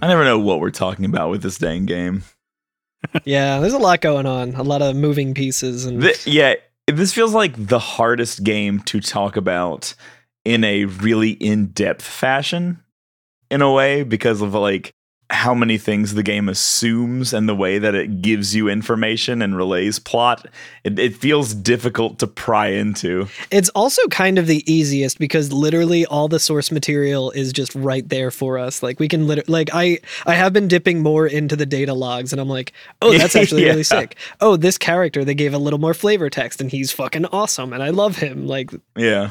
what we're talking about with this dang game. yeah, there's a lot going on, a lot of moving pieces, and Th- yeah, this feels like the hardest game to talk about in a really in-depth fashion in a way because of like how many things the game assumes and the way that it gives you information and relays plot it, it feels difficult to pry into it's also kind of the easiest because literally all the source material is just right there for us. Like we can literally, like I, I have been dipping more into the data logs, and I'm like, oh, that's actually Yeah. really sick. Oh, this character they gave a little more flavor text, and he's fucking awesome, and I love him. Like, yeah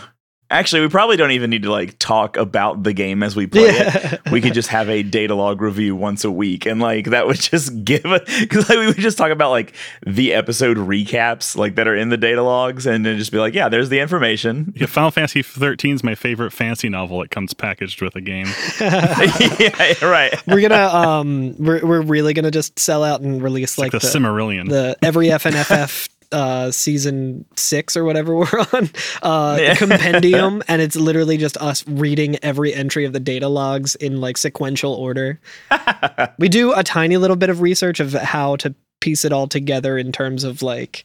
actually we probably don't even need to like talk about the game as we play it we could just have a data log review once a week and like that would just give because like we would just talk about like the episode recaps like that are in the data logs and then just be like yeah there's the information Yeah, Final Fantasy 13 is my favorite fantasy novel. It comes packaged with a game. yeah right we're gonna, um, we're we're really gonna just sell out and release Like, like, the, the Cimmerillion. the every FNFF uh season 6 or whatever we're on uh Yeah. compendium and it's literally just us reading every entry of the data logs in like sequential order. we do a tiny little bit of research of how to piece it all together in terms of like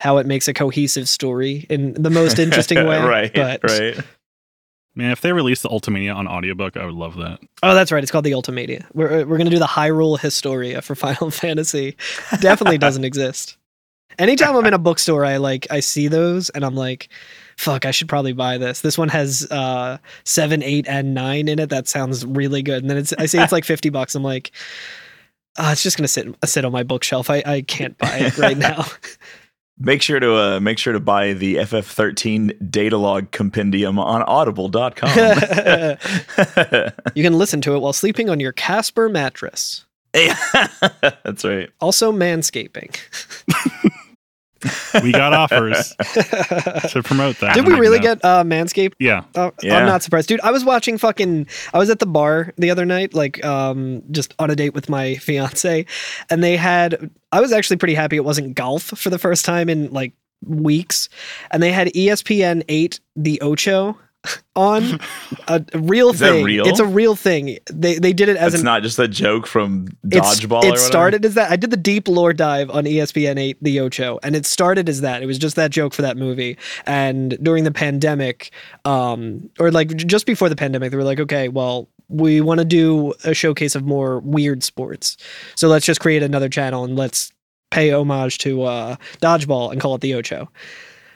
how it makes a cohesive story in the most interesting way. right but, right Man, if they released the Ultimania on audiobook, I would love that. Oh, that's right. It's called the Ultimadia. We're we're gonna do the Hyrule Historia for Final Fantasy. Definitely doesn't exist. Anytime I'm in a bookstore, I like I see those and I'm like, fuck, I should probably buy this. This one has uh seven, eight, and nine in it. That sounds really good. And then it's I see it's like fifty bucks. I'm like, ah, it's just gonna sit sit on my bookshelf. I, I can't buy it right now. make sure to uh make sure to buy the ff13 data log compendium on audible.com you can listen to it while sleeping on your Casper mattress. that's right Also manscaping. We got offers to promote that. Did we really get uh manscaped? Yeah. Oh, Yeah. I'm not surprised, dude. I was watching fucking. I was at the bar the other night, like, um, just on a date with my fiance, and they had. I was actually pretty happy it wasn't golf for the first time in like weeks, and they had E ESPN eight the Ocho on a a real Is that thing. real? It's a real thing. They they did it as it's an not just a joke from it's- dodgeball or It whatever. started as that. I did the deep lore dive on E ESPN 8, The Ocho, and it started as that. It was just that joke for that movie. And during the pandemic, um, or like j- just before the pandemic, they were like, okay, well, we want to do a showcase of more weird sports. So let's just create another channel and let's pay homage to uh, dodgeball and call it The Ocho.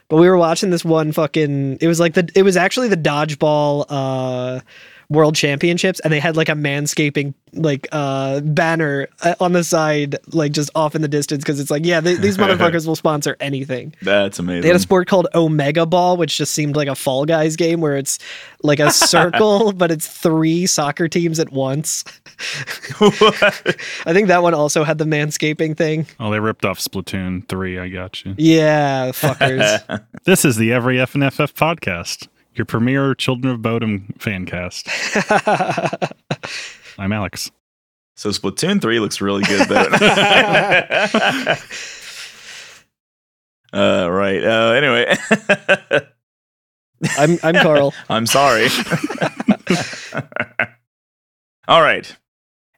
But we were watching this one fucking. It was like the. It was actually the dodgeball. Uh, world championships and they had like a manscaping like uh banner uh, on the side like just off in the distance because it's like yeah they, these motherfuckers will sponsor anything that's amazing they had a sport called omega ball which just seemed like a fall guys game where it's like a circle but it's three soccer teams at once i think that one also had the manscaping thing Oh, they ripped off Splatoon 3. I got you. yeah fuckers This is the Every FNFF podcast, your premier Children of Bodom fan cast. I'm Alex. So Splatoon 3 looks really good though. uh right. Uh anyway. i'm i'm carl I'm sorry. All right.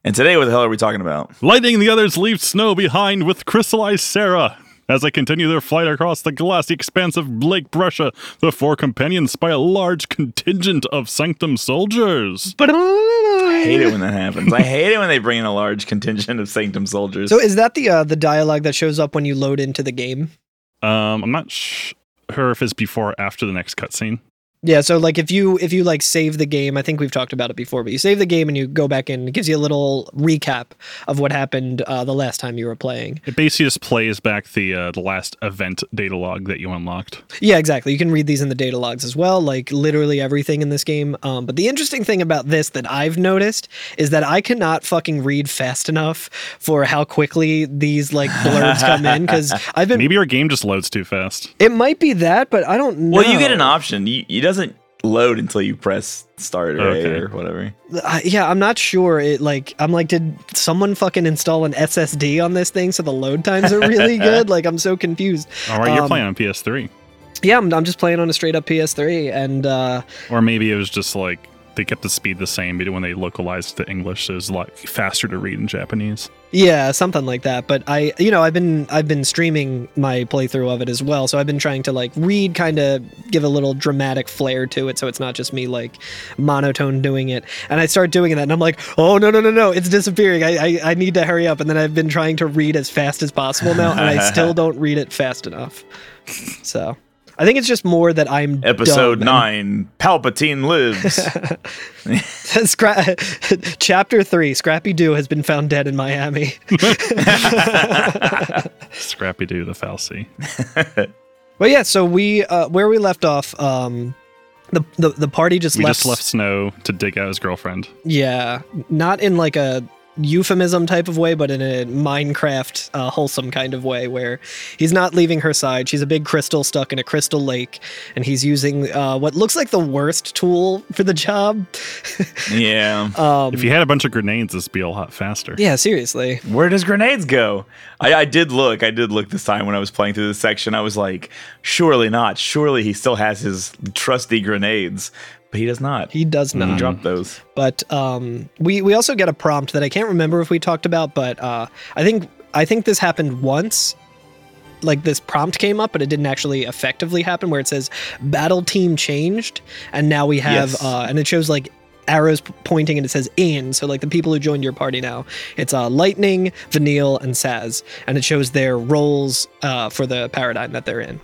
And today what the hell are we talking about? Lightning and the others leave snow behind with crystallized Sarah. As they continue their flight across the glassy expanse of Lake Brescia, the four companions spy a large contingent of Sanctum soldiers. but I hate it when that happens. I hate it when they bring in a large contingent of Sanctum soldiers. so is that the uh the dialogue that shows up when you load into the game Um, I'm not sh- sure if it's before or after the next cutscene. Yeah, so like if you if you like save the game, I think we've talked about it before, but you save the game and you go back in, it gives you a little recap of what happened uh, the last time you were playing. It basically just plays back the uh, the last event data log that you unlocked. Yeah, exactly. You can read these in the data logs as well, like literally everything in this game. Um, but the interesting thing about this that I've noticed is that I cannot fucking read fast enough for how quickly these like blurbs come in because I've been. Maybe your game just loads too fast. It might be that, but I don't know. well, you get an option. You, it doesn't load until you press start or, Okay. A or whatever. Uh, yeah, I'm not sure. It like I'm like, did someone fucking install an SSD on this thing so the load times are really good? Like I'm so confused. All right, you're Um, playing on PS3, Yeah, I'm, I'm just playing on a straight up PS3, and uh, or maybe it was just like they kept the speed the same, but when they localized to English, it was like faster to read in Japanese. Yeah, something like that. But I, you know, I've been I've been streaming my playthrough of it as well, so I've been trying to like read, kind of give a little dramatic flair to it, so it's not just me like monotone doing it. And I start doing that, and I'm like, oh no no no no, it's disappearing. I I, I need to hurry up. And then I've been trying to read as fast as possible now, and I still don't read it fast enough. So I think it's just more that I'm Episode dumb and- nine, Palpatine lives. Scra- Chapter three, Scrappy Doo has been found dead in Miami. Scrappy Doo, the falsy. But yeah, so we uh, where we left off, um, the, the the party just We left. just left Snow to dig out his girlfriend. Yeah, not in like a euphemism type of way, but in a Minecraft uh, wholesome kind of way, where he's not leaving her side. She's a big crystal stuck in a crystal lake, and he's using uh, what looks like the worst tool for the job. yeah. Um, If he had a bunch of grenades, this would be a lot faster. yeah, seriously. Where does grenades go? I, I did look. I did look this time when I was playing through this section. I was like, surely not. Surely he still has his trusty grenades, but he does not. He He does not. dropped those. but um, we we also get a prompt that I can't remember if we talked about, but uh, I think I think this happened once. Like this prompt came up, but it didn't actually effectively happen. Where it says "battle team changed," and now we have, Yes. uh, and it shows like arrows p- pointing, and it says "in." So like the people who joined your party now, it's uh, Lightning, Vanille, and Saz, and it shows their roles uh, for the paradigm that they're in.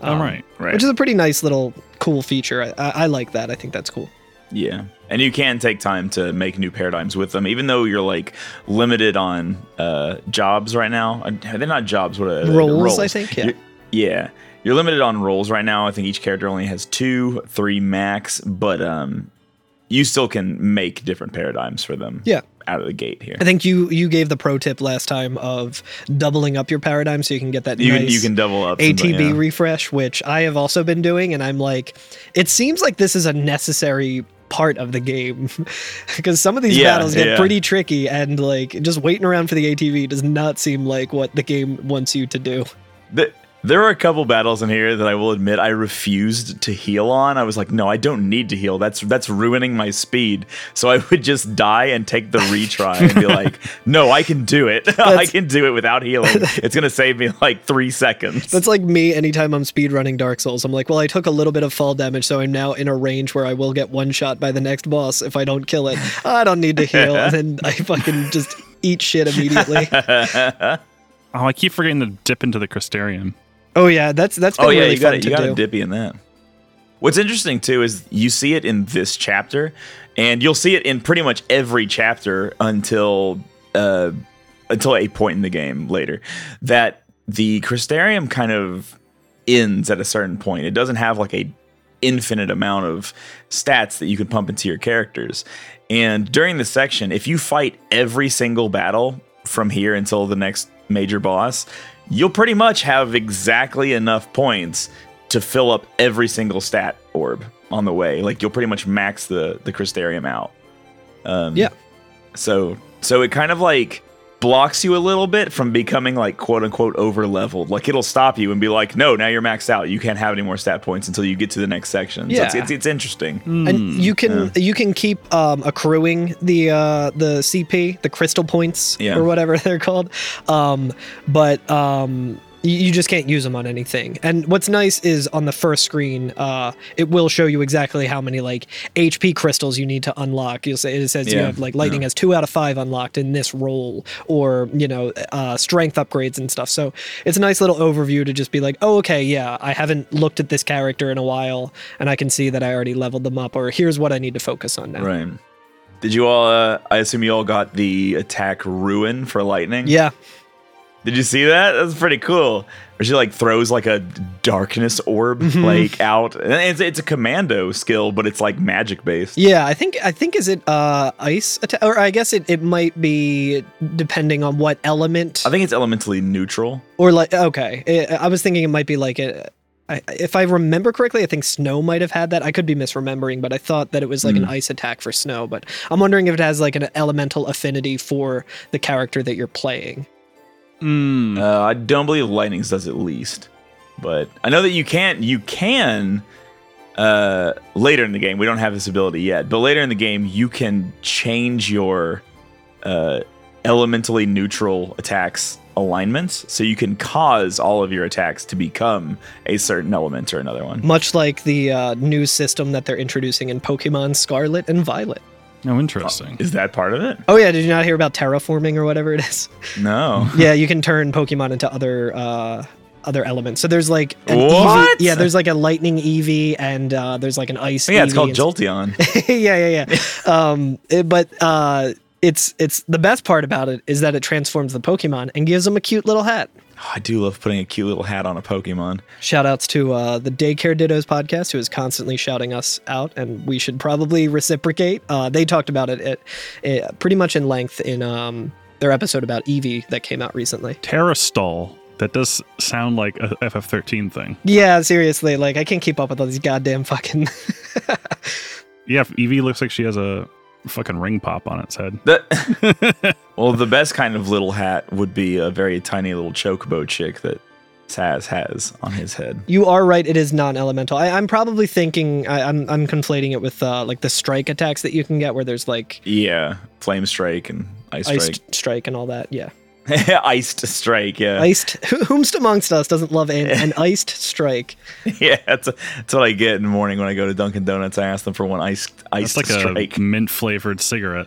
All right. Right. Which is a pretty nice little cool feature. I, I, I like that. I think that's cool. yeah. And you can take time to make new paradigms with them, even though you're like limited on uh, jobs right now. Uh, They're not jobs. What are they? Roles, I think, yeah. You're- yeah. You're limited on roles right now. I think each character only has two, three max, but um, you still can make different paradigms for them. Yeah. Out of the gate here. I think you you gave the pro tip last time of doubling up your paradigm so you can get that You, can nice you can double up. some- ATB yeah. refresh, which I have also been doing, and I'm like, it seems like this is a necessary part of the game because some of these Yeah, battles get yeah. pretty tricky, and like just waiting around for the ATV does not seem like what the game wants you to do. Th- there are a couple battles in here that I will admit I refused to heal on. I was like, no, I don't need to heal. That's that's ruining my speed. So I would just die and take the retry and be like, no, I can do it. I That's- can do it without healing. It's gonna save me like three seconds. That's like me anytime I'm speedrunning Dark Souls. I'm like, well, I took a little bit of fall damage, so I'm now in a range where I will get one shot by the next boss if I don't kill it. I don't need to heal. and then I fucking just eat shit immediately. Oh, I keep forgetting to dip into the Crystarium. oh, yeah. That's that's been oh yeah, really you got fun it. to You got a do. dippy in that. What's interesting too is you see it in this chapter, and you'll see it in pretty much every chapter until uh, until a point in the game later that the Crystarium kind of ends at a certain point. It doesn't have like a infinite amount of stats that you can pump into your characters. And during the section, if you fight every single battle from here until the next major boss, you'll pretty much have exactly enough points to fill up every single stat orb on the way. Like you'll pretty much max the the Crystarium out. Um, Yeah. So so it kind of like blocks you a little bit from becoming like quote unquote over leveled. Like it'll stop you and be like, no, now you're maxed out. You can't have any more stat points until you get to the next section. So it's, Yeah. Hmm. it's it's interesting. Hmm, And you can you can keep um, accruing the uh, the CP, the crystal points Yeah. or whatever they're called, um, but um, you, you just can't use them on anything. And what's nice is on the first screen, uh, it will show you exactly how many like HP crystals you need to unlock. You'll say it says you Yeah. have like lightning has two out of five unlocked in this role, or you know uh, strength upgrades and stuff. So it's a nice little overview to just be like, oh okay, yeah, I haven't looked at this character in a while, and I can see that I already leveled them up, or here's what I need to focus on now. Right. Did you all? Uh, I assume you all got the attack ruin for lightning. Yeah, Did you see that? That's pretty cool. Where she like throws like a darkness orb Mm-hmm. like out. And it's it's a commando skill, but it's like magic based. Yeah, I think I think is it uh ice attack or I guess it, it might be depending on what element I think it's elementally neutral. or like okay. I- I was thinking it might be like a, I, if I remember correctly, I think snow might have had that. I could be misremembering, but I thought that it was Hmm. like an ice attack for snow, but I'm wondering if it has like an elemental affinity for the character that you're playing. Hmm. Mm. Uh, I don't believe lightnings does at least, but I know that you can you can uh, later in the game, we don't have this ability yet, but later in the game, you can change your uh, elementally neutral attacks alignments. So you can cause all of your attacks to become a certain element or another one. Much like the uh, new system that they're introducing in Pokemon Scarlet and Violet. Oh, interesting. Is that part of it? Oh yeah, did you not hear about terraforming or whatever it is? No. yeah, you can turn Pokemon into other uh, other elements. So there's like an What? Oh Eevee- yeah, there's like a lightning Eevee and uh, there's like an ice. Yeah, it's Eevee called and- Jolteon. yeah, yeah, yeah. um, it- but uh, it's it's the best part about it is that it transforms the Pokemon and gives them a cute little hat. Oh, I do love putting a cute little hat on a Pokemon. Shout outs to uh, the Daycare Dittos podcast, who is constantly shouting us out, and we should probably reciprocate. Uh, they talked about it, it, it pretty much in length in um, their episode about Eevee that came out recently. Terrastall. That does sound like a FF13 thing. Yeah, seriously, like I can't keep up with all these goddamn fucking. Yeah, Evie looks like she has a fucking ring pop on its head. That, well, the best kind of little hat would be a very tiny little chocobo chick that Saz has on his head. you are right; it is non-elemental. I, I'm probably thinking I, I'm I'm conflating it with uh, like the strike attacks that you can get, where there's like Yeah, Flame Strike and Ice Strike. iced strike and all that. Yeah, Iced Strike, yeah. iced. Whomst amongst us doesn't love an, an iced strike? Yeah, that's, that's what I get in the morning when I go to Dunkin' Donuts. I ask them for one iced, It's iced like Strike. a mint flavored cigarette.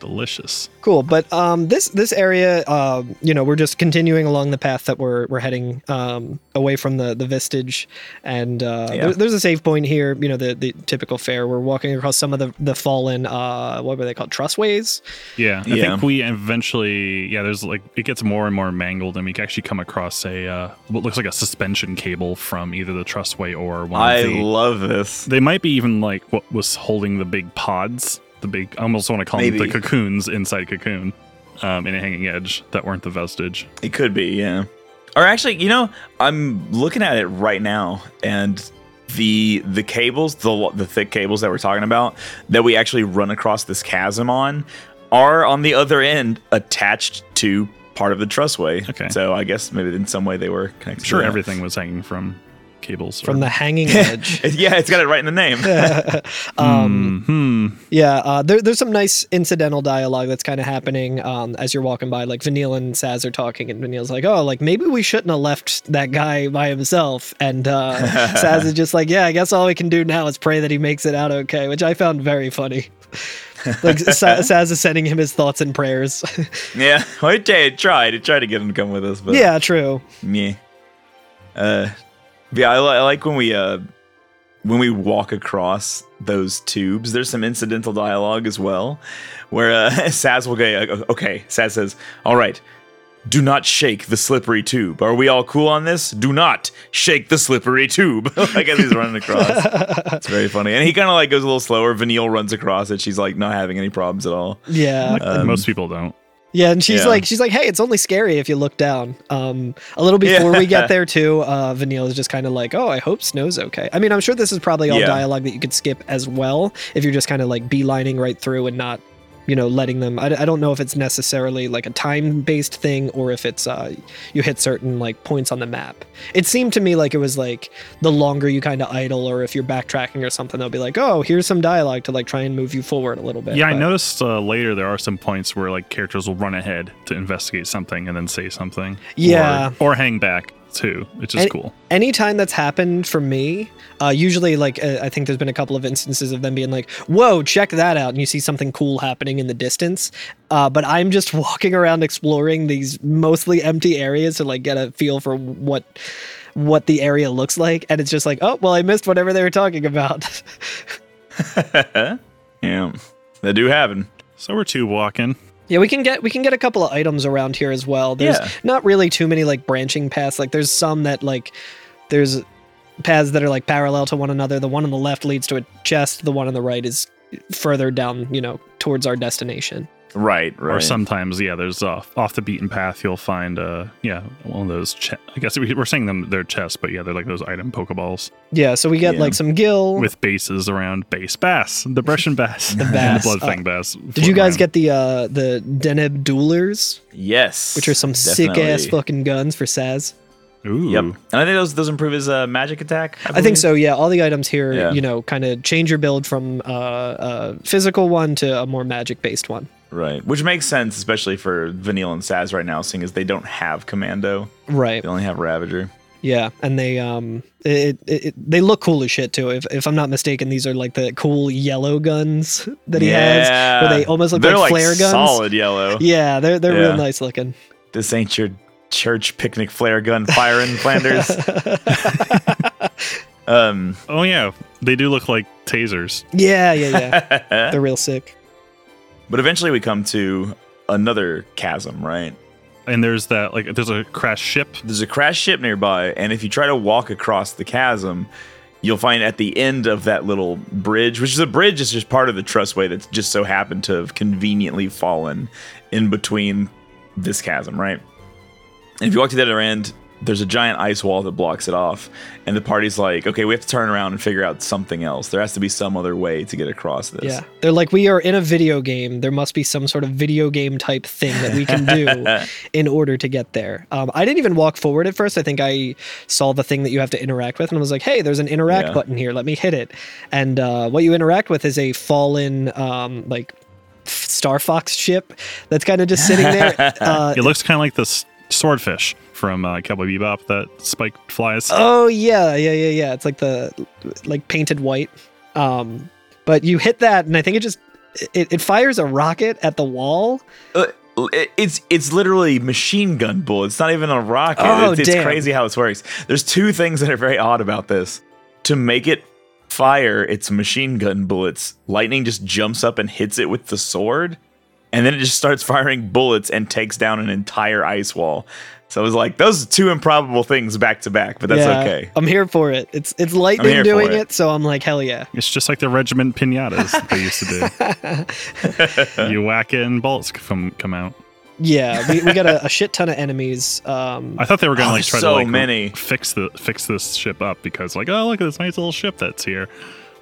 Delicious. Cool, but um, this this area, um, you know, we're just continuing along the path that we're we're heading um, away from the the vestige, and uh, Yeah. there- there's a save point here. You know, the the typical fare. We're walking across some of the the fallen, uh, what were they called, trussways? Yeah, I Yeah. think we eventually, yeah, there's like, it gets more and more mangled, and we actually come across a, uh, what looks like a suspension cable from either the trussway or one I of the. love this. they might be even like what was holding the big pods, the big, I almost want to call them Maybe. the cocoons inside Cocoon, um, in a hanging edge that weren't the vestige. It could be, yeah. Or actually, you know, I'm looking at it right now, and the the cables, the lo- the thick cables that we're talking about, that we actually run across this chasm on, are on the other end attached to part of the trussway. Okay. So I guess maybe in some way they were connected. I'm sure to that. everything was hanging from cables. from the hanging edge. Yeah, it's got it right in the name. um, hmm Yeah, uh, there, there's some nice incidental dialogue that's kind of happening um, as you're walking by. Like Vanille and Saz are talking, and Vanile's like, "Oh, like maybe we shouldn't have left that guy by himself." And uh, Saz is just like, "Yeah, I guess all we can do now is pray that he makes it out okay," which I found very funny. like Sa- Saz is sending him his thoughts and prayers. yeah. Well, I tried. I tried to get him to come with us, but yeah, true. Yeah. Uh, yeah, I, li- I like when we uh, when we walk across those tubes. There's some incidental dialogue as well, where uh, Saz will go, uh, "Okay," Saz says, "All right." Do not shake the slippery tube. Are we all cool on this? Do not shake the slippery tube. I guess he's running across. It's very funny. And he kind of like goes a little slower. Vanille runs across it. She's like not having any problems at all. Yeah, Um, Most people don't. Yeah, and she's Yeah. like, she's like, hey, it's only scary if you look down. Um, a little before we get there too, uh, Vanille is just kind of like, oh, I hope Snow's okay. I mean, I'm sure this is probably all Yeah. dialogue that you could skip as well if you're just kind of like beelining right through and not, you know, letting them. I, I don't know if it's necessarily like a time based thing or if it's uh, you hit certain like points on the map. It seemed to me like it was like the longer you kind of idle or if you're backtracking or something, they'll be like, oh, here's some dialogue to like try and move you forward a little bit. Yeah, I but- noticed uh, later there are some points where like characters will run ahead to investigate something and then say something. Yeah. Or, or hang back too, which is And- cool. anytime that's happened for me uh, usually like uh, i think there's been a couple of instances of them being like whoa check that out and you see something cool happening in the distance uh, but i'm just walking around exploring these mostly empty areas to like get a feel for what what the area looks like and it's just like oh well i missed whatever they were talking about Um, Yeah, they do happen. So we're two walking. Yeah, we can get we can get a couple of items around here as well. There's Yeah. not really too many like branching paths. Like there's some that like there's paths that are like parallel to one another. The one on the left leads to a chest. The one on the right is further down, you know, towards our destination. Right, right. Or sometimes, yeah, there's off off the beaten path. You'll find, uh, yeah, one of those. Che- I guess we- we're saying them they're chests, but yeah, they're like those item pokeballs Yeah, so we get Yeah. like some gill. with bases around base bass, the Brescian bass, the bass, and the bloodfang uh, bass. Did you guys get the uh the Deneb duelers, Yes. which are some sick ass definitely. fucking guns for Saz? Ooh. Yep. And I think those those improve his uh, magic attack. Hmm. I think believe. so. Yeah, all the items here, Yeah. you know, kind of change your build from uh, a physical one to a more magic based one. Right. Which makes sense, especially for Vanille and Saz right now, seeing as they don't have Commando. Right. They only have Ravager. Yeah, and they um, it, it, it they look cool as shit too. If if I'm not mistaken, these are like the cool yellow guns that he has, where they almost look They're like, flare guns. Solid yellow. Yeah, they're they're Yeah. real nice looking. This ain't your church picnic flare gun firing Flanders. um Oh yeah, they do look like tasers. Yeah, yeah, yeah. but they're real sick. eventually we come to another chasm, right? And there's that like there's a crashed ship. There's a crashed ship nearby, and if you try to walk across the chasm, you'll find at the end of that little bridge, which is a bridge, it's just part of the trussway that's just so happened to have conveniently fallen in between this chasm, right? And if you walk to the other end, there's a giant ice wall that blocks it off, and the party's like, okay, we have to turn around and figure out something else. There has to be some other way to get across this. Yeah, they're like we are in a video game. There must be some sort of video game type thing that we can do in order to get there. Um, I didn't even walk forward at first. I think I saw the thing that you have to interact with, and I was like, "Hey, there's an interact Yeah. button here. Let me hit it." And uh, what you interact with is a fallen um, like f- Star Fox ship that's kind of just sitting there. Uh, It looks kind of like this swordfish from uh, Cowboy Bebop that Spike flies. Oh yeah, yeah, yeah, yeah. It's like the like painted white. Um, but you hit that, and I think it just it, it fires a rocket at the wall. Uh, it- it's it's literally machine gun bullets. It's not even a rocket. Oh, it's, it's damn. crazy how this works. There's two things that are very odd about this. To make it fire its machine gun bullets, lightning just jumps up and hits it with the sword, and then it just starts firing bullets and takes down an entire ice wall. So I was like, those are two improbable things back to back, but that's Yeah, okay. I'm here for it. It's it's here lightning for doing it. it. so I'm like hell yeah. It's just like the regiment pinatas that they used to do. you whack it and bullets come come out. Yeah, we, we got a, a shit ton of enemies. Um, I thought they were gonna Oh, like there's try so to like many. fix the fix this ship up because like oh look at this nice little ship that's here.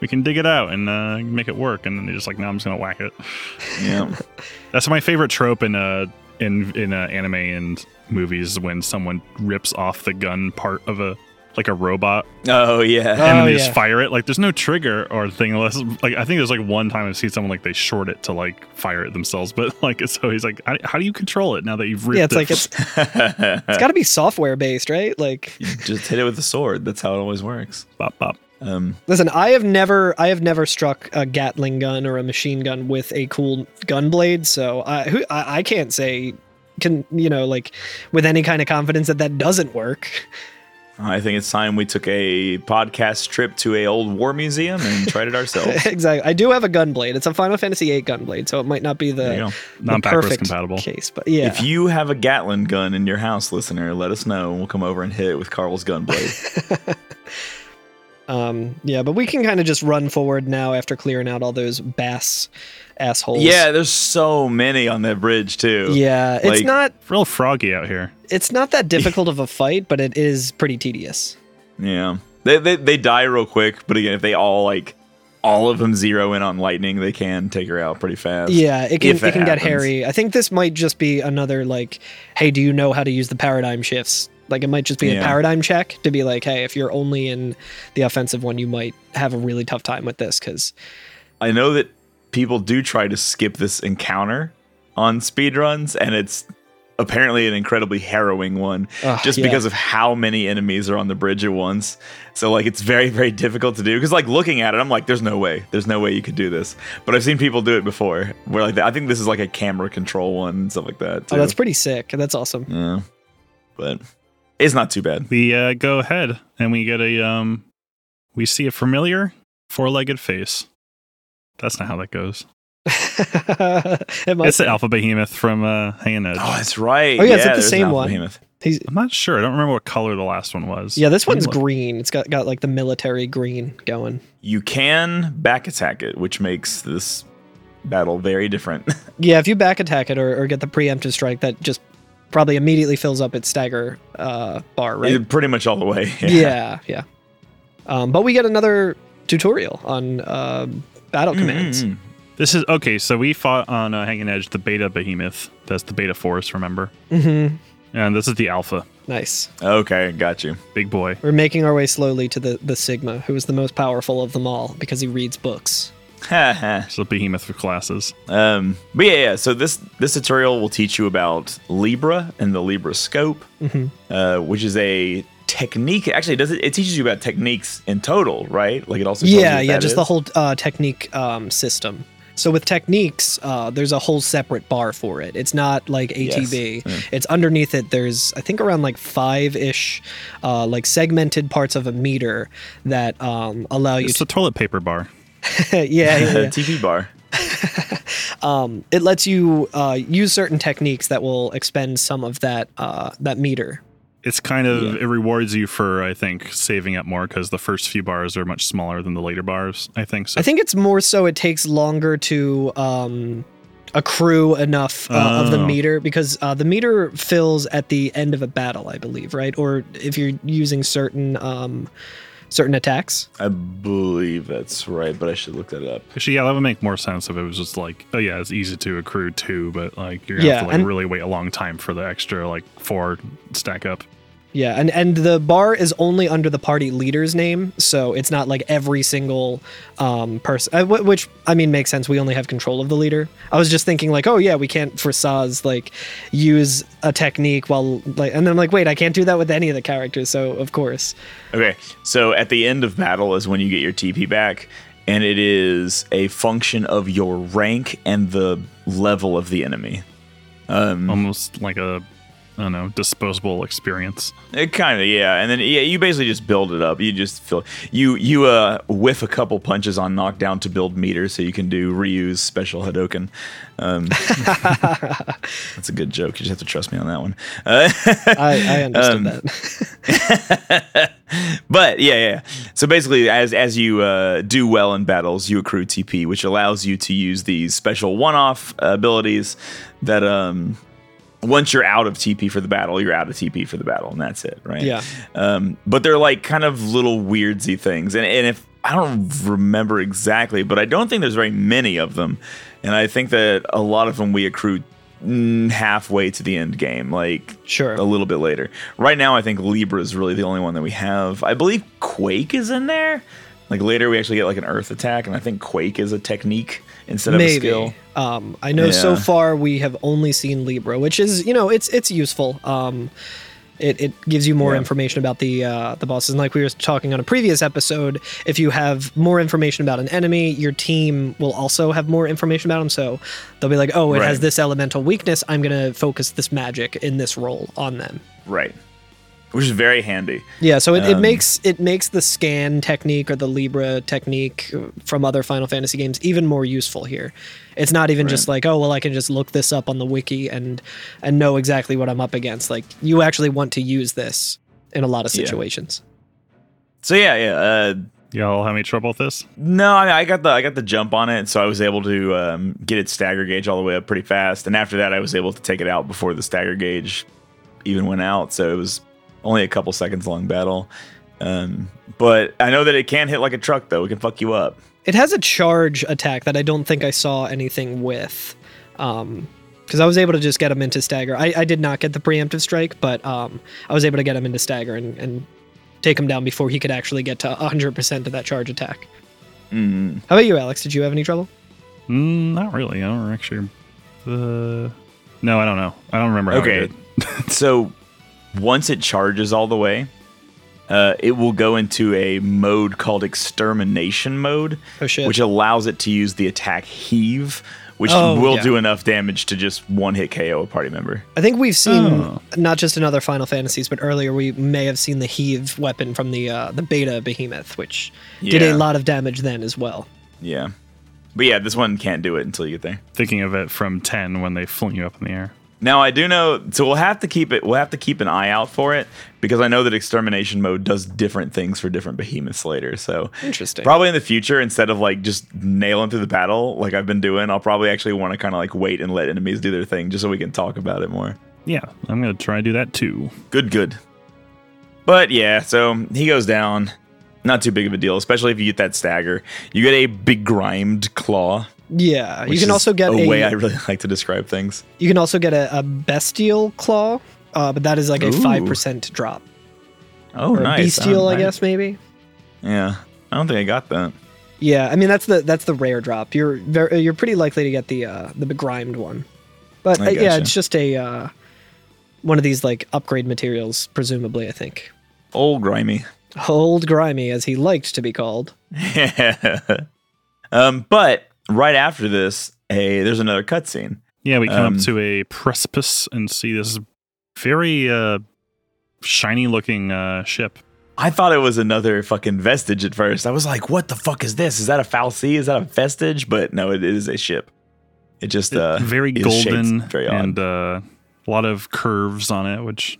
We can dig it out and uh, make it work, and then they're just like, "No, I'm just gonna whack it." Yeah. That's my favorite trope in uh in in uh, anime and movies when someone rips off the gun part of a like a robot Oh yeah. and Oh, then they just yeah. fire it. Like there's no trigger or thing unless like I think there's like one time I've seen someone like they short it to like fire it themselves, but like it's always like I, how do you control it now that you've ripped yeah, it's it? like it's it's got to be software based, right? Like, You just hit it with the sword. That's how it always works. bop, bop. Um, listen, I have never I have never struck a Gatling gun or a machine gun with a cool gun blade, so I who, I, I can't say can you know like with any kind of confidence that that doesn't work. I think it's time we took a podcast trip to a old war museum and tried it ourselves. exactly. I do have a gun blade. It's a Final Fantasy VIII gun blade, so it might not be There you the, go. the Not backwards perfect compatible. case, but yeah. If you have a Gatlin gun in your house, listener, let us know and we'll come over and hit it with Carl's gun blade. Um, yeah, but we can kind of just run forward now after clearing out all those bass assholes. yeah, there's so many on that bridge too. yeah. It's Like- not Real froggy out here. it's not that difficult of a fight, but it is pretty tedious. Yeah. They, they they die real quick, but again, if they all like all of them zero in on lightning, they can take her out pretty fast. Yeah, it can If that it can get happens. hairy. I think this might just be another like, hey, do you know how to use the paradigm shifts? Like it might just be Yeah. a paradigm check to be like, hey, if you're only in the offensive one, you might have a really tough time with this because I know that people do try to skip this encounter on speedruns, and it's apparently an incredibly harrowing one Ugh, just yeah. because of how many enemies are on the bridge at once. So, like, it's very, very difficult to do. Because, like, looking at it, I'm like, there's no way. There's no way you could do this. But I've seen people do it before where, like, I think this is like a camera control one and stuff like that. Too. oh, that's pretty sick. That's awesome. yeah. But it's not too bad. We uh, go ahead and we get a um, we see a familiar four-legged face. That's not how that goes. it might It's the alpha behemoth from uh, Hanging Edge. Oh, that's right. Oh, yeah, it's like the there's an same Alpha one. Behemoth. he's, I'm not sure. I don't remember what color the last one was. Yeah, this one's Look. green. It's got got like the military green going. You can back attack it, which makes this battle very different. Yeah, if you back attack it or, or get the preemptive strike, that just probably immediately fills up its stagger uh, bar, right? Yeah, Pretty much all the way. Yeah, yeah. Um, but we get another tutorial on uh, battle commands. Mm, mm, This is okay. So we fought on uh, Hanging Edge, the beta behemoth. That's the beta force. Remember? hmm And this is the Alpha. Nice. Okay, got you. Big boy. We're making our way slowly to the, the Sigma, who is the most powerful of them all because he reads books. Ha, ha. It's a behemoth for classes. um, but yeah, yeah. So this this tutorial will teach you about Libra and the Libra scope, Mm-hmm. uh, which is a technique. Actually, it does it, it teaches you about techniques in total, right? Like it also tells you yeah, what yeah, that just the is. whole uh, technique um, system. So with techniques, uh, there's a whole separate bar for it. It's not like ATB. Mm. It's underneath it. There's I think around like five ish, uh, like segmented parts of a meter that um, allow you It's to. a toilet paper bar. yeah, yeah, yeah. TV bar. it lets you uh, use certain techniques that will expend some of that uh, that meter. It's kind of, it rewards you for, I think, saving up more because the first few bars are much smaller than the later bars, I think. So I think it's more so it takes longer to um, accrue enough uh, of the Oh. meter because uh, the meter fills at the end of a battle, I believe, right? Or if you're using certain um, certain attacks. I believe that's right, but I should look that up. Actually, yeah, that would make more sense if it was just like, oh yeah, it's easy to accrue two, but like you're gonna Yeah, have to like and- really wait a long time for the extra like four stack up. Yeah, and and the bar is only under the party leader's name, so it's not like every single um, person. Uh, wh- which I mean makes sense. We only have control of the leader. I was just thinking like, oh yeah, we can't for Saz like use a technique while like, and then I'm like, wait, I can't do that with any of the characters. So of course, Okay, so at the end of battle is when you get your TP back, and it is a function of your rank and the level of the enemy. Mm. Almost like a I don't know, disposable experience. It kind of yeah, and then yeah, you basically just build it up. You just feel you you uh whiff a couple punches on knockdown to build meter, so you can do reuse special Hadoken. Um, that's a good joke. You just have to trust me on that one. Uh, I, I understood that. but yeah, yeah. So basically, as as you uh, do well in battles, you accrue TP, which allows you to use these special one-off uh, abilities that um. Once you're out of TP for the battle, you're out of TP for the battle, and that's it, right? Yeah. Um, but they're like kind of little weirdsy things, and and if I don't remember exactly, but I don't think there's very many of them, and I think that a lot of them we accrue mm, halfway to the end game, like Sure. a little bit later. Right now, I think Libra is really the only one that we have. I believe Quake is in there. Like later, we actually get like an Earth attack, and I think Quake is a technique instead of a skill. Maybe. Um, I know so Yeah. far we have only seen Libra, which is you know it's it's useful. Um, it, it gives you more Yeah. information about the uh, the bosses. And like we were talking on a previous episode, if you have more information about an enemy, your team will also have more information about them. So they'll be like, oh, it has Right. this elemental weakness. I'm gonna focus this magic in this role on them. Right. Which is very handy. Yeah, so it, it Um, makes it makes the scan technique or the Libra technique from other Final Fantasy games even more useful here. It's not even just like, oh well, I can just look this up on the wiki and and know exactly what I'm up against. Like you actually want to use this in a lot of Yeah. situations. So yeah, yeah. Uh, Y'all have any trouble with this? no, I, I got the I got the jump on it, so I was able to um, get its stagger gauge all the way up pretty fast, and after that, I was able to take it out before the stagger gauge even went out. So it was only a couple seconds long battle. Um, but I know that it can hit like a truck though; it can fuck you up. It has a charge attack that I don't think I saw anything with. Um because I was able to just get him into stagger. I, I did not get the preemptive strike, but um, I was able to get him into stagger and, and take him down before he could actually get to 100% of that charge attack. Mm. How about you, Alex? Did you have any trouble? Mm, not really. I don't actually. Uh, no, I don't know. I don't remember. How I Okay. did. so once it charges all the way, uh, it will go into a mode called extermination mode, Oh, shit. which allows it to use the attack heave, which Oh, will yeah. do enough damage to just one hit KO a party member. I think we've seen Oh. not just in other Final Fantasies, but earlier we may have seen the heave weapon from the uh, the beta behemoth, which did a Yeah. lot of damage then as well. Yeah, but yeah, this one can't do it until you get there. Thinking of it from ten when they fling you up in the air. Now I do know, so we'll have to keep it. We'll have to keep an eye out for it because I know that extermination mode does different things for different behemoths later. So Interesting. Probably in the future, instead of like just nailing through the battle like I've been doing, I'll probably actually want to kind of like wait and let enemies do their thing just so we can talk about it more. Yeah, I'm gonna try to do that too. Good, good. But yeah, so he goes down. Not too big of a deal, especially if you get that stagger. You get a begrimed claw. Yeah, which you can is also get a a, way I really like to describe things. you can also get a, a bestial claw, uh, but that is like a Ooh. five percent drop. Oh, Or nice. Bestial, Oh, I nice. guess maybe. Yeah. I don't think I got that. Yeah, I mean that's the that's the rare drop. You're very, you're pretty likely to get the uh, the begrimed one, but I uh, yeah, gotcha. it's just a uh, one of these like upgrade materials, presumably. I think Old grimy. old grimy, as he liked to be called. um, but right after this, a there's another cutscene. Yeah, we come Um, up to a precipice and see this very uh, shiny looking uh, ship. I thought it was another fucking vestige at first. I was like, what the fuck is this? Is that a falsy? Is that a vestige? But no, it is a ship. It just uh very is shaped golden very odd. and uh, a lot of curves on it, which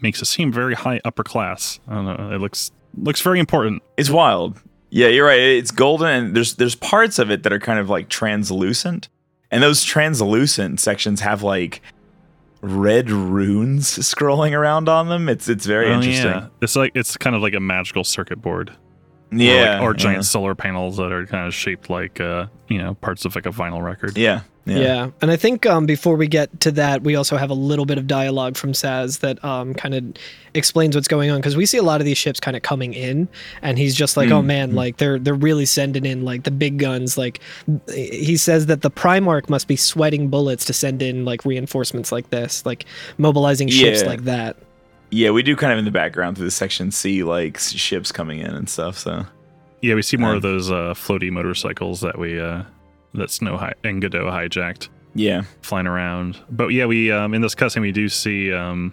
makes it seem very high upper class. I don't know. It looks looks very important. It's wild. Yeah, you're right. It's golden, and there's there's parts of it that are kind of like translucent, and those translucent sections have like red runes scrolling around on them. It's it's very Oh, interesting. yeah. It's like it's kind of like a magical circuit board. Or like- Yeah, or, yeah. giant solar panels that are kind of shaped like uh, you know parts of like a vinyl record. Yeah, Yeah. and I think um, before we get to that, we also have a little bit of dialogue from Saz that um, kind of explains what's going on because we see a lot of these ships kind of coming in, and he's just like, Mm, "Oh man, like they're they're really sending in like the big guns." Like he says that the Primarch must be sweating bullets to send in like reinforcements like this, like mobilizing ships Yeah. like that. Yeah, We do kind of in the background through the section see like s- ships coming in and stuff. So Yeah, we see more Um, of those uh, floaty motorcycles that we uh, that Snow hi- and Godot hijacked yeah, flying around. But yeah, we um, in this cutscene we do see um,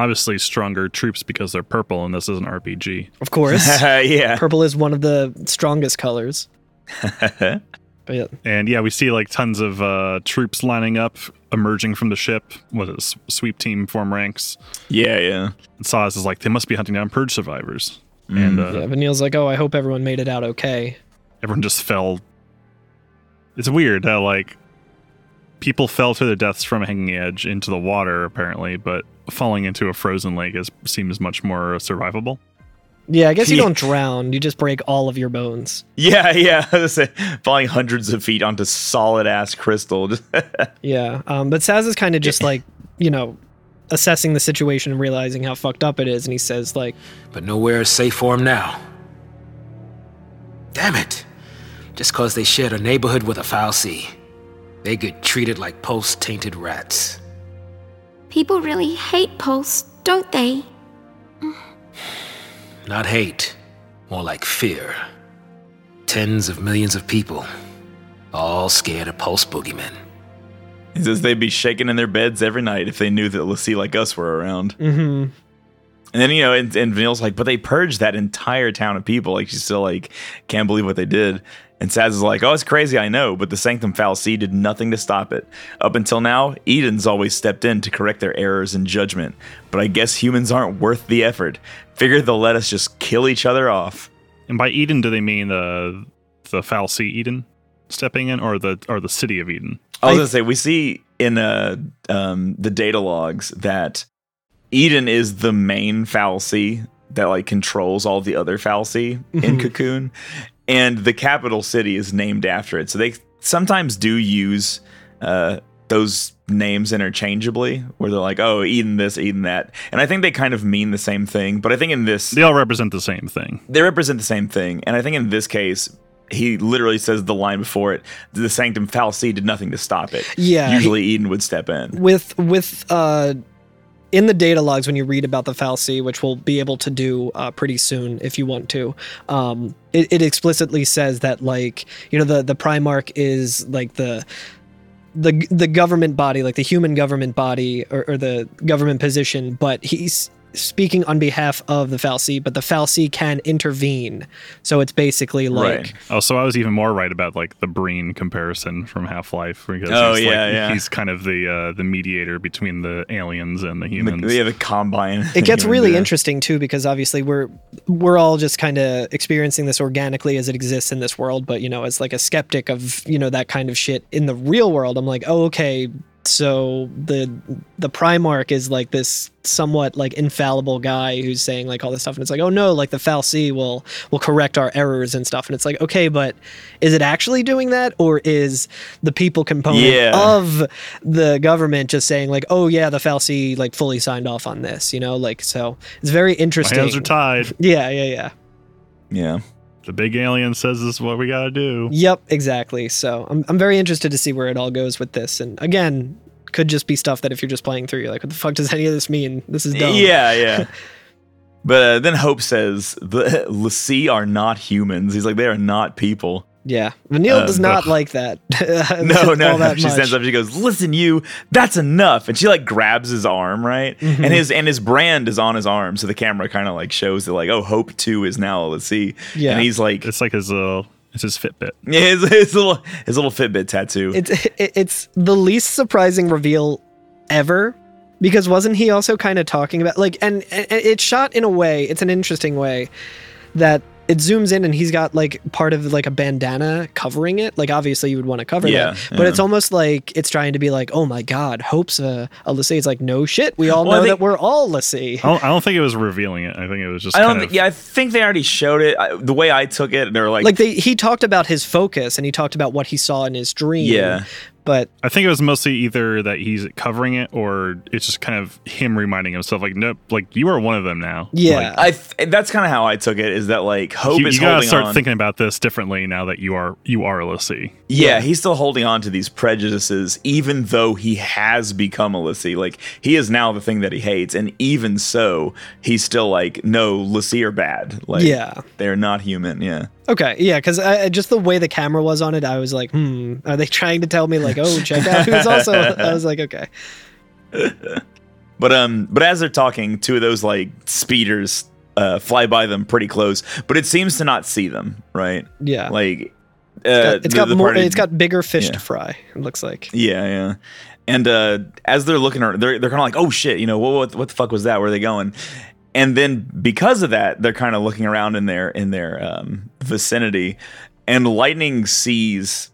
obviously stronger troops because they're purple and this is an RPG. Of course, yeah. purple is one of the strongest colors. But yeah, And yeah, we see like tons of uh, troops lining up, emerging from the ship. What is it, s- sweep team form ranks? yeah, yeah. And Saz is like, they must be hunting down purge survivors. Mm. And uh, yeah, but Neil's like, "Oh, I hope everyone made it out okay." everyone just fell. It's weird how like people fell to their deaths from a hanging edge into the water, apparently, but falling into a frozen lake is seems much more survivable. Yeah, I guess you Yeah. don't drown; you just break all of your bones. Yeah, yeah. I was gonna say, Falling hundreds of feet onto solid ass crystal. Just Yeah. Um, but Saz is kind of just like, you know, assessing the situation and realizing how fucked up it is. And he says, like, but nowhere is safe for him now. Damn it! Just 'cause they shared a neighborhood with a foul sea, they get treated like post tainted rats. People really hate Pulse, don't they? Not hate, more like fear. Tens of millions of people, all scared of pulse boogeymen. He says they'd be shaking in their beds every night if they knew that Lassie like us were around. mm hmm. And then, you know, and, and Vanille's like, but they purged that entire town of people. Like, she's still like, can't believe what they did. And Saz is like, oh, it's crazy, I know, but the Sanctum Fallacy did nothing to stop it. Up until now, Eden's always stepped in to correct their errors in judgment. But I guess humans aren't worth the effort. Figure they'll let us just kill each other off. And by Eden, do they mean the the foul sea Eden stepping in, or the or the city of Eden? I was I- gonna say we see in uh, um, the data logs that Eden is the main fallacy that like controls all the other fallacy in Mhm. Cocoon, and the capital city is named after it. So they sometimes do use uh, those names interchangeably, where they're like, "Oh, Eden this, Eden that," and I think they kind of mean the same thing. But I think in this, They all represent the same thing. they represent the same thing. And I think in this case, he literally says the line before it the Sanctum Fallacy did nothing to stop it. Yeah. Usually Eden would step in. With, with, uh, in the data logs, when you read about the fallacy, which we'll be able to do uh, pretty soon if you want to, um, it, it explicitly says that, like, you know, the the Primarch is like the the the government body, like the human government body or, or the government position, but he's speaking on behalf of the Falsi, but the Falsi can intervene. So it's basically like Right. Oh, so I was even more right about like the Breen comparison from Half Life because Oh, he's, yeah, like, yeah. he's kind of the uh, the mediator between the aliens and the humans. The, yeah, the combine. it gets Yeah. really interesting too because obviously we're we're all just kind of experiencing this organically as it exists in this world but you know as like a skeptic of you know that kind of shit in the real world i'm like oh okay so the the primarch is like this somewhat like infallible guy who's saying like all this stuff and it's like oh no like the falsi will will correct our errors and stuff and it's like okay but is it actually doing that or is the people component Yeah. of the government just saying like oh yeah the falsi like fully signed off on this you know like so it's very My interesting hands are tied. yeah yeah yeah Yeah. The big alien says this is what we gotta do. Yep, exactly. So I'm, I'm very interested to see where it all goes with this. And again, could just be stuff that if you're just playing through, you're like, what the fuck does any of this mean? This is dumb. Yeah, yeah. but uh, then Hope says the Lassie are not humans. He's like they are not people. Yeah. Vanille Uh, does not ugh. like that. No, no, no. She stands up. She goes, "Listen, you. That's enough." And she like grabs his arm, right? Mm-hmm. And his and his brand is on his arm, so the camera kind of like shows that like, oh, Hope Two is now a Lassie. Yeah. And he's like, It's like his uh, it's his Fitbit. his, his little his little Fitbit tattoo. It's, it, it's the least surprising reveal ever because wasn't he also kind of talking about, like, and, and it's shot in a way, it's an interesting way that it zooms in and he's got like part of like a bandana covering it. Like obviously you would want to cover Yeah, that, but yeah. it's almost like it's trying to be like, oh my god, Hope's a, a Lassie. It's like no shit, we all Well, I know think- that we're all Lassie. I don't, I don't think it was revealing it. I think it was just. I don't. kind thi- of, yeah, I think they already showed it. I, the way I took it, they're like, Like they, he talked about his focus and he talked about what he saw in his dream. Yeah. but I think it was mostly either that he's covering it or it's just kind of him reminding himself, like, nope, like you are one of them now. yeah, Like, I. Th- that's kind of how I took it. Is that like Hope you, is you gotta holding start on. thinking about this differently now that you are you are Lassie. Yeah, he's still holding on to these prejudices, even though he has become a Lassie. Like he is now the thing that he hates, and even so, he's still like, no, Lassie are bad. Like, Yeah. they're not human. Yeah, okay, yeah, because just the way the camera was on it, I was like, hmm, are they trying to tell me like, oh, check out who's also? I was like, okay, but um, but as they're talking, two of those like speeders uh, fly by them pretty close, but it seems to not see them. Right, yeah. like uh, the- it's got the more. party- It's got bigger fish yeah. to fry. It looks like. Yeah, yeah. And uh, as they're looking around, they're, they're kind of like, oh shit, you know, what, what, what the fuck was that? Where are they going? And then because of that, they're kind of looking around in their in their um, vicinity, and lightning sees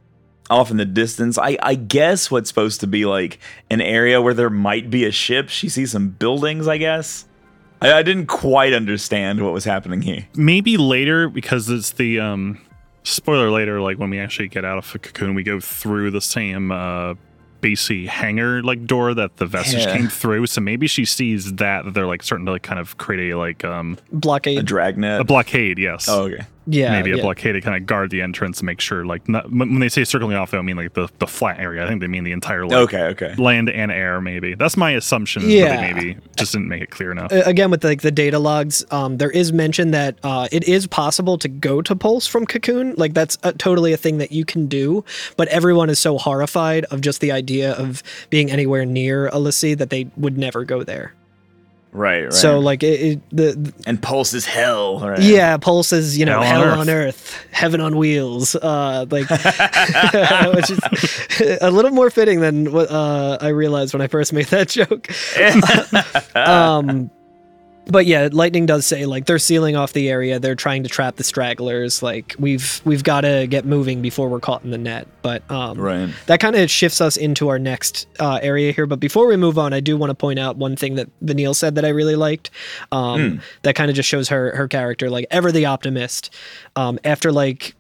off in the distance. I, I guess what's supposed to be like an area where there might be a ship. She sees some buildings. I guess I, I didn't quite understand what was happening here. Maybe later because it's the um spoiler later, like when we actually get out of the cocoon, we go through the same uh basically hangar like door that the vestige Yeah. came through. So maybe she sees that that they're like starting to like kind of create a like um A Blockade. dragnet. a blockade, yes. oh, okay. yeah. maybe a yeah. blockade to kind of guard the entrance and make sure like not, when when they say circling off they don't mean like the, the flat area i think they mean the entire like, Okay. Okay. land and air maybe that's my assumption but Yeah. they maybe just didn't make it clear enough Uh, again with like the data logs um, there is mention that uh, it is possible to go to pulse from cocoon like that's a, totally a thing that you can do but everyone is so horrified of just the idea of being anywhere near Elysi that they would never go there Right. Right. so like it, it the, the- and pulse is hell. Right? yeah pulse is you know Hell hell, on on, earth. heaven on wheels uh like which is a little more fitting than what uh, i realized when i first made that joke Ah. um but yeah lightning does say like they're sealing off the area they're trying to trap the stragglers like we've we've got to get moving before we're caught in the net but um Right. that kind of shifts us into our next uh, area here. But before we move on, I do want to point out one thing that Vanille said that I really liked. Um, Hmm. That kind of just shows her her character, like ever the optimist. Um, after like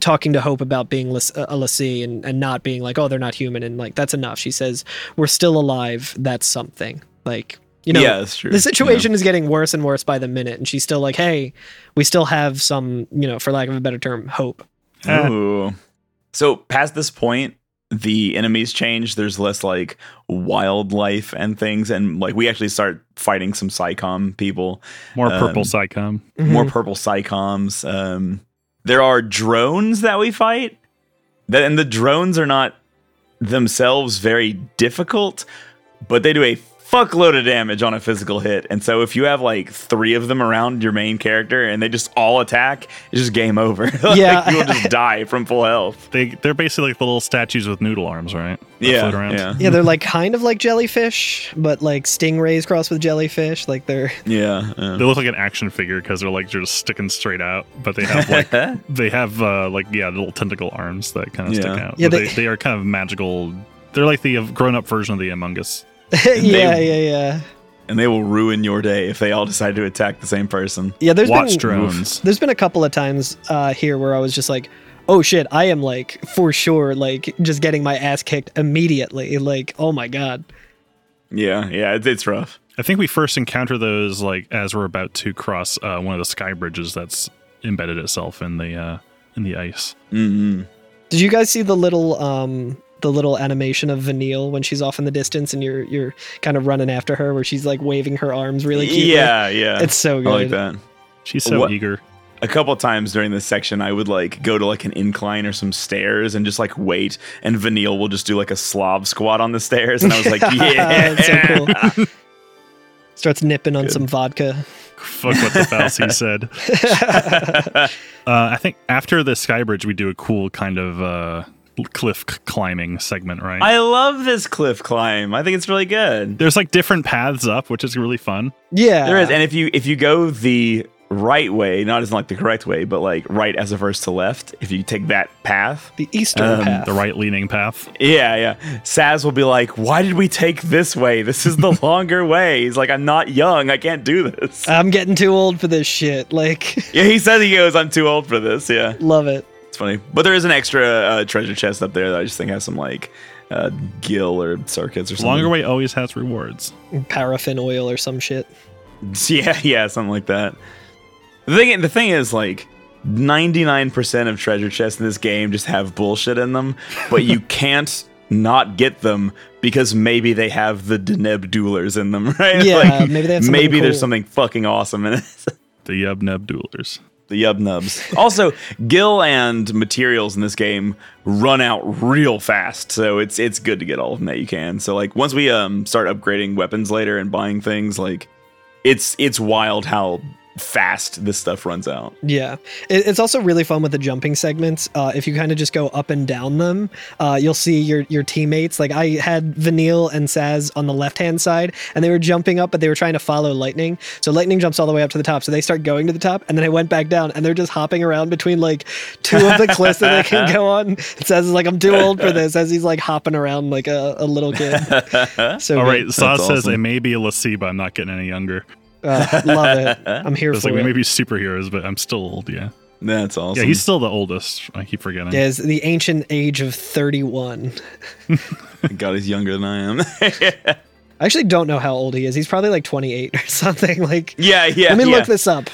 talking to Hope about being Lis- uh, a Lassie and, and not being like, oh, they're not human, and like that's enough. She says, "We're still alive. That's something." Like you know, yeah, that's true. the situation is getting worse and worse by the minute, and she's still like, "Hey, we still have some, you know, for lack of a better term, hope." Eh. Ooh. So past this point, the enemies change. There's less like wildlife and things, and like we actually start fighting some psychom people, more purple um, psychom Mm-hmm. more purple psychoms. Um, there are drones that we fight, that and the drones are not themselves very difficult, but they do a fuckload of damage on a physical hit. And so if you have like three of them around your main character and they just all attack, it's just game over. Like, Yeah. you'll just die from full health. they they're basically like the little statues with noodle arms right That float around. yeah, Yeah, they're like kind of like jellyfish, but like stingrays crossed with jellyfish. Like they're yeah, yeah. they look like an action figure because they're like just sticking straight out but they have like they have uh like yeah little tentacle arms that kind of stick Yeah. out Yeah, But they- they, they are kind of magical They're like the uh, grown-up version of the Among Us. yeah, yeah, yeah. and they will ruin your day if they all decide to attack the same person. Yeah, there's Watch been drones. there's been a couple of times uh, here where I was just like, oh shit, I am like for sure like just getting my ass kicked immediately. Like, oh my god. Yeah, yeah, it's, it's rough. I think we first encounter those like as we're about to cross uh, one of the sky bridges that's embedded itself in the uh, in the ice. Mm-hmm. Did you guys see the little um the little animation of Vanille when she's off in the distance and you're you're kind of running after her where she's like waving her arms really cute? yeah, yeah. It's so I like good. that. She's so What- eager. A couple times during this section, I would like go to like an incline or some stairs and just like wait, and Vanille will just do like a Slav squat on the stairs, and I was like, yeah, It's so cool. Starts nipping on some vodka. Fuck what the Falsy said. uh, I think after the sky bridge, we do a cool kind of uh, cliff c- climbing segment, right? I love this cliff climb. I think it's really good. There's like different paths up, which is really fun. Yeah. There is, and if you if you go the right way, not as in, like the correct way, but like right as opposed to left, if you take that path, the Eastern path. Um, The right leaning path. Yeah, yeah. Saz will be like, "Why did we take this way? This is the longer way." He's like, "I'm not young. I can't do this." I'm getting too old for this shit. Like, yeah, he says he goes, "I'm too old for this." Yeah, love it. it's funny. But there is an extra uh, treasure chest up there that I just think has some like uh, gill or circuits or something. Longer way always has rewards. Paraffin oil or some shit. Yeah, yeah, something like that. The thing, the thing is, like, 99% of treasure chests in this game just have bullshit in them, but you can't not get them because maybe they have the Deneb duelers in them, right? Yeah, maybe they have something Maybe cool. there's something fucking awesome in it. The Yub Nub Duelers. the yub nubs. Also, gill and materials in this game run out real fast, so it's it's good to get all of them that you can. So like once we um start upgrading weapons later and buying things, like it's it's wild how fast this stuff runs out. Yeah, it, it's also really fun with the jumping segments. Uh, if you kind of just go up and down them, uh, you'll see your your teammates. Like I had Vanille and Saz on the left hand side, and they were jumping up, but they were trying to follow Lightning. So Lightning jumps all the way up to the top, so they start going to the top, and then I went back down, and they're just hopping around between like two of the cliffs that they can go on. Saz is like, "I'm too old for this," as he's like hopping around like a, a little kid. So All right, good. Saw says awesome. I may be a Lassie, but I'm not getting any younger. Uh, love it. I'm here It's for like we it. may be superheroes, but I'm still old. Yeah, That's awesome. yeah, he's still the oldest. I keep forgetting. Yeah, it's the ancient age of 31. God, he's younger than I am. I actually don't know how old he is. He's probably like 28 or something. Like, yeah, yeah. let me yeah. look this up.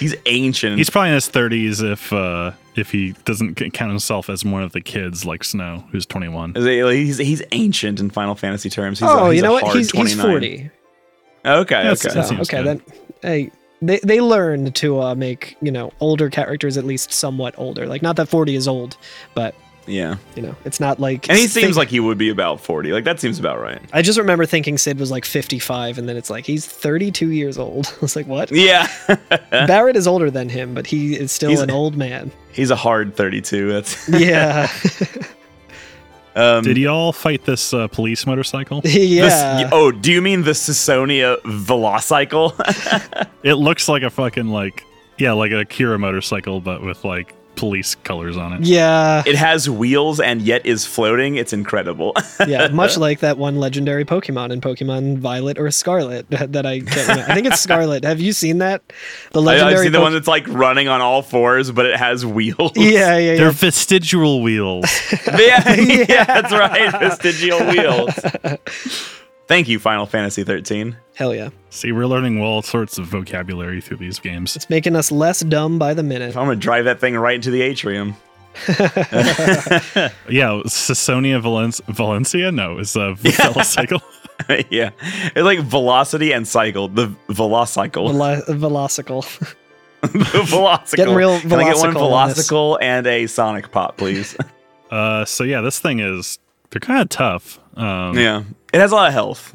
He's ancient. He's probably in his 30s if uh, if he doesn't c- count himself as one of the kids like Snow, who's 21. Is he- like, he's he's ancient in Final Fantasy terms. He's a- oh, he's you a know what? hard He's, he's 29. 40. Okay, That's- okay. that's- So, seems okay, good. then hey, they they learned to uh, make you know older characters at least somewhat older. Like, not that 40 is old, but Yeah. you know, it's not like. And he think- seems like he would be about 40. Like that seems about right. I just remember thinking Sid was like 55, and then it's like he's 32 years old. I was like, what? Yeah. Barrett is older than him, but he is still He's- an old man. He's a hard 32. That's Yeah, um, Mm. Did y'all fight this uh, police motorcycle? this- yeah. oh, do you mean the Sissonia Velocicle? it looks like a fucking like yeah, like a Kira motorcycle, but with like police colors on it. Yeah, it has wheels and yet is floating. It's incredible. yeah. Much like that one legendary Pokemon in Pokemon Violet or Scarlet that I can't remember. I think it's Scarlet. Have you seen that? The I, legendary. I've seen the Poke- one that's like running on all fours, but it has wheels. yeah, yeah, They're yeah. vestigial wheels. yeah, yeah, that's right. Vestigial wheels. Thank you, Final Fantasy 13. Hell yeah. See, we're learning all sorts of vocabulary through these games. It's making us less dumb by the minute. I'm gonna drive that thing right into the atrium. Yeah, Sassonia Valen- Valencia? No, it's a motorcycle. yeah, it's like velocity and cycle. The velocicle. Velo- velocicle. the velocicle. Getting real Can I get one velocicle on this. velocicle and a Sonic pop, please? Uh, so yeah, this thing is they're kind of tough. Um, yeah, it has a lot of health.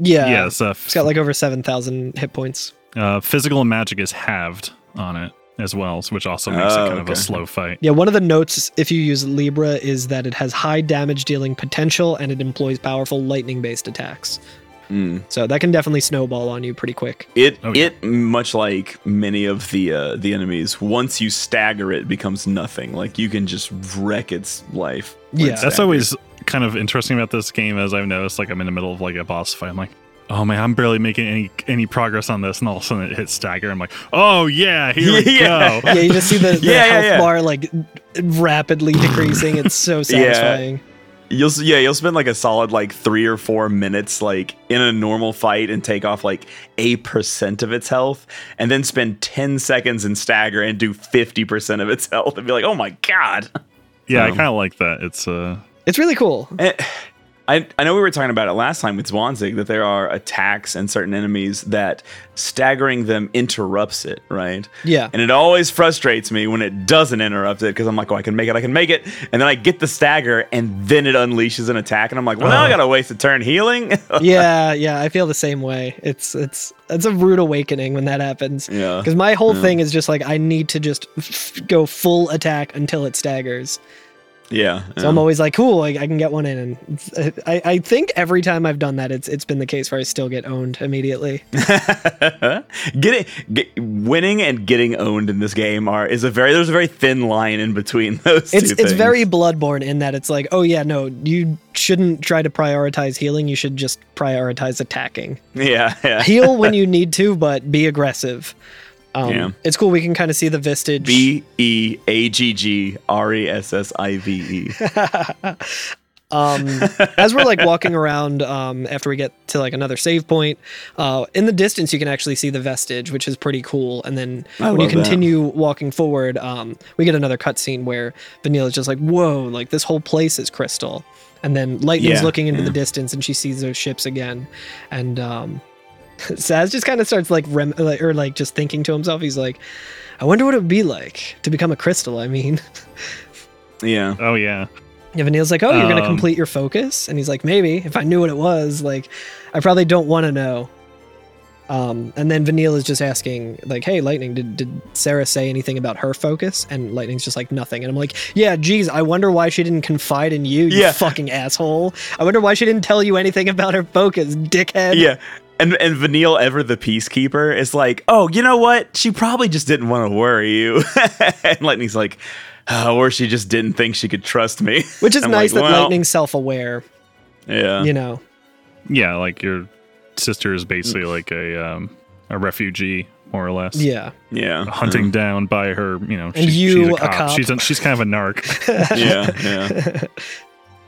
Yeah. yeah, it's, uh, It's got like over 7,000 hit points. Uh, physical and magic is halved on it as well, so- which also makes Oh, it kind of okay. a slow fight. Yeah, one of the notes if you use Libra is that it has high damage dealing potential and it employs powerful lightning based attacks. Hmm. So that can definitely snowball on you pretty quick. It yeah. it much like many of the uh, the enemies. Once you stagger it, becomes nothing. Like you can just wreck its life. when Yeah. it's That's staggered. always kind of interesting about this game is I've noticed like I'm in the middle of like a boss fight. I'm like, oh man, I'm barely making any any progress on this, and all of a sudden it hits stagger. I'm like, oh yeah, here we Yeah. go. Yeah, you just see the, the Yeah, yeah, health yeah. bar like rapidly decreasing. It's so satisfying. You'll s- yeah, you'll spend like a solid like three or four minutes like in a normal fight and take off like eight percent of its health, and then spend ten seconds in stagger and do fifty percent of its health, and be like, oh my god. Yeah, I Um, kind of like that. It's uh, It's really cool. Eh, I, I know we were talking about it last time with Zwanzig that there are attacks and certain enemies that staggering them interrupts it, right? Yeah. And it always frustrates me when it doesn't interrupt it because I'm like, oh, I can make it, I can make it. And then I get the stagger and then it unleashes an attack. And I'm like, well, Uh-huh. now I got to waste a turn healing. yeah, yeah, I feel the same way. It's it's it's a rude awakening when that happens. Yeah. Because my whole thing is just like I need to just f- go full attack until it staggers. yeah. So I'm always like, cool, I, I can get one in. And it's- I, I think every time I've done that, it's it's been the case where I still get owned immediately. getting get, winning and getting owned in this game are is a very there's a very thin line in between those It's two it's things. very bloodborne in that it's like, oh yeah, no, you shouldn't try to prioritize healing. You should just prioritize attacking. yeah yeah Heal when you need to, but be aggressive. Um, Yeah. It's cool. We can kind of see the vistage. B E A G G R E S S I V E. um, as we're like walking around um, after we get to like another save point uh, in the distance you can actually see the vestige which is pretty cool and then I when you love that. continue walking forward um, we get another cutscene where vanilla's just like whoa like this whole place is crystal and then lightning's Yeah, looking into the yeah. distance and she sees those ships again and um, Saz just kind of starts like rem- like- or like just thinking to himself he's like I wonder what it would be like to become a crystal I mean Yeah. oh yeah. yeah, Vanille's like, oh, you're going to Um, complete your focus? And he's like, maybe. If I knew what it was, like, I probably don't want to know. Um, and then Vanille is just asking, like, hey, Lightning, did, did Sarah say anything about her focus? And Lightning's just like, nothing. And I'm like, yeah, geez, I wonder why she didn't confide in you, you Yeah. fucking asshole. I wonder why she didn't tell you anything about her focus, dickhead. Yeah. And and Vanille ever the peacekeeper is like, oh, you know what? She probably just didn't want to worry you. and Lightning's like, oh, or she just didn't think she could trust me. Which is I'm nice like, that well, Lightning's self aware, Yeah. you know. Yeah, like your sister is basically like a um, a refugee, more or less. Mm. Yeah. Mm. Yeah. Hunting down by her, you know, And she's- you, she's a cop. She's a, she's kind of a narc. yeah. Yeah.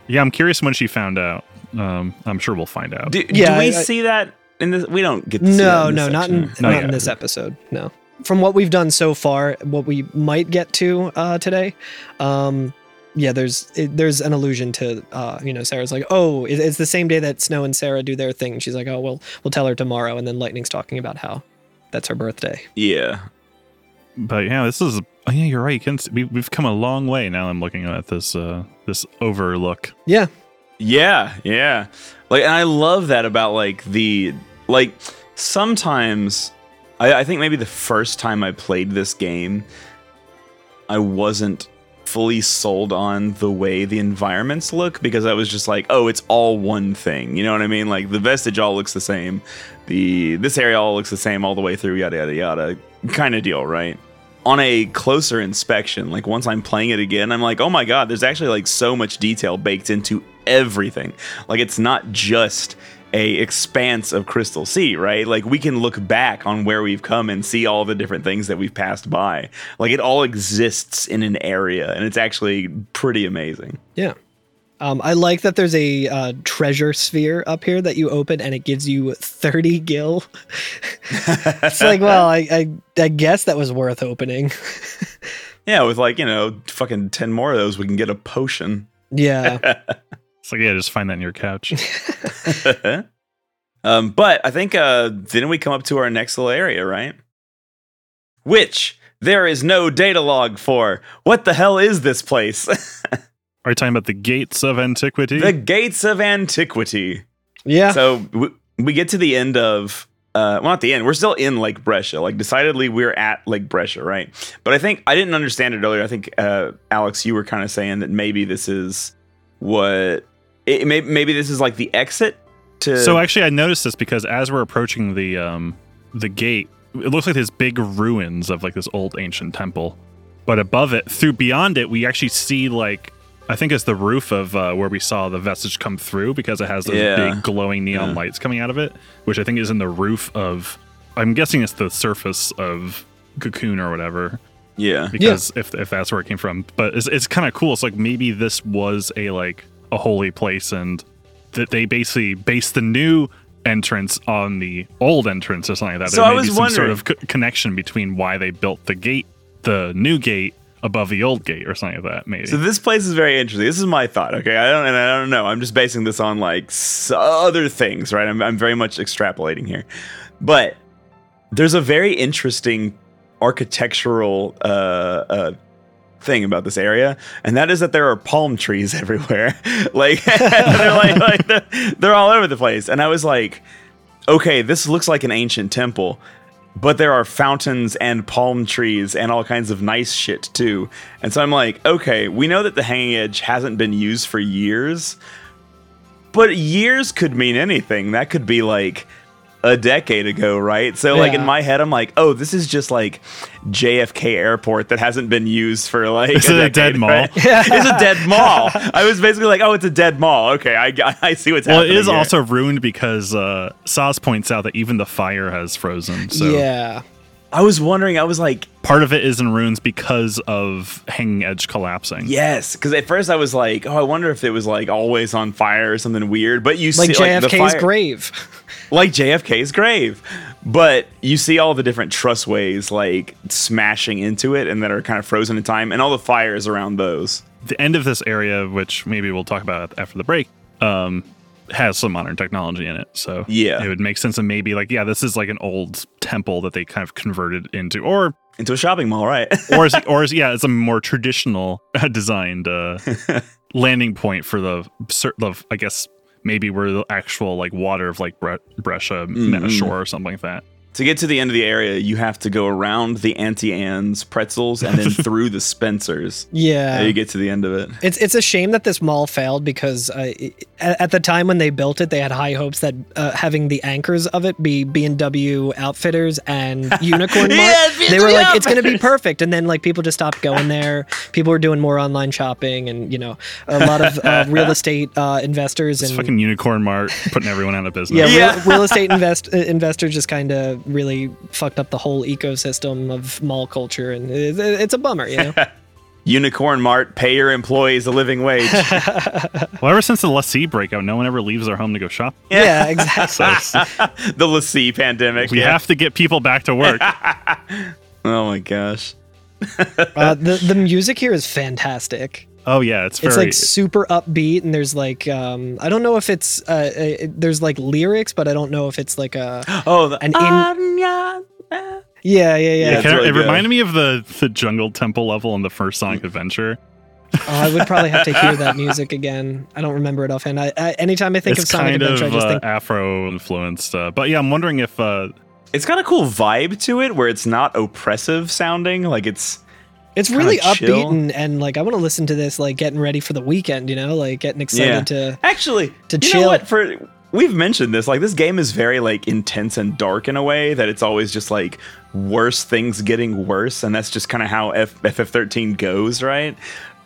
yeah, I'm curious when she found out. Um, I'm sure we'll find out. Do, Yeah, do we I- I- see that in this? We don't get to see that No, in no, this not in section. Not not in yet. this episode. No. From what we've done so far, what we might get to uh, today, um, yeah, there's it, there's an allusion to uh, you know Sarah's like, oh, it, it's the same day that Snow and Sarah do their thing. She's like, oh, well, we'll tell her tomorrow, and then Lightning's talking about how that's her birthday. Yeah. But yeah, this is. Oh yeah, you're right. You can, s- we, we've come a long way. Now I'm looking at this uh, this overlook. Yeah, Yeah, yeah. Like, and I love that about like the like sometimes I, I think maybe the first time I played this game, I wasn't fully sold on the way the environments look because I was just like, oh, it's all one thing. You know what I mean? Like the vestige all looks the same. The this area all looks the same all the way through, yada yada yada. Kind of deal, right? on a closer inspection, like once I'm playing it again, I'm like, oh my god, there's actually like so much detail baked into everything. Like it's not just a expanse of Crystal Sea, right? Like we can look back on where we've come and see all the different things that we've passed by. Like it all exists in an area, and it's actually pretty amazing. yeah. Um, I like that there's a uh, treasure sphere up here that you open, and it gives you 30 gil. it's like, well, I, I I guess that was worth opening. Yeah, with like you know, fucking ten more of those, we can get a potion. yeah. It's like yeah, just find that in your couch. um, but I think uh, didn't we come up to our next little area, right? Which there is no data log for. What the hell is this place? Are you talking about the gates of antiquity? the Gates of Antiquity. Yeah. So w- we get to the end of. Uh, well, not the end. We're still in Lake Brescia. Like, decidedly, we're at Lake Brescia, right? But I think I didn't understand it earlier. I think uh, Alex, you were kind of saying that maybe this is what it, may, maybe this is like the exit to. So actually, I noticed this because as we're approaching the um the gate, it looks like there's big ruins of like this old ancient temple, but above it, through beyond it, we actually see like I think it's the roof of uh, where we saw the vestige come through because it has those Yeah. big glowing neon lights coming out of it, which I think is in the roof of. I'm guessing it's the surface of Cocoon or whatever Yeah. because if, if that's where it came from. But it's, it's kind of cool. It's like maybe this was a like a holy place, and that they basically based the new entrance on the old entrance or something like that. So I may be was some sort of co- connection between why they built the gate, the new gate above the old gate, or something like that. Maybe. So this place is very interesting. This is my thought. Okay, I don't and I don't know. I'm just basing this on like s- other things, right? I'm I'm very much extrapolating here, but there's a very interesting architectural uh, uh, thing about this area, and that is that there are palm trees everywhere. like they're like, like they're, they're all over the place. And I was like, okay, this looks like an ancient temple, but there are fountains and palm trees and all kinds of nice shit too. And so I'm like, okay, we know that the hanging edge hasn't been used for years, but years could mean anything. That could be like a decade ago, right? So like in Yeah. my head, I'm like, oh, this is just like JFK Airport that hasn't been used for like Is it a dead mall? right? it's a dead mall. I was basically like, oh, it's a dead mall. Okay, I, I see what's well, it happening. is here. also ruined because uh, Saz points out that even the fire has frozen. So Yeah. I was wondering. I was like, part of it is in ruins because of Hanging Edge collapsing. Yes, because at first I was like, "Oh, I wonder if it was like always on fire or something weird." But you Like see, like, the JFK's fire- grave. like JFK's grave. But you see all the different trussways like smashing into it, and that are kind of frozen in time, and all the fires around those. the end of this area, which maybe we'll talk about after the break, um, has some modern technology in it. So Yeah. it would make sense. And maybe like, yeah, this is like an old temple that they kind of converted into, or Into a shopping mall, right? or is, or is yeah, it's a more traditional designed uh, landing point for the cer- the I guess maybe where the actual like water of like Bre- Brescia Mm-hmm. met ashore or something like that. to get to the end of the area, you have to go around the Auntie Anne's pretzels and then through the Spencers. Yeah. And you get to the end of it. It's it's a shame that this mall failed because uh, it- at at the time when they built it, they had high hopes that uh, having the anchors of it be B and W Outfitters and Unicorn Mart. Yeah, B&W they were like, it's going to be Outfitters. perfect, and then like people just stopped going there. People were doing more online shopping, and you know, a lot of uh, real estate uh, investors It's and fucking unicorn mart putting everyone out of yeah, business. real, Yeah. real estate invest uh, investors just kind of really fucked up the whole ecosystem of mall culture, and it, it- it's a bummer, you know. Unicorn Mart, pay your employees a living wage. Well, ever since the lessee breakout, no one ever leaves their home to go shop. yeah, exactly. So it's- the Lassie pandemic. we yeah. have to get people back to work. Oh my gosh. Uh, the the music here is fantastic. Oh yeah, it's very. it's like super upbeat and there's like um i don't know if it's uh, uh there's like lyrics but i don't know if it's like a Oh, the, an in uh, yeah yeah yeah, Yeah. it kinda- really it good. reminded me of the the jungle temple level in the first Mm. Sonic Adventure. Oh, i would probably have to hear that music again i don't remember it offhand i, I anytime i think it's of sonic kind adventure of i just uh, think Afro influenced, uh, but yeah, I'm wondering if uh, It's got a cool vibe to it where it's not oppressive sounding. Like it's it's really kinda chill. upbeat and, and like i want to listen to this like getting ready for the weekend you know like getting excited to actually To you chill. know what for we've mentioned this like this game is very like intense and dark in a way that it's always just like worse things getting worse and that's just kind of how F- FF13 goes, right?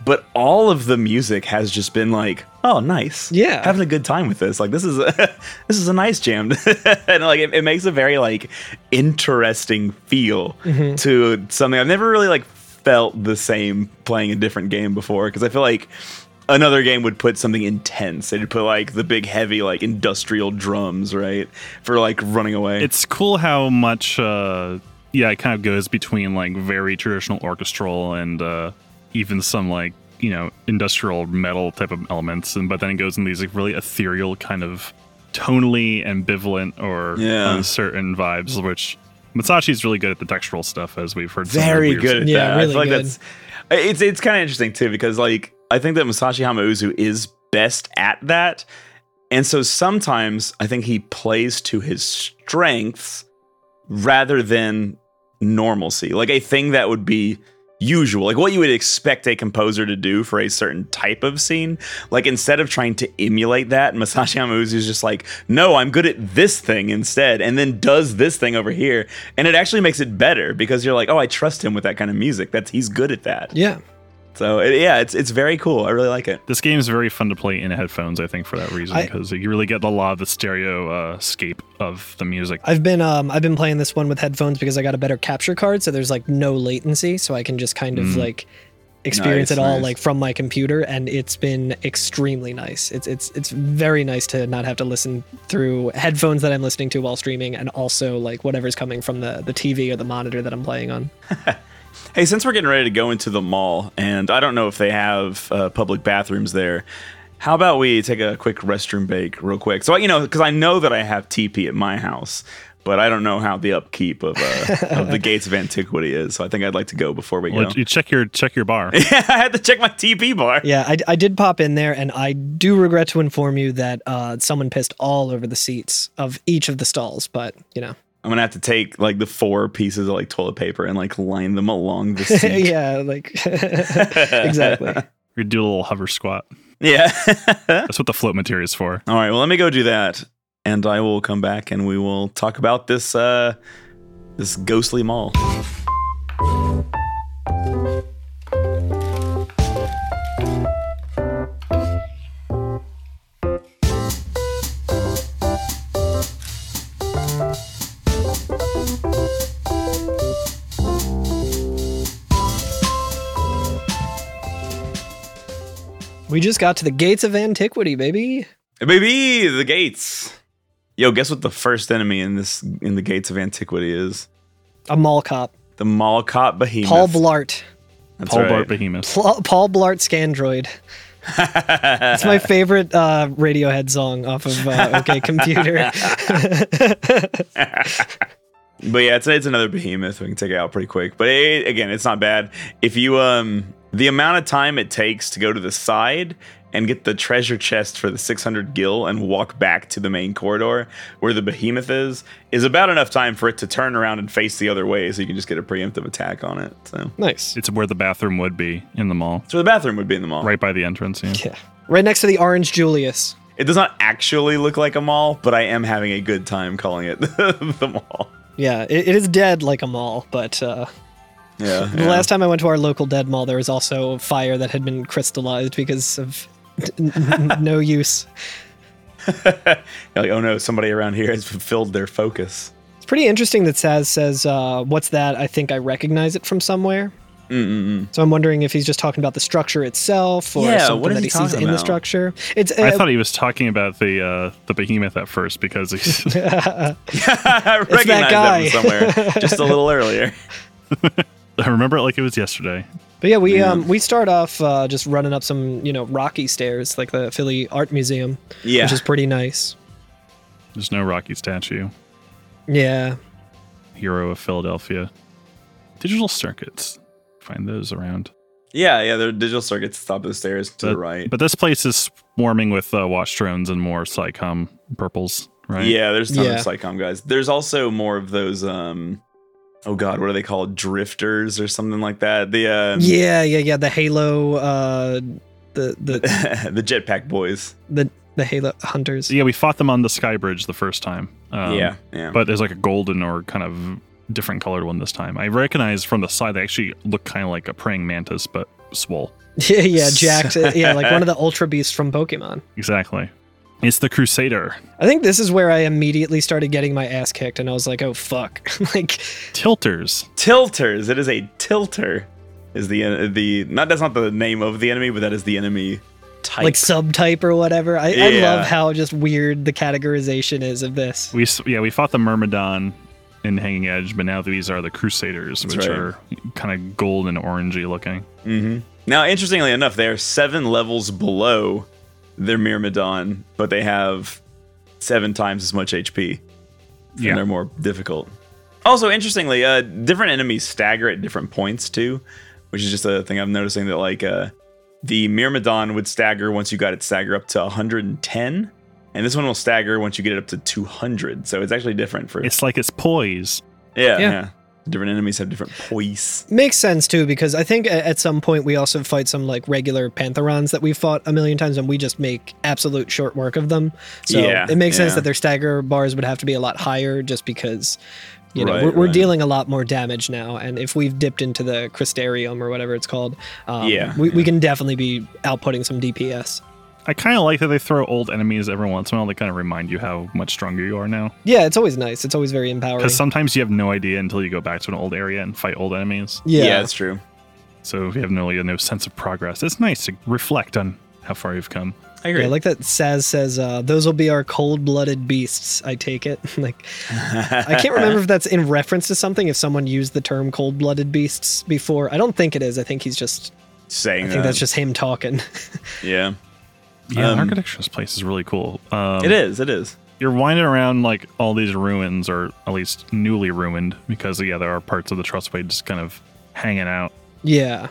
But all of the music has just been like, oh, nice. Yeah. having a good time with this. Like this is a, this is a nice jam, and like it, it makes a very like interesting feel to something I've never really like felt the same playing a different game before because I feel like another game would put something intense. They'd put like the big heavy like industrial drums right for like running away. it's cool how much uh, yeah, it kind of goes between like very traditional orchestral and uh, even some like you know industrial metal type of elements, and but then it goes in these like really ethereal kind of tonally ambivalent or Yeah. uncertain vibes, which. Matsachi's really good at the textural stuff, as we've heard. some of the very weird good at Yeah, that. really I feel like good. that's it's it's kind of interesting too because like I think that Masashi Hamauzu is best at that. And so sometimes I think he plays to his strengths rather than normalcy. Like a thing that would be usual, like what you would expect a composer to do for a certain type of scene. Like instead of trying to emulate that, Masashi Amauzu is just like, no, I'm good at this thing instead, and then does this thing over here. And it actually makes it better because you're like, oh, I trust him with that kind of music. That's he's good at that. yeah So it, yeah, it's it's very cool. I really like it. This game is very fun to play in headphones, I think, for that reason, I- because you really get a lot of the stereo uh, scape of the music. I've been um I've been playing this one with headphones because I got a better capture card, so there's like no latency, so I can just kind of like experience Mm. Nice, it all nice. like from my computer, and it's been extremely nice. It's it's it's very nice to not have to listen through headphones that I'm listening to while streaming, and also like whatever's coming from the the TV or the monitor that I'm playing on. Hey, since we're getting ready to go into the mall, and I don't know if they have uh, public bathrooms there, how about we take a quick restroom break real quick? So, you know, because I know that I have TP at my house, but I don't know how the upkeep of, uh, of the gates of antiquity is. So I think I'd like to go before we Well, go. you check your check your bar. I had to check my TP bar. Yeah, I, I did pop in there, and I do regret to inform you that uh, someone pissed all over the seats of each of the stalls. But you know, I'm going to have to take like the four pieces of like toilet paper and like line them along the sink. yeah, like exactly. you do a little hover squat. yeah. That's what the float material is for. All right, well, let me go do that, and I will come back and we will talk about this uh, this ghostly mall. We just got to the gates of antiquity, baby. Baby, the gates. Yo, guess what the first enemy in this in the gates of antiquity is? A mall cop, The mall cop behemoth. Paul Blart, That's Paul right. Bart Behemoth. Pl- Paul Blart Scandroid. It's my favorite uh, Radiohead song off of uh, OK Computer. But yeah, it's, it's another behemoth. We can take it out pretty quick. But it, again, it's not bad. If you um the amount of time it takes to go to the side and get the treasure chest for the 600 gil and walk back to the main corridor where the behemoth is is about enough time for it to turn around and face the other way so you can just get a preemptive attack on it. So nice. It's where the bathroom would be in the mall, so the bathroom would be in the mall. right by the entrance. Yeah. Yeah. Right next to the Orange Julius. It does not actually look like a mall, but I am having a good time calling it the mall. Yeah, it, it is dead like a mall, but uh, Yeah. the last time I went to our local dead mall, there was also a fire that had been crystallized because of n- n- no use. Like, oh no, somebody around here has fulfilled their focus. It's pretty interesting that Saz says, uh, "What's that?" I think I recognize it from somewhere. Mm-mm-mm. So I'm wondering if he's just talking about the structure itself, or Yeah, something what is that he he sees talking in the about? structure. It's uh, I thought he was talking about the uh, the behemoth at first because he's I recognized that, guy. from somewhere just a little earlier. I remember it like it was yesterday. But yeah, we um we start off uh, just running up some you know rocky stairs like the Philly Art Museum, Yeah. which is pretty nice. There's no Rocky statue, Yeah, hero of Philadelphia. Digital circuits, find those around. yeah, yeah, there are digital circuits at the top of the stairs to the But- right. But this place is swarming with uh, watch drones and more psychom purples, right? Yeah, there's tons Yeah. of Psycom guys. There's also more of those um oh god, what are they called? Drifters or something like that. The um yeah, yeah, yeah. The Halo, uh, the the the jetpack boys. the the Halo hunters. So, yeah, we fought them on the sky bridge the first time. Um, yeah. Yeah. But there's like a golden or kind of different colored one this time. I recognize from the side they actually look kind of like a praying mantis, but swole. Yeah, yeah, jacked. yeah, like one of the Ultra Beasts from Pokemon. Exactly. It's the Crusader. I think this is where I immediately started getting my ass kicked, and I was like, "Oh fuck!" like, Tilters. tilters. It is a tilter. Is the uh, the not that's not the name of the enemy, but that is the enemy type. like subtype or whatever. I, I Yeah. love how just weird the categorization is of this. We s- yeah we fought the Myrmidon in Hanging Edge, but now these are the Crusaders, which right. are kind of gold and orangey looking. Mm-hmm. Now, interestingly enough, they are seven levels below their Myrmidon, but they have seven times as much HP. Yeah. And they're more difficult. Also, interestingly, uh, different enemies stagger at different points too, which is just a thing I'm noticing that like uh, the Myrmidon would stagger once you got it stagger up to 110, and this one will stagger once you get it up to 200. So it's actually different for It's like it's poise. yeah, yeah. Yeah. Different enemies have different poise. Makes sense too, because I think a- at some point we also fight some like regular Pantherons that we've fought a million times, and we just make absolute short work of them. So Yeah, it makes sense yeah. that their stagger bars would have to be a lot higher, just because You know, Right, we're, we're right. dealing a lot more damage now, and if we've dipped into the Crystarium or whatever it's called, um, Yeah, we, we can definitely be outputting some DPS. I kind of like that they throw old enemies every once in a while to kind of remind you how much stronger you are now. Yeah, it's always nice. It's always very empowering. Because sometimes you have no idea until you go back to an old area and fight old enemies. yeah, yeah, that's true. So you have no, you have no sense of progress. It's nice to reflect on how far you've come. I Yeah, like that Saz says, uh, those will be our cold blooded beasts, I take it. like I can't remember if that's in reference to something, if someone used the term cold blooded beasts before. I don't think it is. I think he's just saying I that. think that's just him talking. yeah. Yeah, Um, the architecture of this place is really cool. Um, It is. It is. You're winding around like all these ruins, or at least newly ruined, because yeah, there are parts of the Trustway just kind of hanging out. yeah.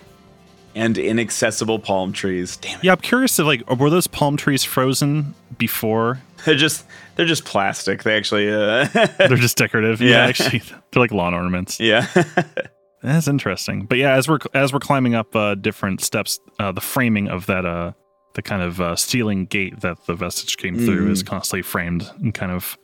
And inaccessible palm trees. Damn it. Yeah, I'm curious if like were those palm trees frozen before? They're just they're just plastic. They actually. Uh, They're just decorative. Yeah. actually, they're like lawn ornaments. yeah. That's interesting. But yeah, as we're as we're climbing up uh, different steps, uh, the framing of that uh, the kind of uh, stealing gate that the vestige came through is constantly framed and kind of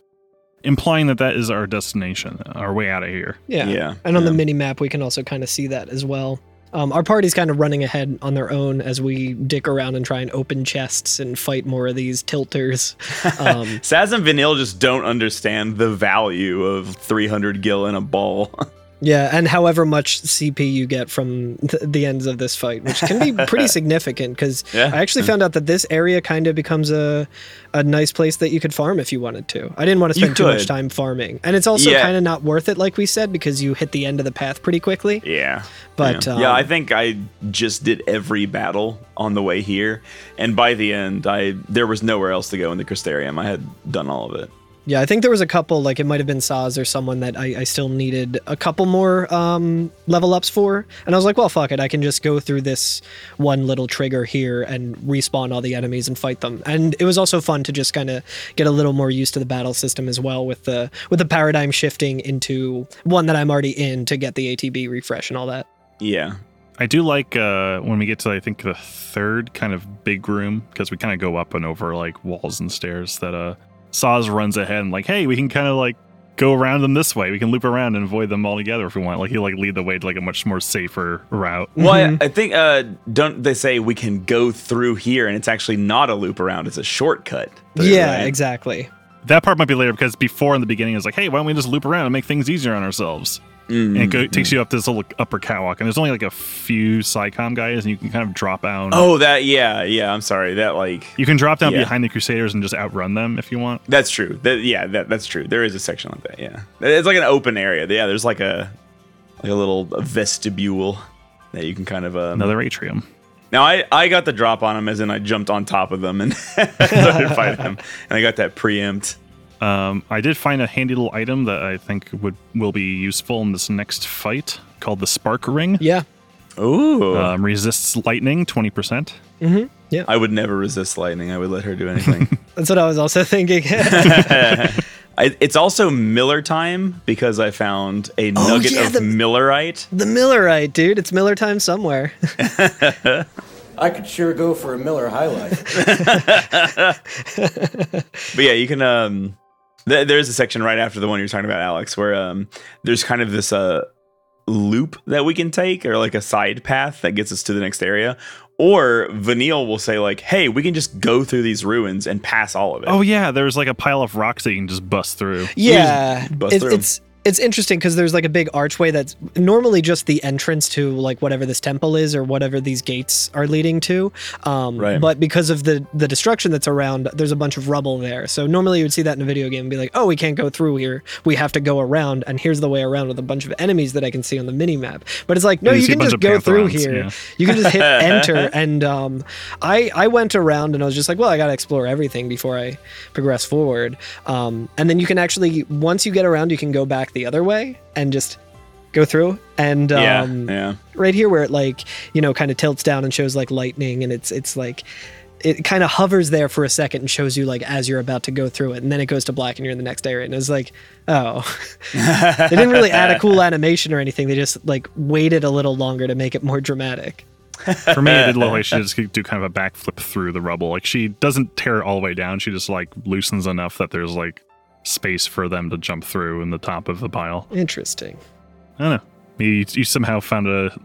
implying that that is our destination, our way out of here. Yeah. Yeah, And on the yeah. mini map, we can also kind of see that as well. Um, our party's kind of running ahead on their own as we dick around and try and open chests and fight more of these tilters. Um, Saz and Vanille just don't understand the value of 300 gil in a ball. yeah, and however much CP you get from th- the ends of this fight, which can be pretty significant because Yeah. I actually found out that this area kind of becomes a a nice place that you could farm if you wanted to. I didn't want to You spend too much could. time farming, and it's also Yeah. kind of not worth it, like we said, because you hit the end of the path pretty quickly. yeah. But yeah. um, yeah, I think I just did every battle on the way here, and by the end, I there was nowhere else to go in the Crystarium. I had done all of it. Yeah, I think there was a couple, like it might have been Saz or someone that I, I still needed a couple more um, level ups for. And I was like, well, fuck it. I can just go through this one little trigger here and respawn all the enemies and fight them. And it was also fun to just kind of get a little more used to the battle system as well with the with the paradigm shifting into one that I'm already in to get the ATB refresh and all that. Yeah, I do like uh, when we get to I think the third kind of big room because we kind of go up and over like walls and stairs that uh Saz runs ahead and like hey we can kind of like go around them this way we can loop around and avoid them all together if we want like he like lead the way to like a much more safer route. Well, I, I think uh, don't they say we can go through here, and it's actually not a loop around; it's a shortcut. there, yeah, right? exactly. That part might be later because before in the beginning it was like hey why don't we just loop around and make things easier on ourselves Mm. and it go- takes you up this little upper catwalk and there's only like a few psychom guys and you can kind of drop down. Oh, that yeah, yeah. I'm sorry. That like You can drop down Yeah. behind the Crusaders and just outrun them if you want. that's true. That yeah, that that's true. There is a section like that. Yeah, it's like an open area. Yeah, there's like a like a little vestibule that you can kind of um, Another atrium. Now I, I got the drop on him as in I jumped on top of them and started fighting him, and I got that preempt. Um, I did find a handy little item that I think would will be useful in this next fight called the Spark Ring. Yeah. Ooh, Um, resists lightning twenty percent. I would never resist lightning. I would let her do anything. That's what I was also thinking. I, it's also Miller time because I found a nugget Oh, yeah, of the- Millerite. the Millerite, dude. It's Miller time somewhere. I could sure go for a Miller High Life. But yeah, you can. Um, th- there's a section right after the one you're talking about, Alex, where um, there's kind of this uh loop that we can take, or like a side path that gets us to the next area. Or Vanille will say like, "Hey, we can just go through these ruins and pass all of it." Oh yeah, there's like a pile of rocks that you can just bust through. Yeah, bust it- through 'em. it's it's interesting because there's like a big archway that's normally just the entrance to like whatever this temple is or whatever these gates are leading to. Um, Right. But because of the the destruction that's around, there's a bunch of rubble there. So normally you would see that in a video game and be like, "Oh, we can't go through here. We have to go around." And here's the way around with a bunch of enemies that I can see on the mini map. But it's like, no, And you you see a can bunch just of go through Pantherons, here. yeah. You can just hit enter. And um, I I went around and I was just like, well, I gotta explore everything before I progress forward. Um, and then you can actually once you get around, you can go back the other way and just go through. And yeah, um, yeah. right here where it like you know kind of tilts down and shows like lightning, and it's it's like. It kind of hovers there for a second and shows you like as you're about to go through it, and then it goes to black and you're in the next area. And it's like, oh, they didn't really add a cool animation or anything. They just like waited a little longer to make it more dramatic. For me, it did look like she just could do kind of a backflip through the rubble. Like she doesn't tear it all the way down. She just like loosens enough that there's like space for them to jump through in the top of the pile. Interesting. I don't know. You, you somehow found a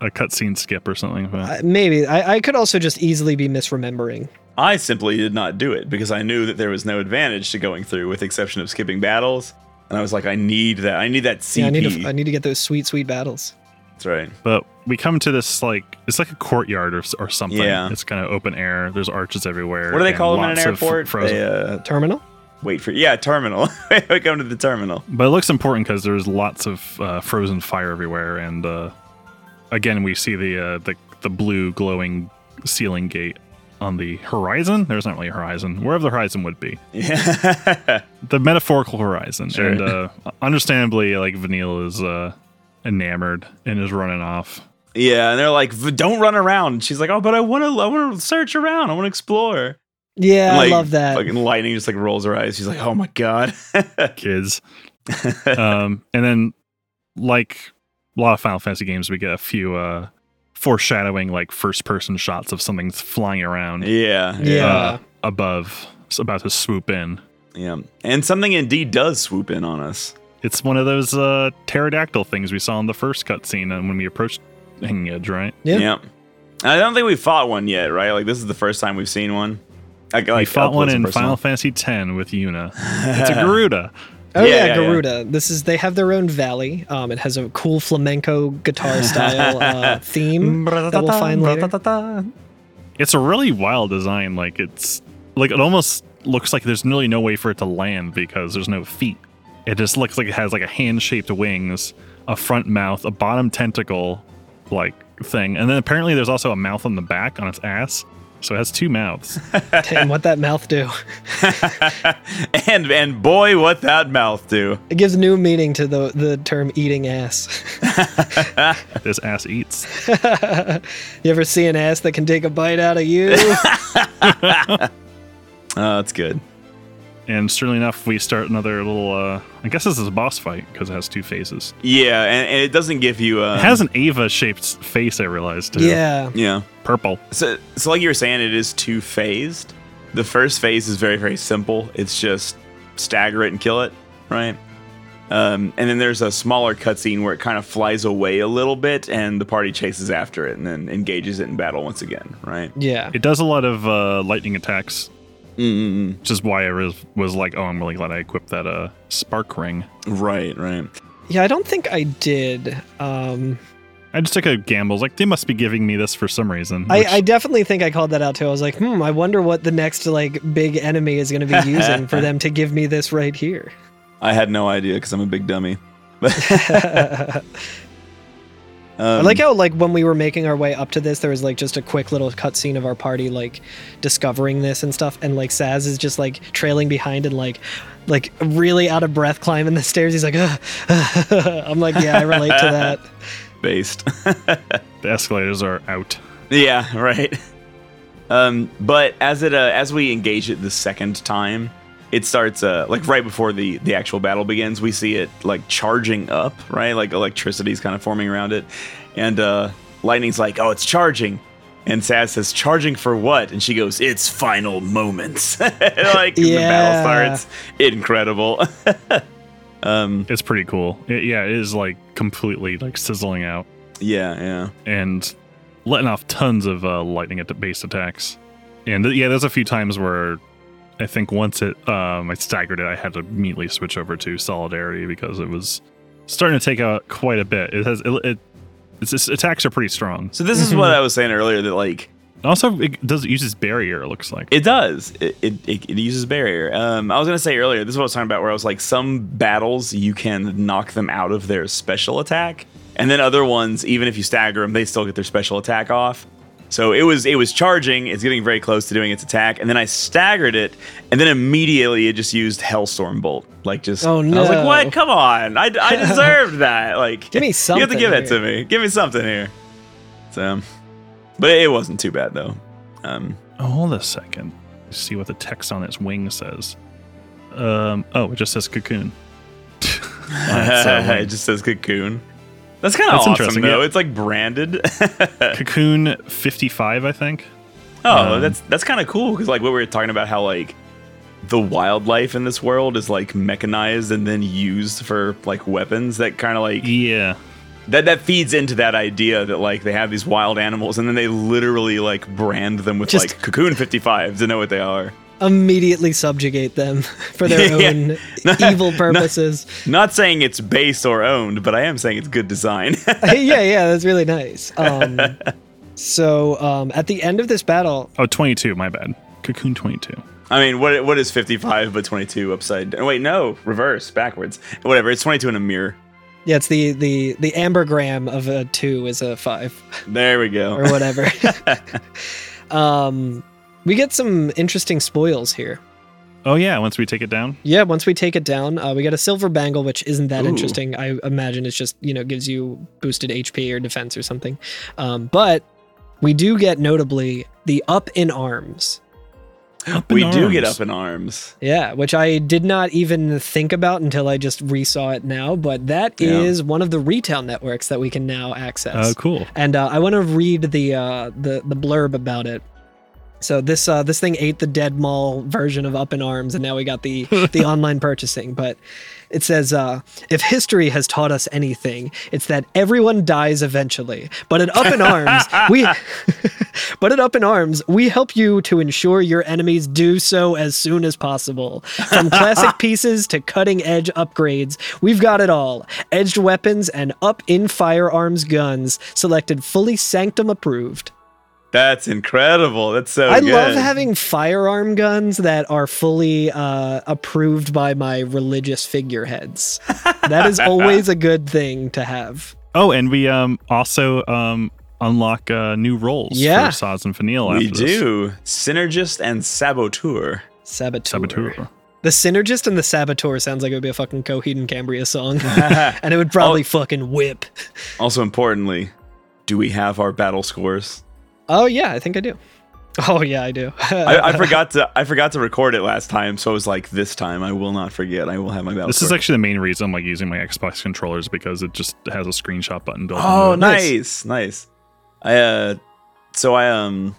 a cutscene skip or something. but- Uh, maybe I, I could also just easily be misremembering. I simply did not do it because I knew that there was no advantage to going through, with the exception of skipping battles. And I was like, I need that. I need that CP. Yeah, I need to, I need to get those sweet sweet battles. That's right. but we come to this like it's like a courtyard or, s- or something. Yeah. It's kind of open air. There's arches everywhere. What do they and call them in an lots of airport? Frozen. They, uh, Terminal. wait for yeah, terminal. we come to the terminal. But it looks important because there's lots of uh, frozen fire everywhere, and uh, again we see the uh, the the blue glowing ceiling gate on the horizon. There's not really a horizon. Wherever the horizon would be, Yeah. the metaphorical horizon. And uh, understandably, like Vanille is uh, enamored and is running off. yeah, and they're like, "V- don't run around. And she's like, oh, but I want to. I want to search around. I want to explore. Yeah, like, I love that. Fucking lightning just like rolls her eyes. She's like, oh my god. kids. um, and then, like a lot of Final Fantasy games, we get a few uh, foreshadowing, like first person shots of something flying around yeah, yeah. uh, above, it's about to swoop in. yeah. And something indeed does swoop in on us. It's one of those uh, pterodactyl things we saw in the first cutscene and when we approached Hanging Edge, right? Yeah. Yep. I don't think we fought one yet, right? Like this is the first time we've seen one. Like, we like, up fought one close and in personal. Final Fantasy X with Yuna. It's a Garuda. Oh Yeah, yeah, yeah, yeah. Garuda. This is they have their own valley. Um, it has a cool flamenco guitar style uh, theme that we'll find later. It's a really wild design. Like it's like it almost looks like there's really no way for it to land because there's no feet. It just looks like it has like a hand-shaped wings, a front mouth, a bottom tentacle, like thing, and then apparently there's also a mouth on the back on its ass. So it has two mouths. And what that mouth do? and and boy, what that mouth do! It gives new meaning to the the term "eating ass." this ass eats. you ever see an ass that can take a bite out of you? Oh, that's good. And surely enough, we start another little. uh I guess this is a boss fight because it has two faces. Yeah, and, and it doesn't give you. Um, It has an Ava-shaped face. I realized too. yeah. Yeah. purple. So, so like you were saying, it is two phased. The first phase is very, very simple. It's just stagger it and kill it, right? Um, and then there's a smaller cutscene where it kind of flies away a little bit, and the party chases after it and then engages it in battle once again, right? Yeah. It does a lot of uh, lightning attacks, Mm-mm-mm. which is why I was, was like, oh, I'm really glad I equipped that uh, spark ring. Right, right. Yeah, I don't think I did. Um, I just took a gamble. I was Like, they must be giving me this for some reason. I, which- I definitely think I called that out too. I was like, hmm, I wonder what the next like big enemy is going to be using for them to give me this right here. I had no idea because I'm a big dummy. I like how like when we were making our way up to this, there was like just a quick little cutscene of our party like discovering this and stuff, and like Saz is just like trailing behind and like like really out of breath climbing the stairs. He's like, Ugh. I'm like, yeah, I relate to that. Based. the escalators are out. Yeah, right. Um, but as it uh, as we engage it the second time, it starts uh, like right before the the actual battle begins. We see it like charging up, right? Like electricity's kind of forming around it, and uh, lightning's like, "Oh, it's charging." And Saz says, "Charging for what?" And she goes, "It's final moments." like the battle Yeah. starts. Incredible. It's pretty cool. It- yeah, it is like completely like sizzling out yeah, yeah. and letting off tons of uh, lightning at base attacks. And th- yeah, there's a few times where I think once it um, I staggered it, I had to immediately switch over to solidarity because it was starting to take out quite a bit. It has it, it its, its attacks are pretty strong. So this is what I was saying earlier that like Also, it does it uses barrier. It looks like It does. It, it, it, it uses barrier. Um, I was gonna say earlier. This is what I was talking about. Where I was like, some battles you can knock them out of their special attack, and then other ones, even if you stagger them, they still get their special attack off. So it was it was charging. It's getting very close to doing its attack, and then I staggered it, and then immediately it just used Hellstorm Bolt. Like just. Oh, and I was like, no. what? Come on! I, I deserved that. Like, Give me You have to something give that to here. me. Give me something here. So, but it wasn't too bad though. Um, Hold a second. See what the text on its wing says. Um. Oh, it just says cocoon. That's, uh, it like, just says cocoon. That's kind of That's awesome, interesting, though. yeah. It's like branded. cocoon fifty-five, I think. oh, that's that's kind of cool because like what we were talking about, how like the wildlife in this world is like mechanized and then used for like weapons that kind of like Yeah. that that feeds into that idea that like they have these wild animals and then they literally like brand them with Just- like cocoon 55 to know what they are Immediately subjugate them for their Yeah. own evil purposes. not saying it's based or owned but i am saying it's good design yeah, yeah, that's really nice. Um, so um, at the end of this battle, Oh, 22, my bad. Cocoon 22. i mean what what is 55 but 22 upside down wait no reverse backwards whatever it's 22 in a mirror yeah, it's the the the ambergram of a two is a five. there we or go whatever. um, we get some interesting spoils here. Oh, yeah, once we take it down. Yeah, once we take it down, uh, we get a silver bangle, which isn't that Ooh. interesting. I imagine it's just you know gives you boosted HP or defense or something. Um, but we do get notably the up in arms. Up in we do get arms. up in arms Yeah, which I did not even think about until I just resaw it now. But that is Yeah. one of the retail networks that we can now access. Oh, cool. and uh, I want to read the uh, the the blurb about it. So this uh, this thing ate the dead mall version of Up in Arms, and now we got the the online purchasing. But it says, uh, if history has taught us anything, it's that everyone dies eventually. But at Up in Arms, we but at Up in Arms, we help you to ensure your enemies do so as soon as possible. From classic pieces to cutting edge upgrades, we've got it all. Edged weapons and up in firearms guns, selected fully sanctum approved. that's incredible that's so I good. love having firearm guns that are fully uh, approved by my religious figureheads. That is always a good thing to have. Oh, and we um also um unlock uh, new roles Yeah. for Saz and Fanil after we this. do synergist and saboteur Saboteur. Saboteur. The Synergist and the Saboteur sounds like it would be a fucking Coheed and Cambria song. and it Oh. would probably fucking whip. also importantly do we have our battle scores Oh, yeah, I think I do. Oh, yeah, I do. I, I forgot to I forgot to record it last time, so I was like, this time I will not forget. I will have my battle. This is score. actually the main reason I'm like using my Xbox controllers because it just has a screenshot button built oh, into it. nice, nice. I uh, so I um,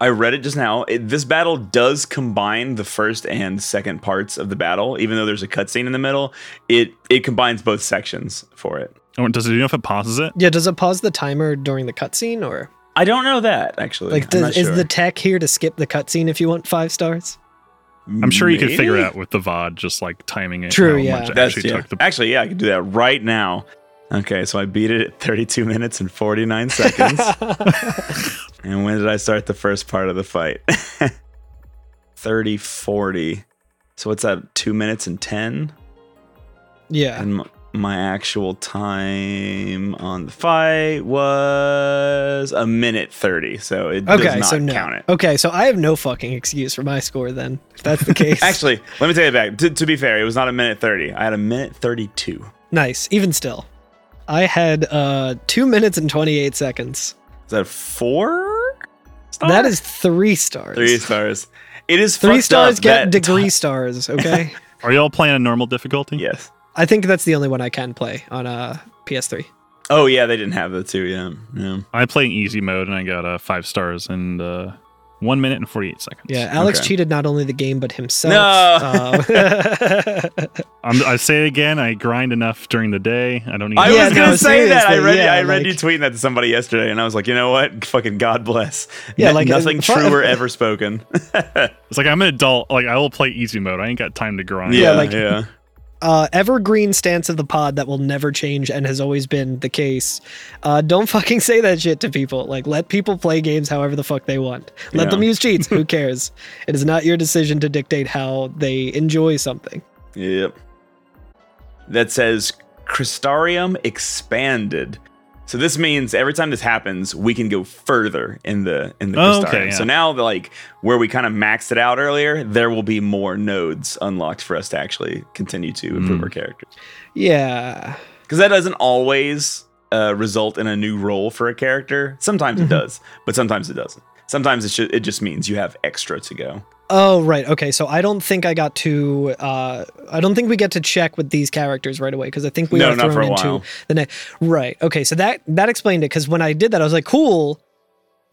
I read it just now. It, this battle does combine the first and second parts of the battle, even though there's a cutscene in the middle. It it combines both sections for it. Oh, does it do you know if it pauses it? yeah, does it pause the timer during the cutscene or I don't know that actually. like I'm does, not is sure. the tech here to skip the cutscene if you want five stars? I'm sure you could figure Maybe? out with the VOD, just like timing it. True, how yeah. Much it That's actually yeah. took the actually yeah, I could do that right now. Okay, so I beat it at 32 minutes and 49 seconds. and when did I start the first part of the fight? 30 40. So what's that? 2 minutes and 10? yeah. And m- my actual time on the fight was a minute 30. So it does Okay, not so no. count it. Okay, so I have no fucking excuse for my score then. If that's the case. Actually, let me take it back. To, to be fair, it was not a minute 30. I had a minute 32. nice. Even still, I had uh two minutes and twenty eight seconds. Is that 4? That is three stars. Three stars. It is Three fucked stars up get that- degree stars. Okay. Are y'all playing a normal difficulty? Yes. I think that's the only one I can play on uh, PS3. Oh yeah, they didn't have the two. Yeah, yeah. I'm playing easy mode and I got uh, five stars and uh, one minute and 48 seconds. Yeah, Alex Okay. cheated not only the game but himself. No. Uh, I'm, I say it again, I grind enough during the day. I don't need I Yeah, was no, gonna say that. I seriously, read. yeah, I read like- you tweeting that to somebody yesterday, and I was like, you know what? Fucking God bless. Yeah, Yeah, like, like nothing fu- truer ever spoken. It's like I'm an adult. Like I will play easy mode. I ain't got time to grind. yeah, like- yeah. uh, evergreen stance of the pod that will never change and has always been the case. Uh, don't fucking say that shit to people. Like, let people play games however the fuck they want. Let Yeah. them use cheats. Who cares? It is not your decision to dictate how they enjoy something. Yep. That says Crystarium expanded. So this means every time this happens, we can go further in the in the Oh, Crystarium. okay, yeah. So now, like where we kind of maxed it out earlier, there will be more nodes unlocked for us to actually continue to improve Mm. our characters. Yeah. because that doesn't always uh, result in a new role for a character. Sometimes Mm-hmm. it does, but sometimes it doesn't. Sometimes it should, it just means you have extra to go. Oh right, okay. So I don't think I got to. Uh, I don't think we get to check with these characters right away because I think we No, are not thrown for a into while. the next. Right. Okay. So that that explained it because when I did that, I was like, cool.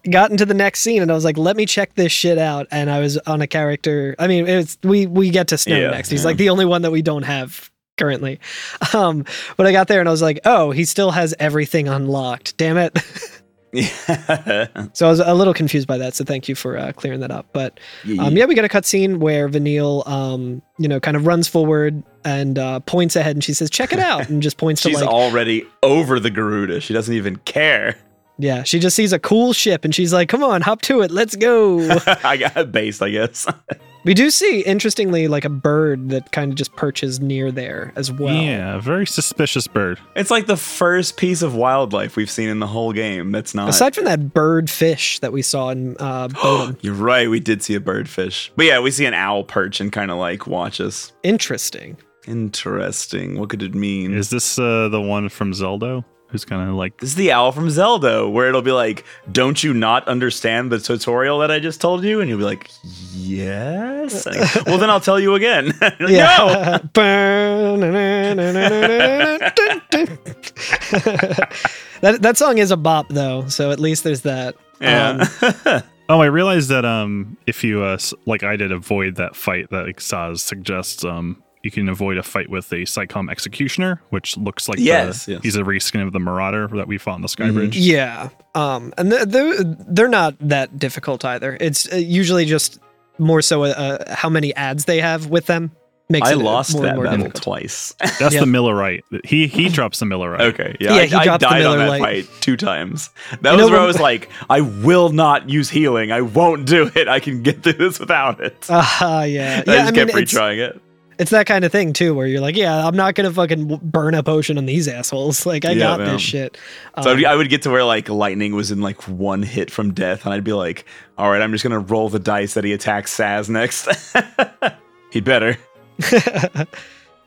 got into the next scene and I was like, let me check this shit out. And I was on a character. I mean, it's we we get to Snow Yeah, next. He's yeah. like the only one that we don't have currently. Um, but I got there and I was like, oh, he still has everything unlocked. Damn it. yeah. so I was a little confused by that. So thank you for uh, clearing that up. But um, yeah, we get a cutscene where Vanille, um, you know, kind of runs forward and uh, points ahead, and she says, "Check it out," and just points to She's like, already over the Garuda. She doesn't even care. yeah, she just sees a cool ship, and she's like, "Come on, hop to it, let's go." I got based, I guess. we do see, interestingly, like a bird that kind of just perches near there as well. Yeah, very suspicious bird. It's like the first piece of wildlife we've seen in the whole game. That's not. Oh, Aside from that bird fish that we saw in uh, Bodum, You're right. We did see a birdfish. But yeah, we see an owl perch and kind of like watch us. interesting. Interesting. What could it mean? Is this uh, the one from Zelda? Who's kind of like, this is the owl from Zelda, where it'll be like, "Don't you not understand the tutorial that I just told you?" And you'll be like, "Yes." Like, well, then I'll tell you again. You're like, Um, No. that that song is a bop though, so at least there's that. Yeah. Um, oh, I realized that um, if you uh, s- like, I did avoid that fight that like, Saz suggests. Um, you can avoid a fight with a Psychom Executioner, which looks like the- Yes, yes. he's a reskin of the Marauder that we fought on the Sky Bridge. yeah, um, and th- they're they're not that difficult either. It's uh, usually just more so uh, how many ads they have with them makes I it uh, lost more and that more battle difficult. twice. That's Yeah. the Millerite. He he drops the Millerite. Mm-hmm. okay, yeah, Yeah, I, he I dropped the died on Miller that Lite. fight two times. That You was know, where I when- was like, "I will not use healing. I won't do it. I can get through this without it." Ah, yeah, I yeah. just I mean, kept it's, retrying it. it's that kind of thing too, where you're like, yeah, I'm not gonna fucking w- burn a potion on these assholes. Like, I Yeah, got man. this shit. So Um, I would get to where like lightning was in like one hit from death, and I'd be like, "All right, I'm just gonna roll the dice that he attacks Saz next. He'd better." Uh,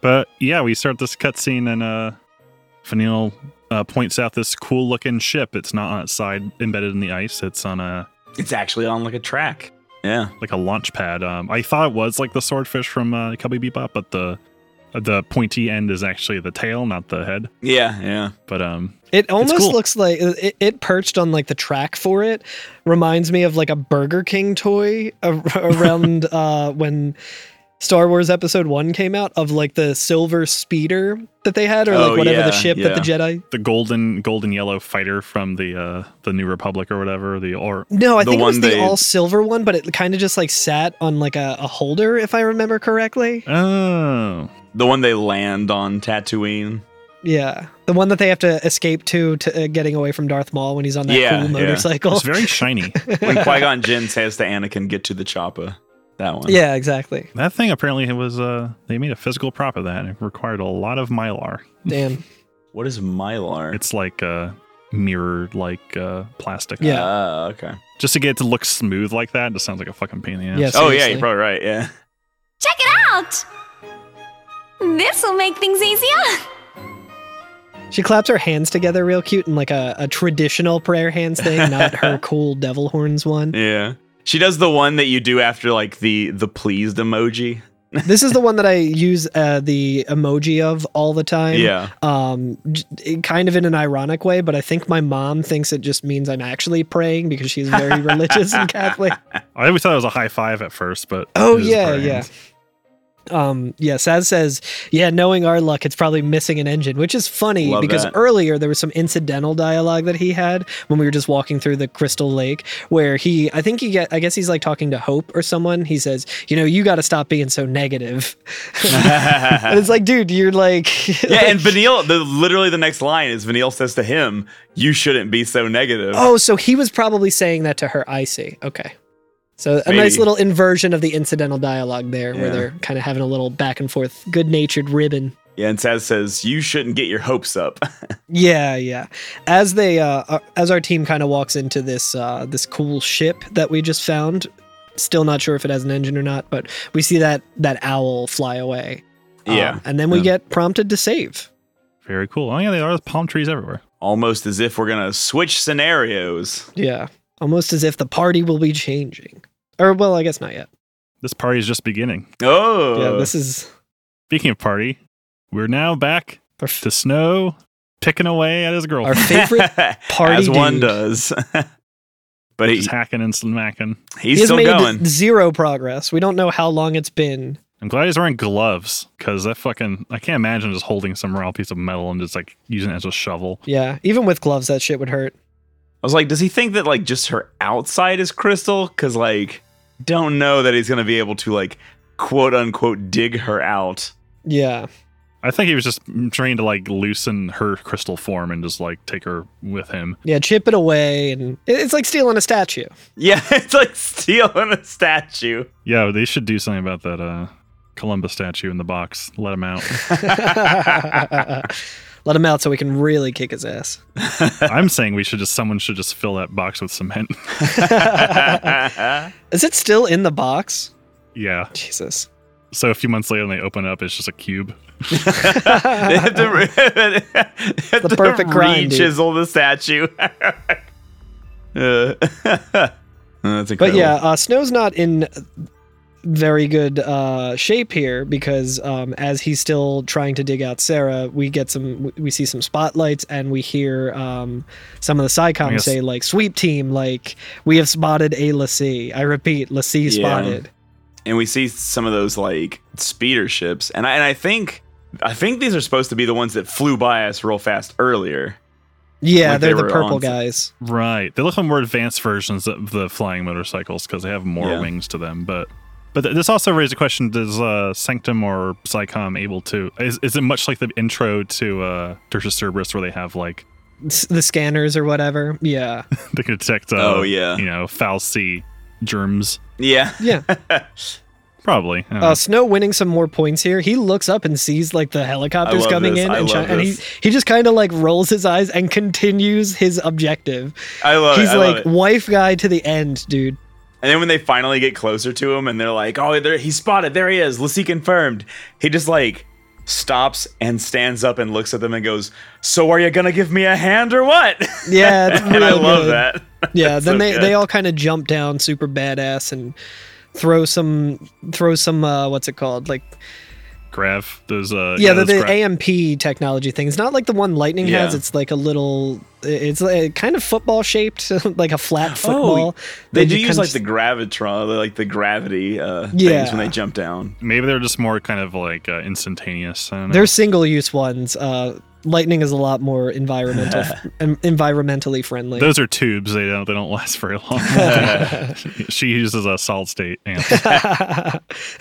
But yeah, we start this cutscene and uh, Fanil uh, points out this cool looking ship. It's not on its side, embedded in the ice. It's on a It's actually on like a track. Yeah, like a launch pad. Um, I thought it was like the swordfish from uh, Cubby Bebop, but the the pointy end is actually the tail, not the head. yeah, yeah. But um, It almost cool. looks like uh, it, it perched on like the track for it. Reminds me of like a Burger King toy a- around uh, when Star Wars Episode One came out of like the silver speeder that they had, or like Oh, whatever yeah, the ship that the Jedi. the golden golden yellow fighter from the uh, the New Republic or whatever the or No, I The think it was one the they- all silver one, but it kind of just like sat on like a, a holder, if I remember correctly. oh The one they land on Tatooine. Yeah, the one that they have to escape to, to uh, getting away from Darth Maul when he's on that Yeah, cool yeah. motorcycle. it's very shiny. When Qui Gon Jinn says to Anakin, "Get to the chopper." That one. yeah, exactly. that thing apparently it was uh they made a physical prop of that and it required a lot of mylar. Damn. What is Mylar? It's like uh mirror like uh plastic. Yeah. Ah, okay. Just to get it to look smooth like that, just sounds like a fucking pain in the ass. Yes. Oh yeah, Seriously. you're probably right. Yeah. Check it out! This'll make things easier! She claps her hands together real cute in like a, a traditional prayer hands thing, not her cool devil horns one. Yeah. She does the one that you do after like the the pleased emoji. This is the one that I use uh, the emoji of all the time. Yeah. Um, j- it- kind of in an ironic way, but I think my mom thinks it just means I'm actually praying because she's very religious and Catholic. I always thought it was a high five at first, but Oh it is yeah, brand. yeah. Um, yeah, Saz says, yeah, knowing our luck, it's probably missing an engine, which is funny Love because that. earlier there was some incidental dialogue that he had when we were just walking through the Crystal Lake where he, I think he get, I guess he's like talking to Hope or someone. He says, you know, you got to stop being so negative. and it's like, dude, you're like, Yeah, and Vanille, the literally the next line is Vanille says to him, "You shouldn't be so negative." oh, so he was probably saying that to her. I see. Okay. So a nice Maybe. little inversion of the incidental dialogue there where Yeah. they're kind of having a little back and forth, good natured ribbon. Yeah, and Saz says, "You shouldn't get your hopes up." Yeah, yeah. As they uh uh, as our team kind of walks into this uh this cool ship that we just found, still not sure if it has an engine or not, but we see that that owl fly away. Um, Yeah. And then we Yeah. get prompted to save. Very cool. Oh yeah, there are palm trees everywhere. Almost as if we're gonna switch scenarios. Yeah. Almost as if the party will be changing. Or well, I guess not yet. This party is just beginning. Oh, yeah, this is Speaking of party, we're now back our, f- to Snow picking away at his our girlfriend. favorite party as one dude. does. But he, Just hacking and smacking. he's he has still made going. zero progress. We don't know how long it's been. I'm glad he's wearing gloves because that fucking I can't imagine just holding some raw piece of metal and just like using it as a shovel. Yeah, even with gloves, that shit would hurt. I was like, does he think that like just her outside is crystal? Because like, don't know that he's gonna be able to like quote unquote dig her out. Yeah, I think he was just trying to like loosen her crystal form and just like take her with him. yeah, chip it away, and it- it's like stealing a statue. Yeah, it's like stealing a statue. Yeah, they should do something about that uh Columbus statue in the box. Let him out. Let him out so we can really kick his ass. I'm saying we should just someone should just fill that box with cement. Is it still in the box? yeah. Jesus. So a few months later, when they open it up, it's just a cube. they have to, re- they have the to perfect grind, dude. re-chisel the statue. Uh, that's incredible. But yeah, uh, Snow's not in very good uh, shape here because um, as he's still trying to dig out Sarah, we get some, we see some spotlights and we hear um, some of the SciComm guess- say like, "Sweep team, like we have spotted a Lassie." I repeat, Lassie Yeah. spotted. and we see some of those like speeder ships, and I and I think I think these are supposed to be the ones that flew by us real fast earlier. Yeah, Like, they they're the were purple on some- guys. Right. They look like more advanced versions of the flying motorcycles because they have more Yeah. wings to them. But but th- this also raises a question: Does uh, Sanctum or Psycom able to? Is, is it much like the intro to uh, Tertius Cerberus where they have like S- The scanners or whatever. Yeah, they can detect? Uh, Oh, yeah. You know, foul C germs. Yeah, yeah. Probably. I don't Mm-hmm. Uh, know. Snow winning some more points here. He looks up and sees like the helicopters I love coming this. in, I and, love and he this. he just kind of like rolls his eyes and continues his objective. I love He's it. I love like it. wife guy to the end, dude. And then when they finally get closer to him and they're like, oh, there, he's spotted. There he is. Lassie confirmed. He just like stops and stands up and looks at them and goes, So are you going to give me a hand or what? Yeah, it's and I real love good. that. Yeah, It's then so they good. they all kind of jump down, super badass, and throw some throw some uh, what's it called like Grav. Those. Uh, yeah, the, those the gra- AMP technology thing. It's not like the one lightning Yeah. has. It's like a little. It's like kind of football shaped, like a flat football. Oh, They, do just use kinda like just- the gravitron, like the gravity uh, Yeah. things when they jump down. Maybe they're just more kind of like uh, instantaneous. I don't know. They're single use ones. Uh, lightning is a lot more environmental, en- environmentally friendly. Those are tubes. They don't. They don't last very long. she uses a solid state. amp.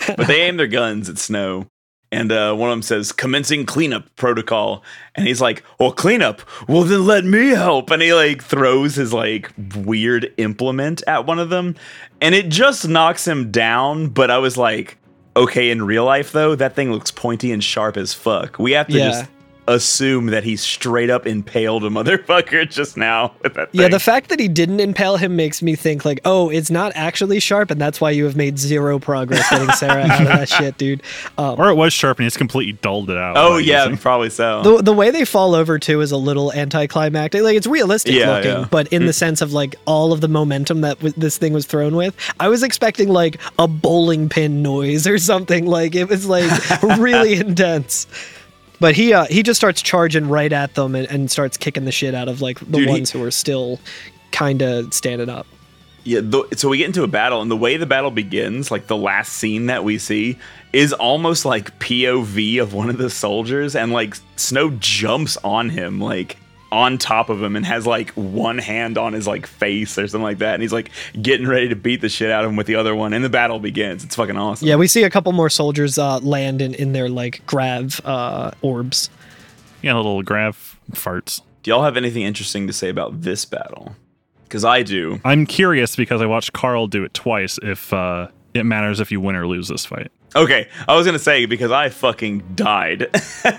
But they aim their guns at Snow. And uh, one of them says, commencing cleanup protocol. And he's like, well, cleanup? Well, then let me help. And he like throws his like weird implement at one of them. And it just knocks him down. But I was like, okay, in real life, though, that thing looks pointy and sharp as fuck. We have to Yeah. just assume that he straight up impaled a motherfucker just now with that yeah, thing. the fact that he didn't impale him makes me think like, oh, it's not actually sharp, and that's why you have made zero progress getting Sarah out of that shit, dude. Um, Or it was sharp and he's completely dulled it out. oh, by yeah, using- probably so. the, the way they fall over too is a little anticlimactic. Like it's realistic Yeah, looking, yeah. Hmm. but in the sense of like all of the momentum that w- this thing was thrown with, I was expecting like a bowling pin noise or something. Like it was like really intense. But he uh, he just starts charging right at them and, and starts kicking the shit out of like the Dude, he- ones who are still kind of standing up. Yeah, the, so we get into a battle, and the way the battle begins, like the last scene that we see, is almost like POV of one of the soldiers, and like Snow jumps on him, like on top of him, and has like one hand on his like face or something like that, and he's like getting ready to beat the shit out of him with the other one, and the battle begins. It's fucking awesome. Yeah, we see a couple more soldiers uh, land in, in their like grav uh, orbs. Yeah, little grav farts. Do y'all have anything interesting to say about this battle? Because I do. I'm curious because I watched Carl do it twice. If uh, it matters if you win or lose this fight, Okay, I was gonna say because I fucking died.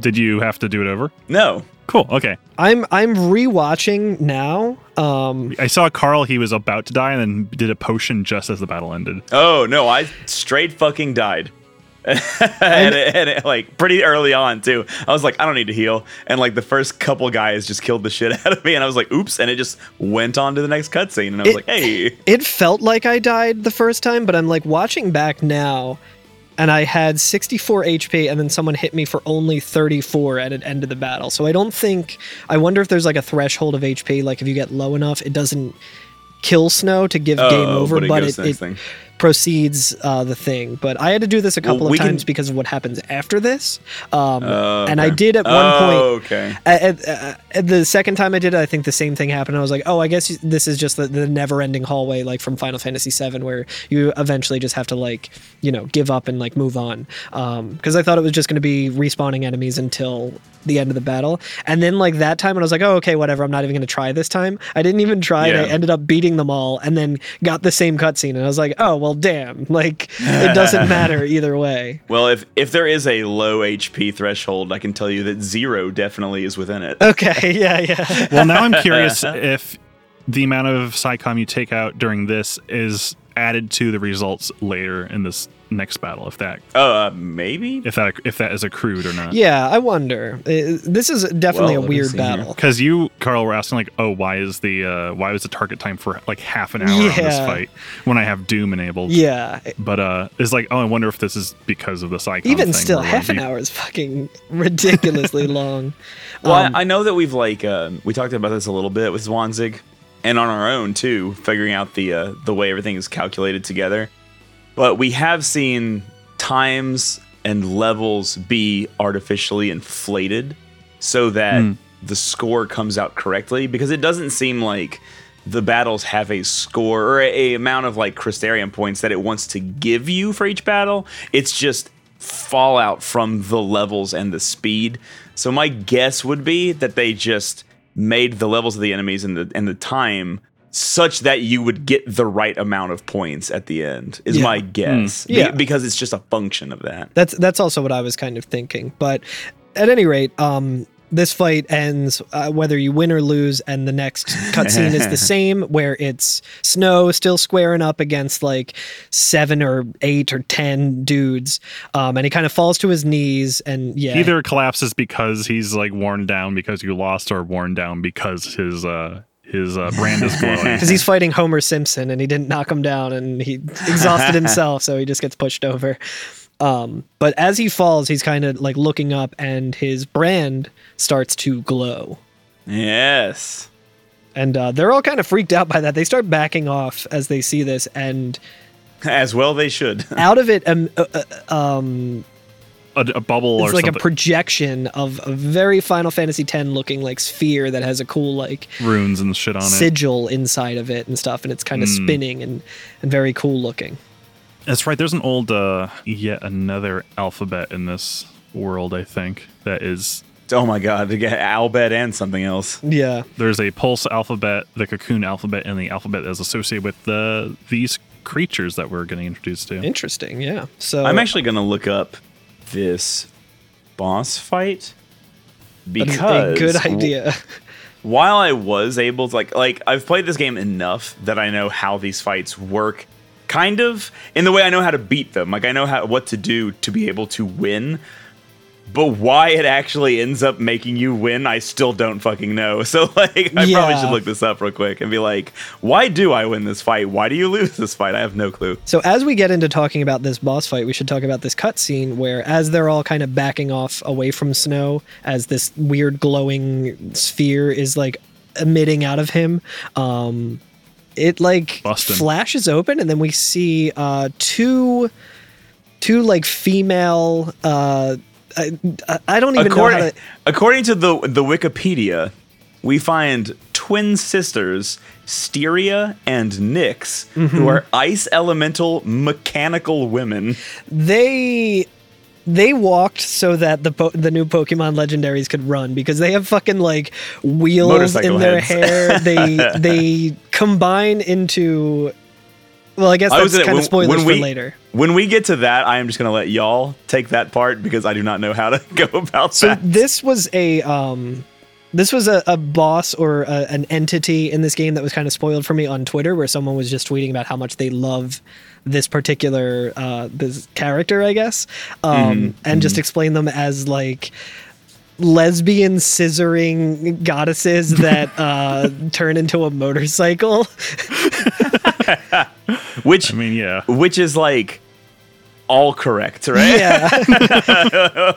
did you have to do it over? no, Cool. Okay. I'm I'm rewatching now. Um, I saw Carl. He was about to die and then did a potion just as the battle ended. Oh no, I straight fucking died. and, it, and it, like pretty early on too, I was like, I don't need to heal. And like the first couple guys just killed the shit out of me, and I was like, oops. And it just went on to the next cutscene, and I was It- like, hey, it felt like I died the first time, but I'm like watching back now. and I had 64 HP, and then someone hit me for only 34 at the end of the battle. So I don't think. I wonder if there's like a threshold of HP. Like if you get low enough, it doesn't kill Snow to give game Oh, over, but it but goes it, next it, thing. proceeds uh, the thing. But I had to do this a couple we of can- times because of what happens after this. Um, And I Oh, okay. did at one point. Oh, okay. At, at, at the second time I did it, I think the same thing happened. I was like, oh, I guess this is just the, the never ending hallway, like from Final Fantasy VII, where you eventually just have to, like, you know, give up and, like, move on. Because I thought it was just going to be respawning enemies until the end of the battle. And then, like, that time, when I was like, oh, okay, whatever. I'm not even going to try this time. I didn't even try. And I Yeah. ended up beating them all and then got the same cutscene. And I was like, oh, well, damn. Like, it doesn't matter either way. Well, if if there is a low HP threshold, I can tell you that zero definitely is within it. Okay. Yeah. Yeah. Well, now I'm curious if the amount of Psycom you take out during this is added to the results later in this next battle, if that Uh, maybe. if that if that is accrued or Oh. not. Yeah, I wonder. Uh, This is definitely Well, a let me weird see here. battle. Because you, Carl, were asking like, "Oh, why is the uh, why was the target time for like half an hour on this Yeah. fight when I have Doom enabled?" Yeah. But uh, it's like, oh, I wonder if this is because of the Psycom. Even thing, still, where, like, half an you- hour is fucking ridiculously long. Well, I, I know that we've like uh, we talked about this a little bit with Swanzig, and on our own too, figuring out the uh, the way everything is calculated together. But we have seen times and levels be artificially inflated so that Hmm. the score comes out correctly because it doesn't seem like the battles have a score or a, a amount of like Crystarium points that it wants to give you for each battle. It's just fallout from the levels and the speed. So my guess would be that they just made the levels of the enemies and the and the time such that you would get the right amount of points at the end is Yeah. Hmm. my guess. Be- Yeah. because it's just a function of that. That's that's also what I was kind of thinking. But at any rate, um, this fight ends uh, whether you win or lose, and the next cutscene is the same, where it's Snow still squaring up against like seven or eight or ten dudes, um, and he kind of falls to his knees, and yeah, either collapses because he's like worn down because you lost, or worn down because his uh his uh, brand is glowing. because he's fighting Homer Simpson and he didn't knock him down and he exhausted himself, so he just gets pushed over. Um, but as he falls, he's kind of like looking up and his brand starts to glow. Yes. And uh, they're all kind of freaked out by that. They start backing off as they see this, and As well they should. out of it, um, uh, uh, um, a, a bubble it's or like a something. projection of a very Final Fantasy X looking like sphere that has a cool like runes and shit on it. Hmm. sigil inside of it and stuff, and it's kind of spinning and and very cool looking. That's right. There's an old, uh, yet another alphabet in this world. I think that is. oh my god, they got Albed and something else. Yeah. There's a pulse alphabet, the cocoon alphabet, and the alphabet that's associated with the these creatures that we're getting introduced to. Interesting, yeah. So I'm actually gonna look up this boss fight that because is a good idea. while I was able to like like I've played this game enough that I know how these fights work kind of in the way I know how to beat them. Like I know how what to do to be able to win. But why it actually ends up making you win, I still don't fucking know. So like I probably Yeah. should look this up real quick and be like, why do I win this fight? Why do you lose this fight? I have no clue. So as we get into talking about this boss fight, we should talk about this cutscene where as they're all kind of backing off away from Snow as this weird glowing sphere is like emitting out of him, um it like Bustin'. flashes open and then we see uh two two like female uh I, I- I don't even according, know how to according to the the Wikipedia, we find twin sisters Styria and Nyx, Mm-hmm. who are ice elemental mechanical women. they they walked so that the po- the new Pokemon legendaries could run because they have fucking like wheels Motorcycle in their heads. hair. They they combine into. Well, I guess I was in that's it kind of when- spoilers when we- for later. When we get to that, I am just gonna let y'all take that part because I do not know how to go about So that. this was a um, this was a, a boss or a, an entity in this game that was kind of spoiled for me on Twitter, where someone was just tweeting about how much they love this particular uh, this character, I guess, um, Mm-hmm. and just explain them as like lesbian scissoring goddesses that uh, turn into a motorcycle. Which I mean, yeah. which is like all correct, right? Yeah.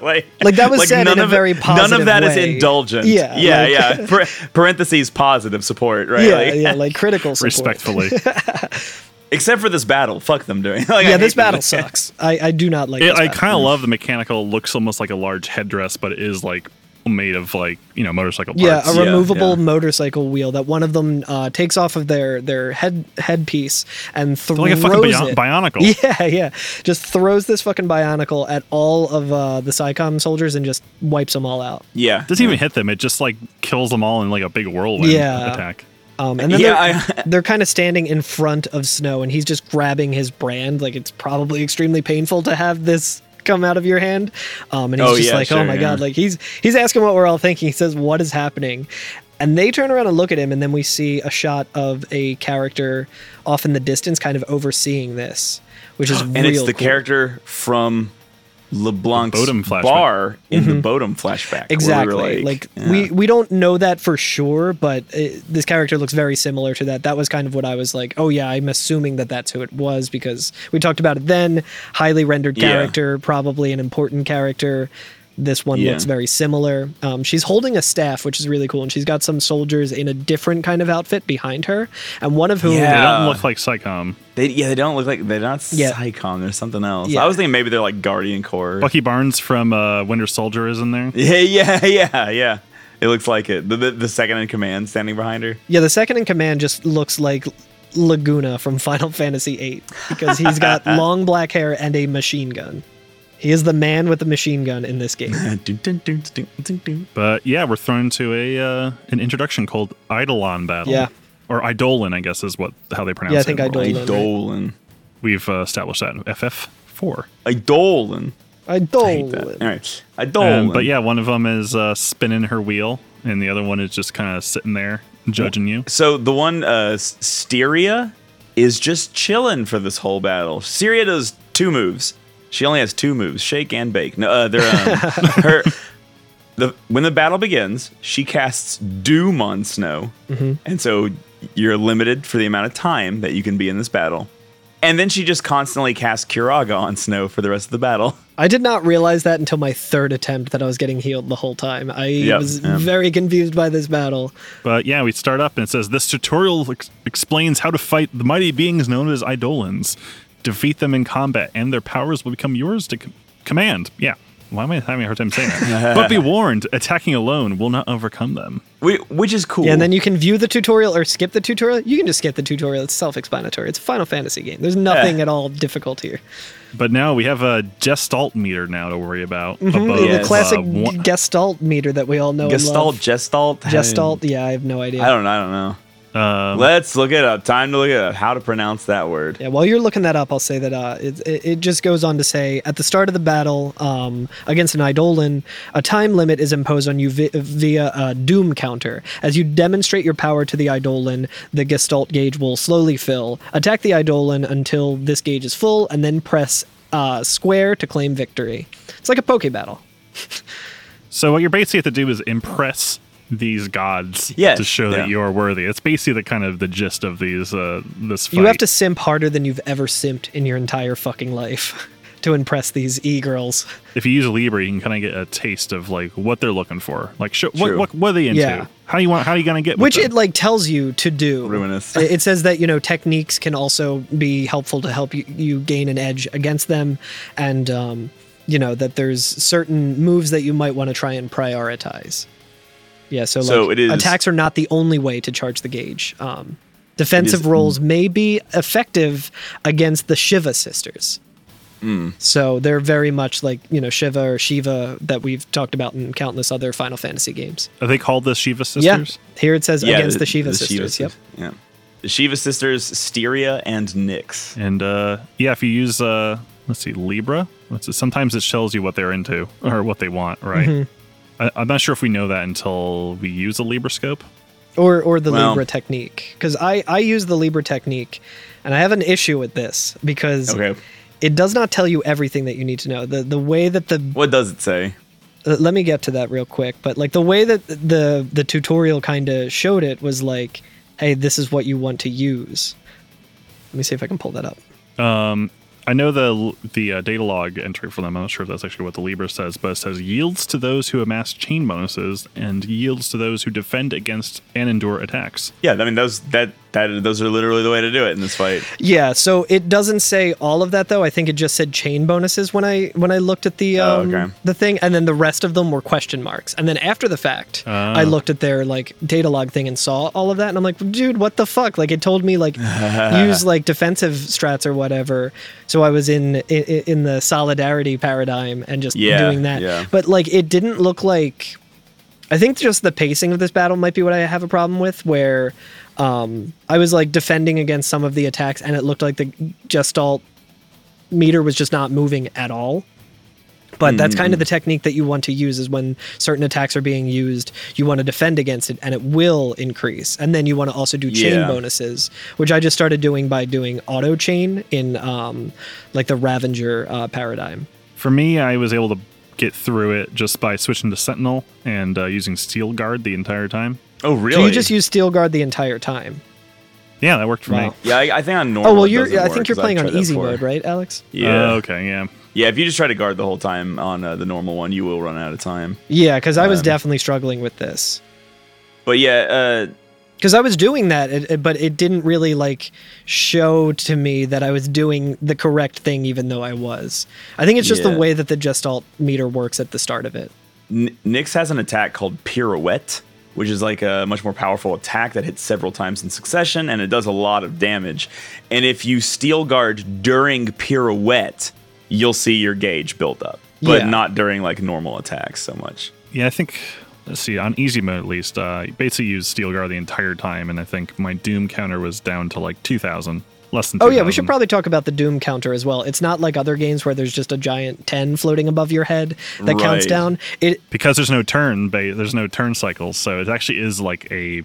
like, Like, that was said in none a of- very None positive of that is way. indulgent. Yeah, yeah, like- yeah. Pa- parentheses positive support, right? yeah, Like, yeah, like critical support. Respectfully. Except for this battle, fuck them doing. Like, I Yeah, hate this them. battle sucks. I, I do not like It, this I battle. kind of love the mechanical. Looks almost like a large headdress, but it is like made of like you know motorcycle Yeah, parts. a Yeah, removable yeah. motorcycle wheel that one of them uh, takes off of their their head headpiece and throws like a fucking bion- it. bionicle. Yeah, yeah. Just throws this fucking bionicle at all of uh, the SciComm soldiers and just wipes them all out. Yeah. doesn't even hit them. It just like kills them all in like a big whirlwind Yeah. attack. Um, and then Yeah, they're, they're kind of standing in front of Snow, and he's just grabbing his brand. Like it's probably extremely painful to have this come out of your hand. Um, and he's Oh, just yeah, like, "Oh sure, my yeah. god!" Like he's he's asking what we're all thinking. He says, "What is happening?" And they turn around and look at him, and then we see a shot of a character off in the distance, kind of overseeing this, which is and real it's the cool. character from LeBlanc's The Bodum flashback. bar in the Bodum flashback. Mm-hmm. Exactly. Where we were eh, like yeah. we we don't know that for sure, but uh this character looks very similar to that. That was kind of what I was like, oh yeah, I'm assuming that that's who it was because we talked about it then. Highly rendered Yeah. character, probably an important character. This one Yeah. looks very similar. Um, she's holding a staff, which is really cool, and she's got some soldiers in a different kind of outfit behind her, and one of whom Yeah. They Uh, don't look like Psychom. They, yeah, they don't look like they're not Yeah. Psychon or something else. Yeah. I was thinking maybe they're like Guardian Corps. Bucky Barnes from uh, Winter Soldier is in there. Yeah, yeah, yeah, yeah. It looks like it. The, the, the second in command standing behind her. Yeah, the second in command just looks like Laguna from Final Fantasy VIII because he's got long black hair and a machine gun. He is the man with the machine gun in this game. Dun, dun, dun, dun, dun, dun. But yeah, we're thrown to a uh, an introduction called Eidolon Battle. Yeah. Or Eidolon, I guess is what how they pronounce Yeah, I it. think in the world. Eidolon. I Dolan. We've uh, established that in FF4. I Dolan. I I hate don't. that. All right. I Um, Oh, Dolan. but yeah, one of them is uh, spinning her wheel, and the other one is just kind of sitting there judging you. So the one, uh, S- Styria, is just chilling for this whole battle. Styria does two moves. She only has two moves: shake and bake. No, uh, they're um, her. The when the battle begins, she casts Doom on Snow, Mm-hmm. and so you're limited for the amount of time that you can be in this battle. And then she just constantly casts Kiraga on Snow for the rest of the battle. I did not realize that until my third attempt that I was getting healed the whole time. I Yeah, was yeah. very confused by this battle. But yeah, we start up and it says this tutorial ex- explains how to fight the mighty beings known as Eidolons. Defeat them in combat, and their powers will become yours to com- command. Yeah. Why am I having a hard time saying that? but be warned, attacking alone will not overcome them. Whi- Which is cool. Yeah, and then you can view the tutorial or skip the tutorial. You can just skip the tutorial. It's self-explanatory. It's a Final Fantasy game. There's Eh. nothing at all difficult here. But now we have a gestalt meter now to worry about. above, Yeah, the it's, Mm-hmm. classic uh, one- Gestalt meter that we all know Gestalt, and love. Gestalt, I- Gestalt. Yeah, I have no idea. I don't, I don't know. um, Let's look it up. Time to look it up. How to pronounce that word? Yeah, while you're looking that up, I'll say that uh, it, it, it just goes on to say at the start of the battle um, against an Eidolon, a time limit is imposed on you vi- via a doom counter. As you demonstrate your power to the Eidolon, the Gestalt gauge will slowly fill. Attack the Eidolon until this gauge is full, and then press uh, square to claim victory. It's like a Poke battle. So what you're basically have to do is impress these gods Yes, to show yeah. that you are worthy. It's basically the kind of the gist of these uh, this fight. You have to simp harder than you've ever simped in your entire fucking life to impress these e girls. if you use Libra, you can kind of get a taste of like what they're looking for. Like, show, what, True. what what are they into? Yeah. How you want? How you gonna get? with which them? it like tells you to do Ruinous. it it says that you know techniques can also be helpful to help you, you gain an edge against them and um, you know that there's certain moves that you might want to try and prioritize yeah so like So it is- attacks are not the only way to charge the gauge um, defensive It is- roles may be effective against the shiva sisters Hmm. so they're very much like you know Shiva or Shiva that we've talked about in countless other Final Fantasy games. are they called the Shiva Yeah, sisters? here it says against the, Shiva sisters. sis- Yeah. The Shiva sisters, Styria and Nyx. And uh, yeah, if you use uh, let's see, Libra, what's it? sometimes it tells you what they're into or what they want. Right. Mm-hmm. I, I'm not sure if we know that until we use a Libra scope. Yep. Or or the Well- Libra technique because I I use the Libra technique, and I have an issue with this because Okay. it does not tell you everything that you need to know. The the way that the What does it say? uh, let me get to that real quick but like the way that the the tutorial kind of showed it was like hey this is what you want to use let me see if i can pull that up I know the the uh, data log entry for them. I'm not sure if that's actually what the Libra says, but it says yields to those who amass chain bonuses and yields to those who defend against and endure attacks. Yeah, I mean those that that those are literally the way to do it in this fight. Yeah, so it doesn't say all of that though. I think it just said chain bonuses when I when I looked at the Oh, um, okay. the thing, and then the rest of them were question marks. And then after the fact, I Ah. looked at their like data log thing and saw all of that, and I'm like, dude, what the fuck? Like it told me like use like defensive strats or whatever. So I was in in, in the solidarity paradigm and just Yeah, doing that. yeah. But like it didn't look like. I think just the pacing of this battle might be what I have a problem with, where um, I was like defending against some of the attacks, and it looked like the gestalt meter was just not moving at all. But that's kind Mm. of the technique that you want to use is when certain attacks are being used, you want to defend against it, and it will increase. And then you want to also do chain Yeah. bonuses, which I just started doing by doing auto chain in um, like the Ravenger uh, paradigm. For me, I was able to get through it just by switching to Sentinel and uh, using Steel Guard the entire time. Oh really? So you just use Steel Guard the entire time. Yeah, that worked for Wow. me. Uh, yeah, I, I think on normal. Oh well, it you're. doesn't yeah, I work, think you're 'cause I've playing on tried that easy before. mode, right, Oh, Alex? Yeah. Uh, okay. Yeah. Yeah, if you just try to guard the whole time on uh, the normal one, you will run out of time. Yeah, because I was Um, definitely struggling with this. But yeah, uh, because I was doing that, it, it- but it didn't really like show to me that I was doing the correct thing, even though I was. I think it's just Yeah. the way that the gestalt meter works at the start of it. N- Nyx has an attack called Pirouette, which is like a much more powerful attack that hits several times in succession and it does a lot of damage. And if you steel guard during Pirouette, you'll see your gauge build up, but Yeah. not during like normal attacks so much. Yeah, I think. Let's see. On easy mode, at least, uh, I basically used Steel Guard the entire time, and I think my Doom counter was down to like two thousand, less than. Oh yeah, we should 2,000. probably talk about the doom counter as well. It's not like other games where there's just a giant ten floating above your head that counts Right. down. It because there's no turn ba- there's no turn cycles so it actually is like a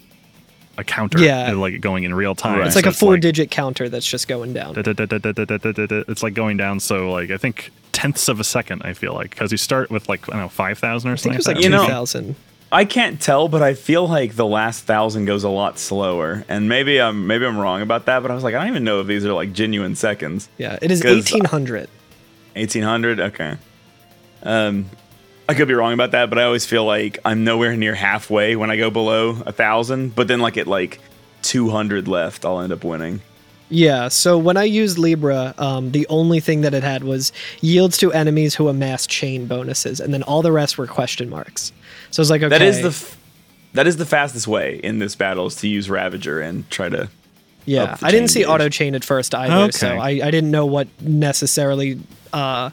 a counter Yeah. uh, like going in real time Right. it's So like a four digit counter that's just going down. da- da- da- da- da- da- da- da- da- da- it's like going down so like i think tenths of a second i feel like because you start with like i don't know 5000 or I think something it was like that. You two know- thousand. I can't tell, but I feel like the last thousand goes a lot slower. And maybe I'm maybe I'm wrong about that, but I was like, I don't even know if these are like genuine seconds. Yeah, it is 'Cause- eighteen hundred. Eighteen hundred. Okay. Um, I could be wrong about that, but I always feel like I'm nowhere near halfway when I go below a thousand. But then, like at like two hundred left, I'll end up winning. Yeah, so when I used Libra, um, the only thing that it had was yields to enemies who amass chain bonuses, and then all the rest were question marks. So I was like, okay. That is the f- that is the fastest way in this battle is to use Ravager and try to. oh, yeah. up the I didn't chain see gauge. auto chain at first either, so I, Okay. I didn't know what necessarily uh,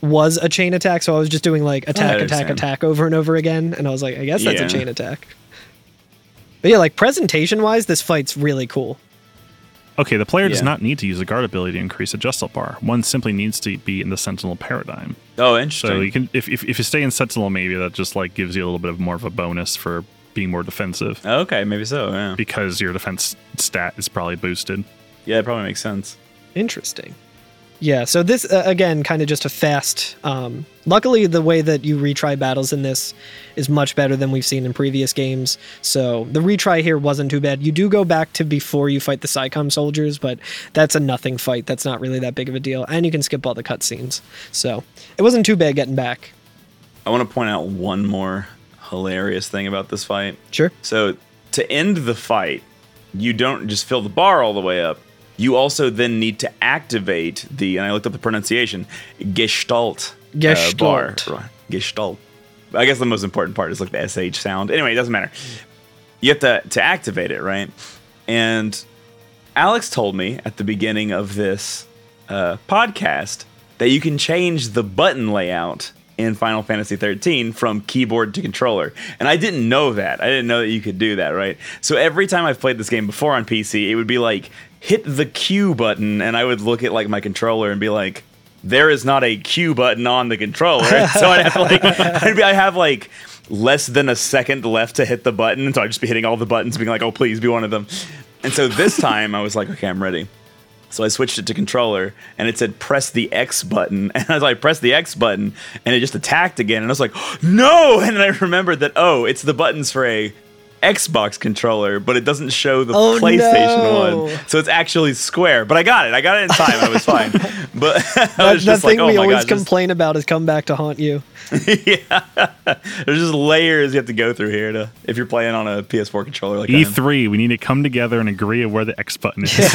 was a chain attack. So I was just doing like attack, attack, understand. attack over and over again, and I was like, I guess that's Yeah. a chain attack. But yeah, like presentation wise, this fight's really cool. okay the player does Yeah. not need to use a guard ability to increase adjustable bar one simply needs to be in the sentinel paradigm Oh, so you interesting. can if, if, if you stay in sentinel maybe that just like gives you a little bit of more of a bonus for being more defensive okay, maybe so. Yeah, because your defense stat is probably boosted yeah, it probably makes sense. Interesting. Yeah, so this uh, again kind of just a fast. Um, luckily, the way that you retry battles in this is much better than we've seen in previous games. So the retry here wasn't too bad. You do go back to before you fight the SciComm soldiers, but that's a nothing fight. That's not really that big of a deal, and you can skip all the cutscenes. So it wasn't too bad getting back. I want to point out one more hilarious thing about this fight. Sure. So to end the fight, you don't just fill the bar all the way up. You also then need to activate the, and I looked up the pronunciation, Gestalt. uh, Gestalt. bar. Gestalt. I guess the most important part is like the SH sound. Anyway, it doesn't matter. You have to, to activate it, right? And Alex told me at the beginning of this uh, podcast that you can change the button layout in Final Fantasy 13 from keyboard to controller. And I didn't know that. I didn't know that you could do that, right? So every time I've played this game before on PC, it would be like hit the Q button and I would look at like my controller and be like there is not a Q button on the controller. So I'd have like I'd, be, I'd have like less than a second left to hit the button, and so I'd just be hitting all the buttons being like, "Oh, please be one of them." And so this time I was like, "Okay, I'm ready." So I switched it to controller and it said press the X button. And as I pressed the X button and it just attacked again. And I was like, no. And then I remembered that, oh, it's the buttons for a Xbox controller, but it doesn't show the Oh, PlayStation no. one. So it's actually square. But I got it. I got it in time. I was fine. But I That, was that just like, thing oh we my always god, just- complain about has come back to haunt you. there's just layers you have to go through here to if you're playing on a PS4 controller E like that. E3, we need to come together and agree of where the X button is. It's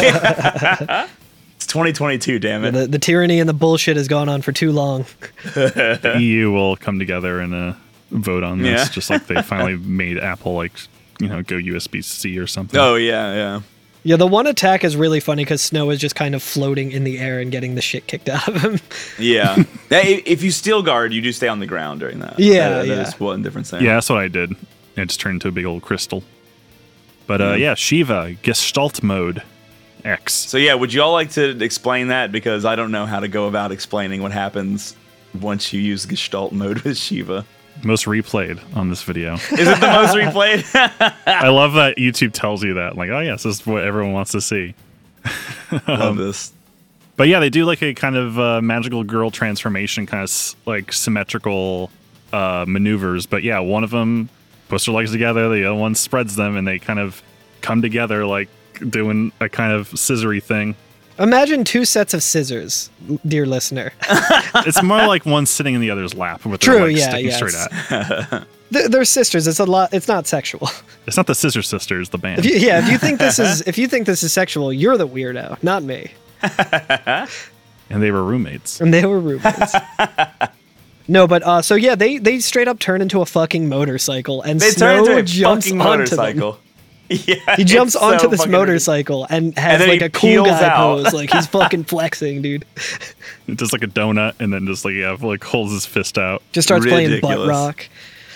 2022, damn it. The, the tyranny and the bullshit has gone on for too long. the EU will come together and uh, vote on this, Yeah. just like they finally made Apple like you know go USB C or something. Oh yeah, yeah. Yeah, the one attack is really funny because Snow is just kind of floating in the air and getting the shit kicked out of him. Yeah. Hey, if you steel guard, you do stay on the ground during that. Yeah, That- yeah. That is one difference there. Yeah, that's what I did. It just turned into a big old crystal. But uh, yeah, Shiva Gestalt mode X. Mm. So yeah, would y'all like to explain that? Because I don't know how to go about explaining what happens once you use Gestalt mode with Shiva. Most replayed on this video. Is it the most replayed? I love that YouTube tells you that. Like, oh yes, this is what everyone wants to see. Love this. But yeah, they do like a kind of uh, magical girl transformation, kind of s- like symmetrical uh, maneuvers. But yeah, one of them puts her legs together, the other one spreads them, and they kind of come together like doing a kind of scissory thing. Imagine two sets of scissors, dear listener. It's more like one sitting in the other's lap with True, their legs yeah, sticking yeah, straight it's- at. They're, they're sisters. It's a lot. It's not sexual. It's not the Scissor Sisters, the band. If you- yeah, if you think this is if you think this is sexual, you're the weirdo, not me. and they were roommates. And they were roommates. No, but uh, so yeah, they they straight up turn into a fucking motorcycle, and They Snow turn into a jumps fucking onto them. motorcycle. Yeah. He jumps it's so onto this fucking motorcycle and has And then like he a cool peels guy out. pose, like he's fucking flexing, dude. Just like a donut, and then just like yeah, like holds his fist out. Just starts playing butt Ridiculous. rock.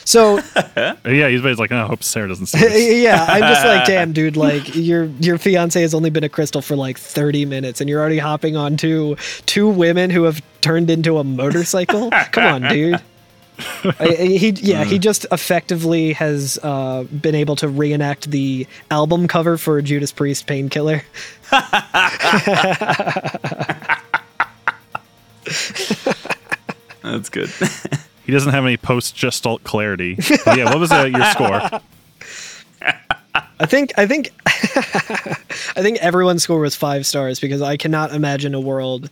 So Yeah, he's basically like, oh, I hope Sarah doesn't see this. yeah, I'm just like, damn, dude. Like your your fiance has only been a crystal for like 30 minutes, and you're already hopping onto two women who have turned into a motorcycle. Come on, dude. I- I- he yeah he just effectively has uh, been able to reenact the album cover for Judas Priest Painkiller. That's good. He doesn't have any post gestalt clarity. But yeah, what was uh, your score? I think I think I think everyone's score was five stars because I cannot imagine a world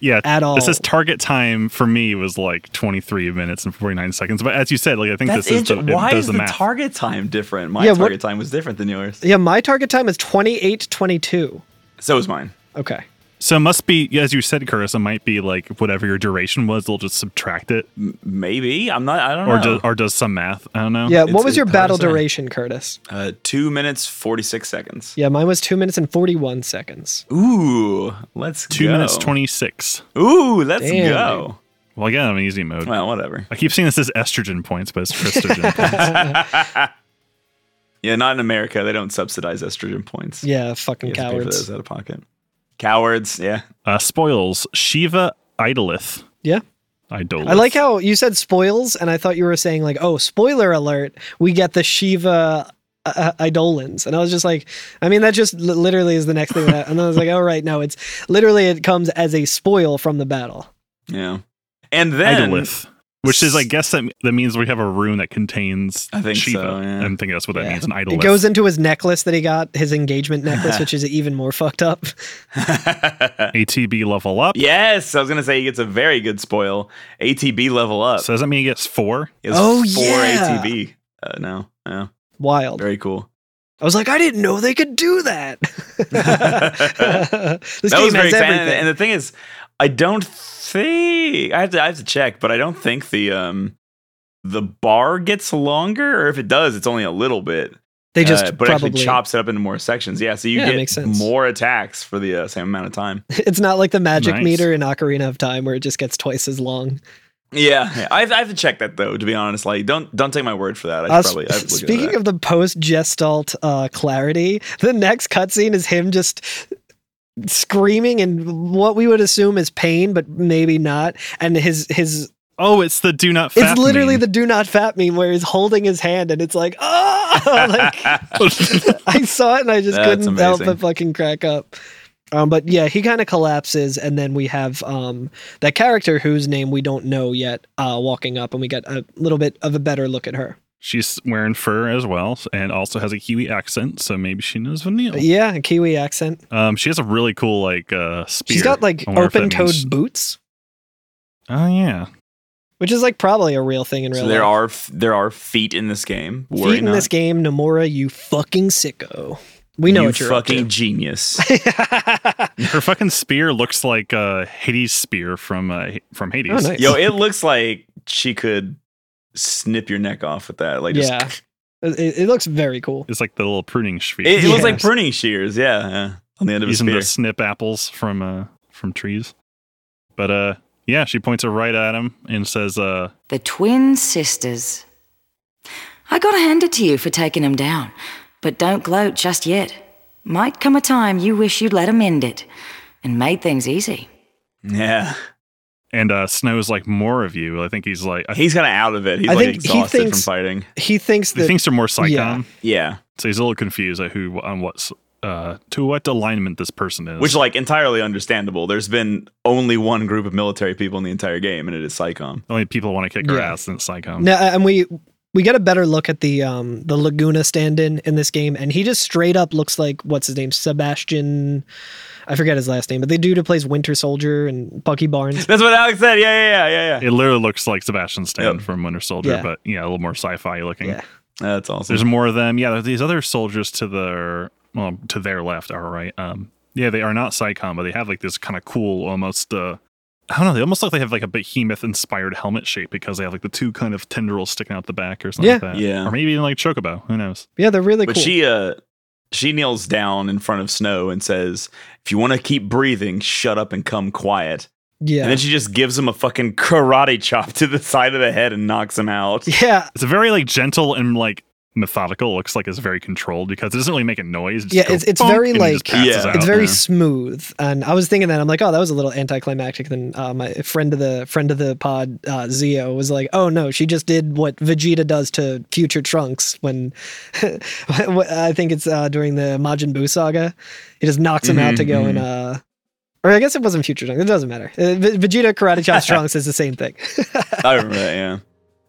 Yeah, At all. It says target time for me was like 23 minutes and 49 seconds. But as you said, like I think That's this is the, interesting. it Why does is the the, math. target time different? My Yeah, what- target time was different than yours. Yeah, my target time is 2822. So was mine. Okay. so it must be as you said, Curtis. It might be like whatever your duration was, they'll just subtract it, Maybe I'm not. I don't know. or Oh. does, or does some math. I don't know. Yeah, what It's- was it's your hard battle to say. duration, Curtis? uh, two minutes forty six seconds. Yeah, mine was 2 minutes and 41 seconds. Ooh, let's two go. minutes 26. Ooh, let's Damn, go. Well, again, I'm in easy mode. Well, whatever. I keep seeing this as estrogen points, but it's Christogen points. Yeah, not in America. They don't subsidize estrogen points. Yeah, fucking You have to pay for those cowards. out of pocket. Cowards. Yeah. Uh, spoils Shiva idoleth. Yeah. Idoleth. I like how you said spoils and I thought you were saying like, "Oh, spoiler alert, we get the Shiva uh, idolins." And I was just like, I mean, that just li- literally is the next thing that and I was like, "Oh right, no, it's literally it comes as a spoil from the battle." Yeah. And then idoleth. Which is, I guess, that, that means we have a room that contains I think Shiva. so, yeah. I'm thinking that's what that Yeah. means. An idoleth. It goes into his necklace that he got, his engagement necklace, which is even more fucked up. ATB level up. yes, I was gonna say he gets a very good spoil. ATB level up. So does that mean he gets four? He has Oh, four yeah. ATB. Uh, no, no, Wild. very cool. I was like, I didn't know they could do that. this that game was very has exciting. And, everything. and the thing is, I don't think I have to. I have to check, but I don't think the um the bar gets longer, or if it does, it's only a little bit. they just Uh, but probably actually chops it up into more sections. Yeah, so you Yeah, it get makes sense. more attacks for the uh, same amount of time. It's not like the magic Nice. meter in Ocarina of Time where it just gets twice as long. Yeah, yeah. I, have, I have to check that though. To be honest, like don't don't take my word for that. I should Uh, sp- probably I have to look into speaking that. of the post gestalt uh, clarity, the next cutscene is him just screaming in what we would assume is pain, but maybe not. And his his Oh, it's the do not. it's literally the do not fat meme where he's holding his hand and it's like oh like the. I saw it and I just That's couldn't help amazing. but fucking crack up. Um, but yeah, he kind of collapses, and then we have um, that character whose name we don't know yet uh, walking up, and we get a little bit of a better look at her. She's wearing fur as well, and also has a Kiwi accent, so maybe she knows Vanille. Yeah, a Kiwi accent. Um, she has a really cool like uh spear. She's got like I wonder if that open toed means- boots, Oh yeah, which is like probably a real thing in real So there life. are f- there are feet in this game. Worry Feet in not. this game, Nomura, you fucking sicko. We know you what you're fucking fucking. genius. Up to. her fucking spear looks like uh Hades' spear from uh, H- from Hades. Oh, nice. Yo, it looks like she could snip your neck off with that. Like, just, Yeah. it, it looks very cool. It's like the little pruning spear. it, it looks Yeah. like pruning shears. Yeah, yeah, on the end of his using spear. the snip apples from uh from trees. But uh yeah, she points her right at him and says, uh The twin sisters. I gotta hand it to you for taking 'em down, but don't gloat just yet. Might come a time you wish you'd let 'em end it and made things easy. Yeah, and uh Snow's like more of you. I think he's like I think he's kind of out of it. He's I like think he exhausted thinks- from fighting. He thinks he that thinks they're more Psychon. Yeah. Yeah, So he's a little confused at who on what's uh to what alignment this person is. which like entirely understandable. There's been only one group of military people in the entire game, and it is Psycom. only people want to kick her Yeah. ass and it's like um No, and we we get a better look at the um the Laguna stand-in in this game, and he just straight up looks like what's his name, Sebastian. I forget his last name, but the dude who plays Winter Soldier and Bucky Barnes. That's what Alex said. Yeah, yeah, yeah, yeah, yeah. it literally looks like Sebastian Stan Yep. from Winter Soldier, Yeah. but yeah, a little more sci-fi looking. Yeah. That's awesome. There's more of them. Yeah, there's these other soldiers to their well, to their left are right. Um, yeah, they are not Psycom, but they have like this kind of cool, almost uh, I don't know. They almost look like they have like a behemoth-inspired helmet shape because they have like the two kind of tendrils sticking out the back or something. Yeah. like that. Yeah. Or maybe even like Chocobo. Who knows? Yeah, they're really but cool. she uh she kneels down in front of Snow and says, "If you want to keep breathing, shut up and come quiet." yeah. And then she just gives him a fucking karate chop to the side of the head and knocks him out. yeah. It's a very like gentle and like methodical. Looks like it's very controlled because it doesn't really make a noise. It just Yeah, goes it's- it's bonk, very, and it just like- passes Yeah. out. It's very Yeah. smooth, and I was thinking that I'm like, oh, that was a little anticlimactic. Then uh, my friend of the friend of the pod, uh, Zio, was like, oh no, she just did what Vegeta does to future Trunks when I think it's uh, during the Majin Buu saga. He just knocks him out to go and, Mm-hmm. uh, or I guess it wasn't future Trunks. It doesn't matter. Uh, Ve- Vegeta karate chops Trunks is the same thing. I remember that, yeah.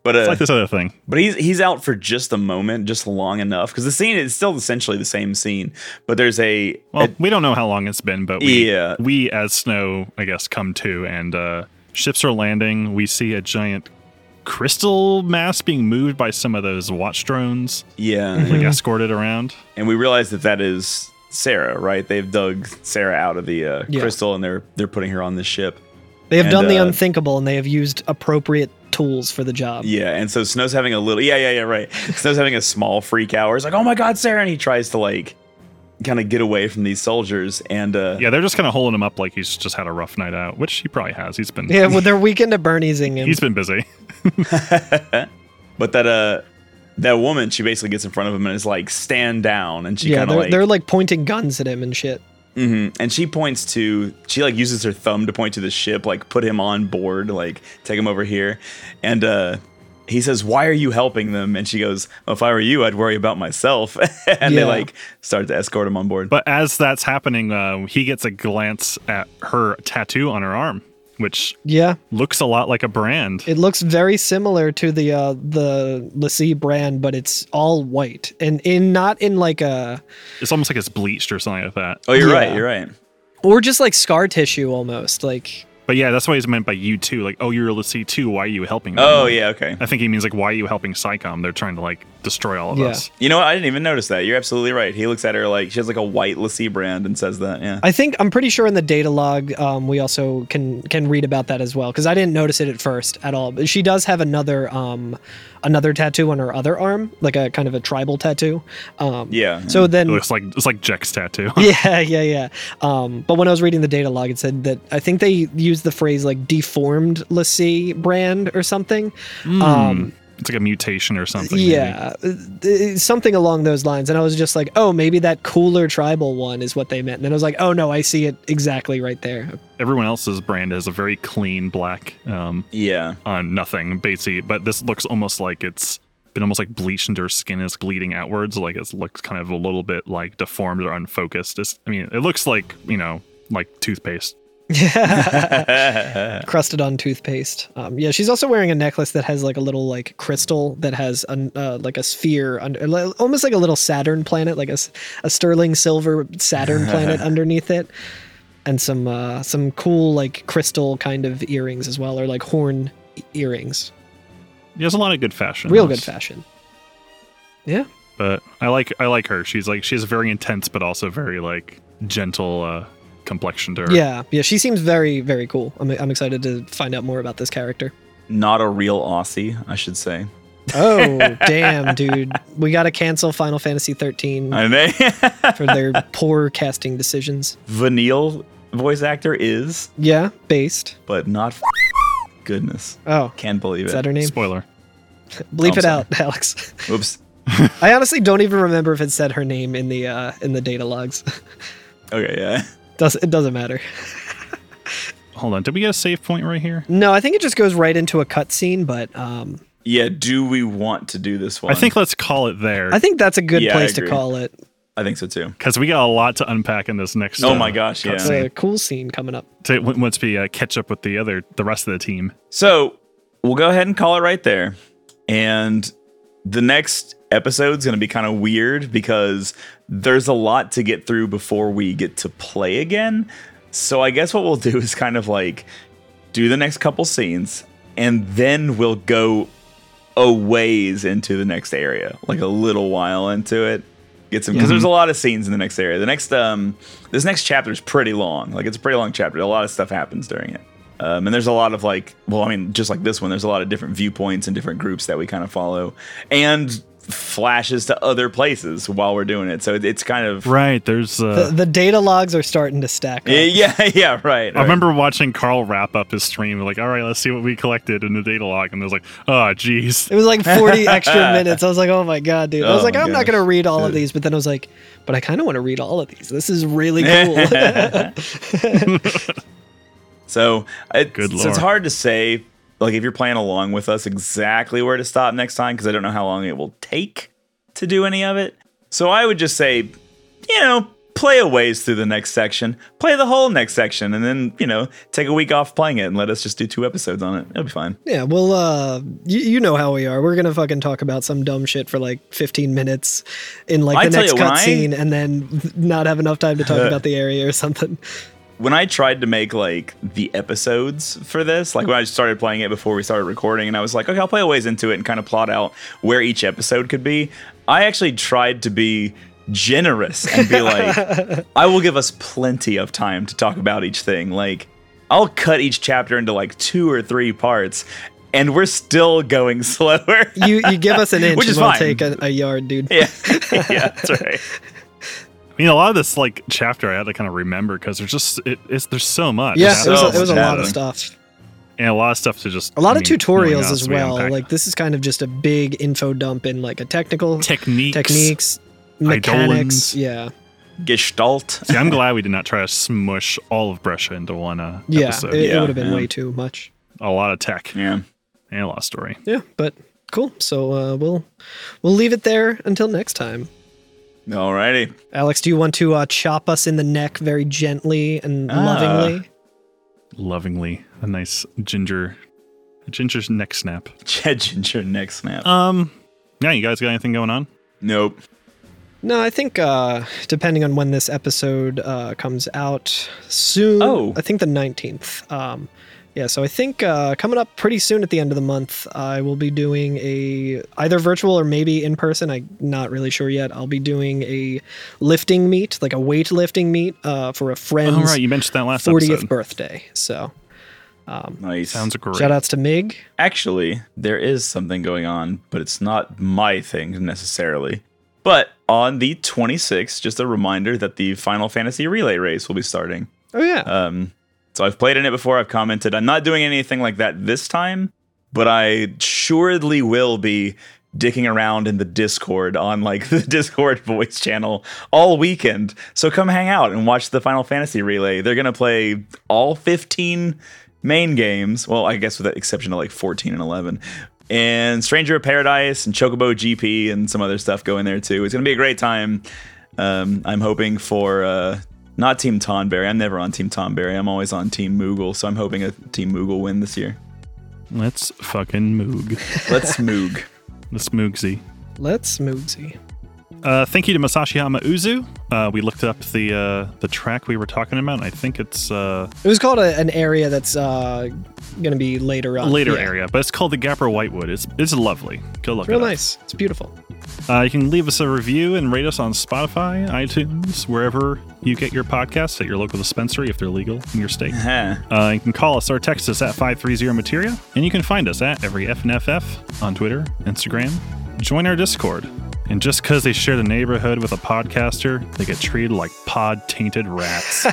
But uh, It's like this other thing. but he's he's out for just a moment, just long enough, because the scene is still essentially the same scene. But there's a, Well, a- we don't know how long it's been, but we Yeah. we as snow, I guess, come to and uh, ships are landing. We see a giant crystal mass being moved by some of those watch drones, yeah, mm-hmm. like escorted around. and we realize that that is Sarah, right? They've dug Sarah out of the uh, Yeah. crystal, and they're they're putting her on this ship. They have And, done the uh, unthinkable, and they have used appropriate tools for the job. Yeah, and so Snow's having a little yeah, yeah, yeah, right. Snow's having a small freak hour. He's like, "Oh my god, Sarah!" and he tries to like kind of get away from these soldiers and uh Yeah, they're just kind of holding him up like he's just had a rough night out, which he probably has. He's been Yeah, well, they're weekend at Bernie's in him. he's been busy. but that uh that woman, she basically gets in front of him and is like, "Stand down." And she yeah, kind they're, of like they're like pointing guns at him and shit. Mhm. and she points to she like uses her thumb to point to the ship, like put him on board, like take him over here. And uh he says, "Why are you helping them?" And she goes, well, "If I were you, I'd worry about myself." and they Yeah. like start to escort him on board. But as that's happening, uh, he gets a glance at her tattoo on her arm, which Yeah, looks a lot like a brand. it looks very similar to the uh, the Lassie brand, but it's all white and in not in like a It's almost like it's bleached or something like that. oh, you're Yeah. right. You're right. or just like scar tissue almost. Like But yeah, that's what he's meant by you too. Like, oh, you're a Lassie too. Why are you helping? them? Oh yeah, okay. I think he means like, why are you helping Psycom? They're trying to like destroy all of Yeah. us. You know what? I didn't even notice that. You're absolutely right. He looks at her like she has like a white Lassie brand and says that. Yeah. I think I'm pretty sure in the data log um, we also can can read about that as well because I didn't notice it at first at all. But she does have another um, another tattoo on her other arm, like a kind of a tribal tattoo. Um, Yeah. So It then looks like it's like Jack's tattoo. yeah, yeah, yeah. Um, but when I was reading the data log, it said that I think they used the phrase like deformed Lassie brand or something. Um, it's like a mutation or something. maybe. yeah, uh, uh, something along those lines. And I was just like, oh, maybe that cooler tribal one is what they meant. And then I was like, oh no, I see it exactly right there. Everyone else's brand has a very clean black um, yeah. on nothing, basically. But this looks almost like it's been almost like bleached and her skin is bleeding outwards. Like it looks kind of a little bit like deformed or unfocused. It's, I mean, it looks like you know like toothpaste crusted on toothpaste. Um, yeah, she's also wearing a necklace that has like a little like crystal that has an, uh, like a sphere under, li- almost like a little Saturn planet, like a, s- a sterling silver Saturn planet underneath it, and some uh, some cool like crystal kind of earrings as well, or like horn e- earrings. He has a lot of good fashion. Real good fashion. Yeah. But I like I like her. She's like she has a very intense but also very like gentle uh complexion to her. Yeah, yeah, she seems very, very cool. I'm, I'm excited to find out more about this character. Not a real Aussie, I should say. Oh, damn, dude. We got to cancel Final Fantasy 13 I mean, for their poor casting decisions. Vanille voice actor is, Yeah, based. but not. F- goodness, Oh, can't believe it. is that her name? Spoiler. Bleep I'm it sorry. out, Alex. Oops. I honestly don't even remember if it said her name in the uh, in the data logs. Okay, yeah. Does it doesn't matter. Hold on. Did we get a save point right here? No, I think it just goes right into a cutscene, but um, Yeah, do we want to do this one? I think let's call it there I think that's a good Yeah, I place to agree. call it. I think so too. because we got a lot to unpack in this next. Oh uh, my gosh, yeah. It's cutscene. a cool scene coming up. To- w- once we uh, catch up with the other, the rest of the team. So we'll go ahead and call it right there. And the next episode's going to be kind of weird because there's a lot to get through before we get to play again. So I guess what we'll do is kind of like do the next couple scenes and then we'll go a ways into the next area, like a little while into it. Get some because there's a lot of scenes in the next area. The next um this next chapter is pretty long. Like it's a pretty long chapter. A lot of stuff happens during it. Um, and there's a lot of like, well, I mean, just like this one, there's a lot of different viewpoints and different groups that we kind of follow, and flashes to other places while we're doing it. So it- it's kind of Right. There's. Uh, The, the data logs are starting to stack. Up. yeah, yeah, yeah, right. I right. remember watching Carl wrap up his stream. Like, all right, let's see what we collected in the data log, and there's like, oh, geez. It was like 40 extra minutes. I was like, oh my God, dude. I was Oh like, my I'm not gosh. going to read all of these. But then I was like, but I kind of want to read all of these. This is really cool. So it's, Good so it's lord. hard to say, like if you're playing along with us, exactly where to stop next time because I don't know how long it will take to do any of it. So I would just say, you know, play a ways through the next section, play the whole next section, and then you know, take a week off playing it and let us just do two episodes on it. It'll be fine. yeah, well, uh, you, you know how we are. We're going to fucking talk about some dumb shit for like 15 minutes in like I the tell next you, when I- cutscene and then not have enough time to talk about the area or something. when I tried to make like the episodes for this, like when I started playing it before we started recording, and I was like, okay, I'll play a ways into it and kind of plot out where each episode could be. I actually tried to be generous and be like, I will give us plenty of time to talk about each thing. Like, I'll cut each chapter into like two or three parts, and we're still going slower. You you give us an inch Which is and we'll fine. take a, a yard, dude. yeah, yeah, that's right. I mean, a lot of this like chapter I had to kind of remember because there's just it, it's there's so much. Yeah, So it was, a, it was a much lot of happening. stuff. and a lot of stuff to just A lot I of mean, knowing tutorials us, as we well. unpack Like this is kind of just a big info dump in like a technical techniques. techniques, mechanics. Eidolons. Yeah. Gestalt. See, I'm glad we did not try to smush all of Brescia into one uh, Yeah, episode. it, Yeah, would have been yeah. way too much. a lot of tech Yeah. and a lot of story. Yeah, but cool. So uh, we'll we'll leave it there until next time. Alrighty. Alex, do you want to uh, chop us in the neck very gently and Ah. lovingly? Lovingly, a nice ginger, a ginger's neck snap. Ginger neck snap. Um, yeah, you guys got anything going on? nope. No, I think uh, depending on when this episode uh, comes out soon. Oh. I think the nineteenth. Um, yeah, so I think uh, coming up pretty soon at the end of the month, I will be doing a either virtual or maybe in person. I'm not really sure yet. I'll be doing a lifting meet, like a weightlifting meet, uh, for a friend's All right, you mentioned that last 40th episode. birthday. So Nice. Sounds great. shout outs to Mig. Actually, there is something going on, but it's not my thing necessarily. But on the 26th, just a reminder that the Final Fantasy Relay Race will be starting. Oh yeah. Uh. Um, so I've played in it before, I've commented. I'm not doing anything like that this time, but I assuredly will be dicking around in the Discord on like the Discord voice channel all weekend. So come hang out and watch the Final Fantasy Relay. They're going to play all 15 main games. Well, I guess with the exception of like 14 and 11. And Stranger of Paradise and Chocobo GP and some other stuff go in there too. It's going to be a great time. Um, I'm hoping for uh, Not Team Tonberry. I'm never on Team Tonberry. I'm always on Team Moogle, so I'm hoping a Team Moogle win this year. Let's fucking moog. Let's moog. Let's moogsy. Let's Moogsy. Uh, thank you to Masashihama Uzu. Uh, we looked up the uh, the track we were talking about. and I think it's uh, It was called a, an area that's uh, going to be later a on. later Uh, Yeah. area, but it's called the Gapper Whitewood. It's it's lovely. Go look. Real it up. nice. It's beautiful. Uh, you can leave us a review and rate us on Spotify, iTunes, wherever you get your podcasts at your local dispensary if they're legal in your state. Huh. Uh, you can call us or text us at 530 Materia, and you can find us at every FNFF on Twitter, Instagram. Join our Discord. And just because they share the neighborhood with a podcaster, they get treated like pod tainted rats.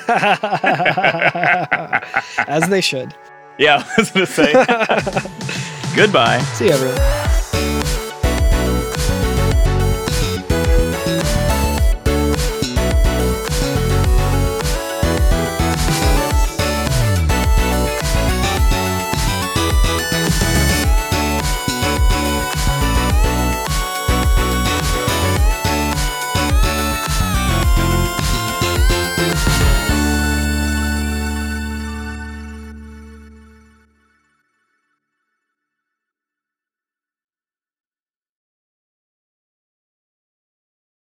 As they should. Yeah, I was gonna say. Goodbye. See you, everyone.